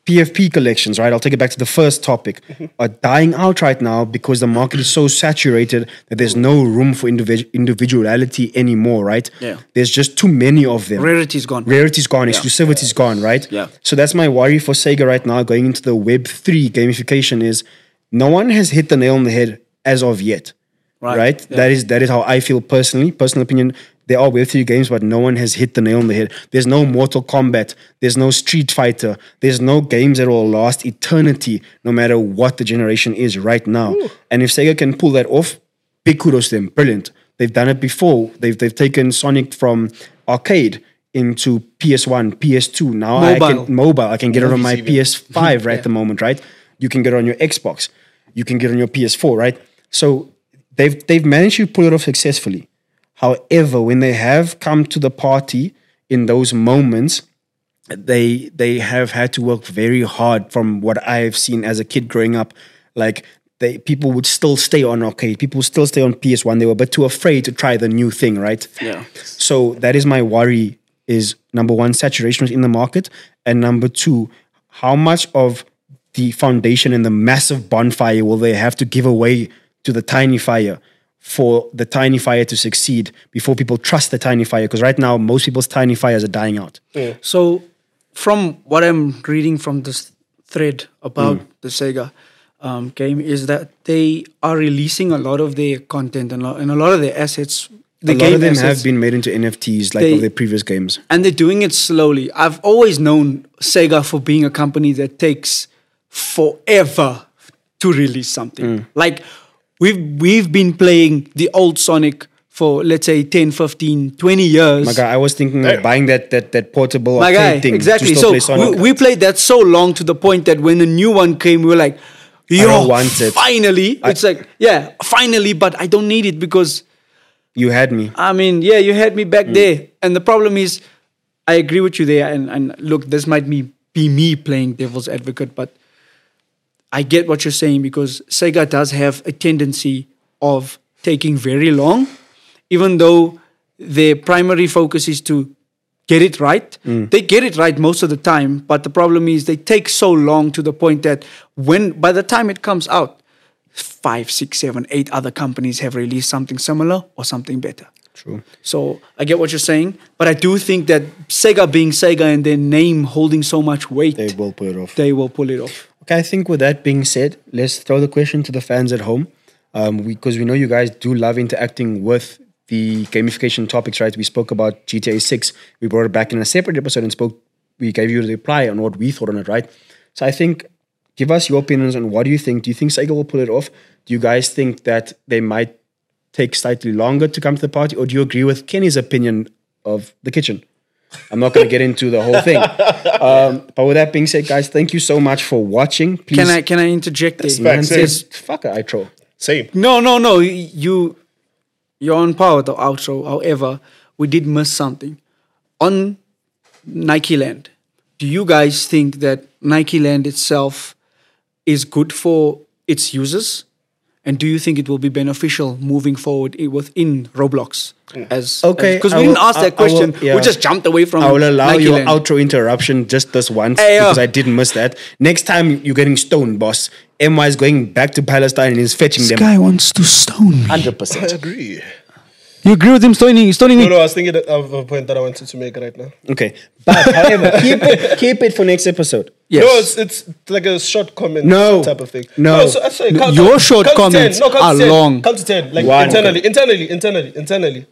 [SPEAKER 2] PFP collections, right? I'll take it back to the first topic,
[SPEAKER 1] Mm-hmm.
[SPEAKER 2] are dying out right now because the market is so saturated that there's no room for individ- individuality anymore, right?
[SPEAKER 1] Yeah.
[SPEAKER 2] There's just too many of them.
[SPEAKER 1] Rarity is gone.
[SPEAKER 2] Rarity's gone, exclusivity's gone, right?
[SPEAKER 1] Yeah.
[SPEAKER 2] So that's my worry for Sega right now going into the Web three gamification is no one has hit the nail on the head as of yet. Right.
[SPEAKER 1] Right,
[SPEAKER 2] That is that is how I feel personally. Personal opinion. There are Web three games, but no one has hit the nail on the head. There's no Mortal Kombat. There's no Street Fighter. There's no games that will last eternity, no matter what the generation is right now. And if Sega can pull that off, big kudos to them. Brilliant. They've done it before. They've they've taken Sonic from arcade into PS1, PS2. Now I
[SPEAKER 1] Mobile.
[SPEAKER 2] can mobile. I can get it on my PS5 right at the moment, right? You can get it on your Xbox. You can get it on your PS4, right? So they've they've managed to pull it off successfully. However, when they have come to the party in those moments, they they have had to work very hard from what I've seen as a kid growing up. Like they people would still stay on arcade, people still stay on PS1. They were but too afraid to try the new thing, right?
[SPEAKER 1] Yeah.
[SPEAKER 2] So that is my worry is number one, saturation is in the market, and number two, how much of the foundation and the massive bonfire will they have to give away to the tiny fire for the tiny fire to succeed before people trust the tiny fire? Because right now most people's tiny fires are dying out.
[SPEAKER 1] So, from what I'm reading from this thread about
[SPEAKER 2] Mm.
[SPEAKER 1] the Sega um, game, is that they are releasing a lot of their content and, lo- and a lot of their assets. The
[SPEAKER 2] a lot
[SPEAKER 1] game
[SPEAKER 2] of them
[SPEAKER 1] assets,
[SPEAKER 2] have been made into NFTs like
[SPEAKER 1] They-
[SPEAKER 2] of their previous games.
[SPEAKER 1] and they're doing it slowly. I've always known Sega for being a
[SPEAKER 2] Mm.
[SPEAKER 1] company that takes forever to release something. Like We've we've been playing the old Sonic for let's say 10, 15, 20 years.
[SPEAKER 2] My guy, I was thinking of buying that that that portable
[SPEAKER 1] My
[SPEAKER 2] arcade
[SPEAKER 1] guy,
[SPEAKER 2] thing
[SPEAKER 1] exactly.
[SPEAKER 2] to
[SPEAKER 1] So
[SPEAKER 2] still play Sonic.
[SPEAKER 1] we, we played that so long to the point that when a new one came, we were like, "Yo,
[SPEAKER 2] don't want it."
[SPEAKER 1] finally!" it's like, yeah, finally, but I don't need it because
[SPEAKER 2] you had me.
[SPEAKER 1] I mean, yeah, you had me back
[SPEAKER 2] Mm.
[SPEAKER 1] there. And the problem is, I agree with you there. And, and look, this might be, be me playing devil's advocate, but I get what you're saying because Sega does have a tendency of taking very long, even though their primary focus is to get it right.
[SPEAKER 2] Mm.
[SPEAKER 1] They get it right most of the time, but the problem is they take so long to the point that when by the time it comes out, five, six, seven, eight other companies have released something similar or something better.
[SPEAKER 2] True.
[SPEAKER 1] So I get what you're saying, but I do think that Sega being Sega and their name holding so much weight,
[SPEAKER 2] They will pull it off.
[SPEAKER 1] they will pull it off.
[SPEAKER 2] Okay, I think with that being said, let's throw the question to the fans at home, um, because we know you guys do love interacting with the gamification topics, right? We spoke about GTA Six. We brought it back in a separate episode and spoke. We gave you the reply on what we thought on it, right? So I think, give us your opinions on what do you think. Do you think Sega will pull it off? Do you guys think that they might take slightly longer to come to the party, or do you agree with Kenny's opinion of the kitchen? I'm not going to get into the whole thing. Um, but with that being said, guys, thank you so much for watching. Please,
[SPEAKER 1] Can I can I interject there?
[SPEAKER 2] Man
[SPEAKER 3] Facts,
[SPEAKER 2] says, fuck it, I troll.
[SPEAKER 3] Same.
[SPEAKER 1] No, no, no. You you're on par with the outro. However, we did miss something. On Nike Land, do you guys think that Nike Land itself is good for its users? And do you think it will be beneficial moving forward i- within Roblox? As
[SPEAKER 2] Okay,
[SPEAKER 1] because
[SPEAKER 2] I
[SPEAKER 1] we
[SPEAKER 2] will-
[SPEAKER 1] didn't ask
[SPEAKER 2] I-
[SPEAKER 1] that
[SPEAKER 2] I will-
[SPEAKER 1] question,
[SPEAKER 2] yeah.
[SPEAKER 1] we just jumped away from.
[SPEAKER 2] I will allow
[SPEAKER 1] Nike
[SPEAKER 2] your
[SPEAKER 1] Land.
[SPEAKER 2] outro interruption just this once
[SPEAKER 1] Hey, yo.
[SPEAKER 2] because I didn't miss that. Next time you're getting stoned, boss. MY is going back to Palestine and he's fetching
[SPEAKER 1] This
[SPEAKER 2] them.
[SPEAKER 1] guy wants to stone me.
[SPEAKER 2] 100%.
[SPEAKER 3] I agree.
[SPEAKER 1] You agree with him stoning, stoning me?
[SPEAKER 3] No, no, I was thinking of a point that I wanted to make right now.
[SPEAKER 2] Okay. But however, keep it, keep it for next episode.
[SPEAKER 1] Yes.
[SPEAKER 3] No, it's, it's like a short comment
[SPEAKER 2] No.
[SPEAKER 3] type of thing.
[SPEAKER 2] No.
[SPEAKER 3] so- so
[SPEAKER 1] No,
[SPEAKER 3] count-
[SPEAKER 1] your
[SPEAKER 3] count-
[SPEAKER 1] short
[SPEAKER 3] count to
[SPEAKER 1] comments
[SPEAKER 3] 10. count to
[SPEAKER 1] are
[SPEAKER 3] 10.
[SPEAKER 1] long.
[SPEAKER 3] Count to 10. Like
[SPEAKER 2] One.
[SPEAKER 3] internally, internally, internally, internally.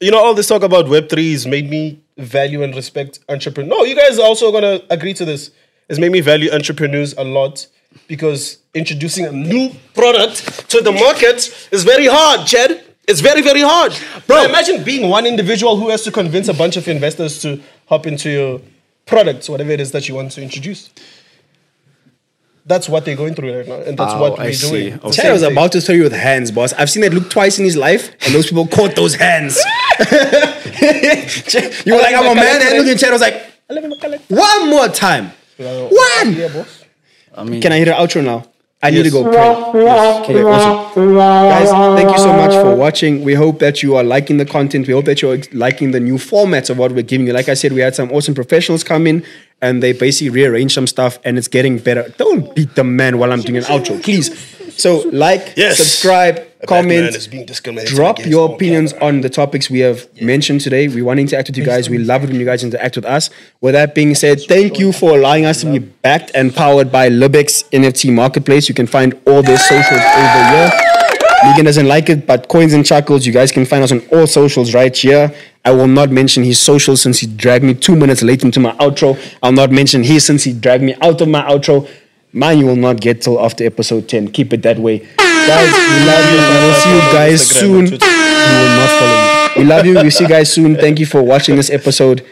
[SPEAKER 3] You know, all this talk about Web3 has made me value and respect entrepreneurs. No, you guys are also going to agree to this. It's made me value entrepreneurs a lot because introducing a new product to the market is very hard, Jed. It's very, very hard. Bro, imagine being one individual who has to convince a bunch of investors to hop into your product, whatever it is that you want to introduce. That's what they're going through right now, and that's
[SPEAKER 1] Oh,
[SPEAKER 3] what
[SPEAKER 1] I
[SPEAKER 3] we're
[SPEAKER 1] see.
[SPEAKER 3] doing.
[SPEAKER 1] Okay.
[SPEAKER 2] Chad was about to throw you with hands, boss. I've seen that look twice in his life, and those people caught those hands. you were like, I'm a man, and looking at Chad was like, one more time. One!
[SPEAKER 3] Yeah, boss.
[SPEAKER 2] Can I hear an outro now? I need to
[SPEAKER 3] Yes.
[SPEAKER 2] go pray. Okay, awesome. Guys, thank you so much for watching. We hope that you are liking the content. We hope that you're liking the new formats of what we're giving you. Like I said, we had some awesome professionals come in and they basically rearranged some stuff and it's getting better. Don't beat the man while I'm doing an outro, please. So, like,
[SPEAKER 3] Yes.
[SPEAKER 2] subscribe,
[SPEAKER 3] A bad man
[SPEAKER 2] comment,
[SPEAKER 3] is being discriminated
[SPEAKER 2] drop
[SPEAKER 3] against
[SPEAKER 2] your
[SPEAKER 3] all
[SPEAKER 2] opinions
[SPEAKER 3] gatherer.
[SPEAKER 2] on the topics we have mentioned today. We want to interact with you guys. We love it when you guys interact with us. With that being said, thank you for allowing us to be backed and powered by Libex NFT Marketplace. You can find all their socials over here. Megan doesn't like it, but Coins and Chuckles, you guys can find us on all socials right here. I will not mention his socials since he dragged me two minutes late into my outro. I'll not mention his since he dragged me out of my outro. Mine you will not get till after episode 10. Keep it that way. Guys, we love you. We will see you guys
[SPEAKER 3] Instagram
[SPEAKER 2] soon.
[SPEAKER 3] and Twitter.
[SPEAKER 2] We will not follow you. We love you. We'll see you guys soon. Thank you for watching this episode.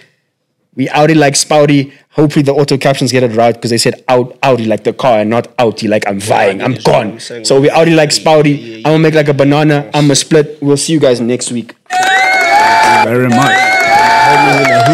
[SPEAKER 2] We outed like Spouty. Hopefully the auto captions get it right because they said out outy like the car and not outy like I'm vying. I'm gone. So we outed like Spouty. I'm gonna make like a banana. I'm gonna split. We'll see you guys next week.
[SPEAKER 4] Very much.
[SPEAKER 2] Hope you're in the hood.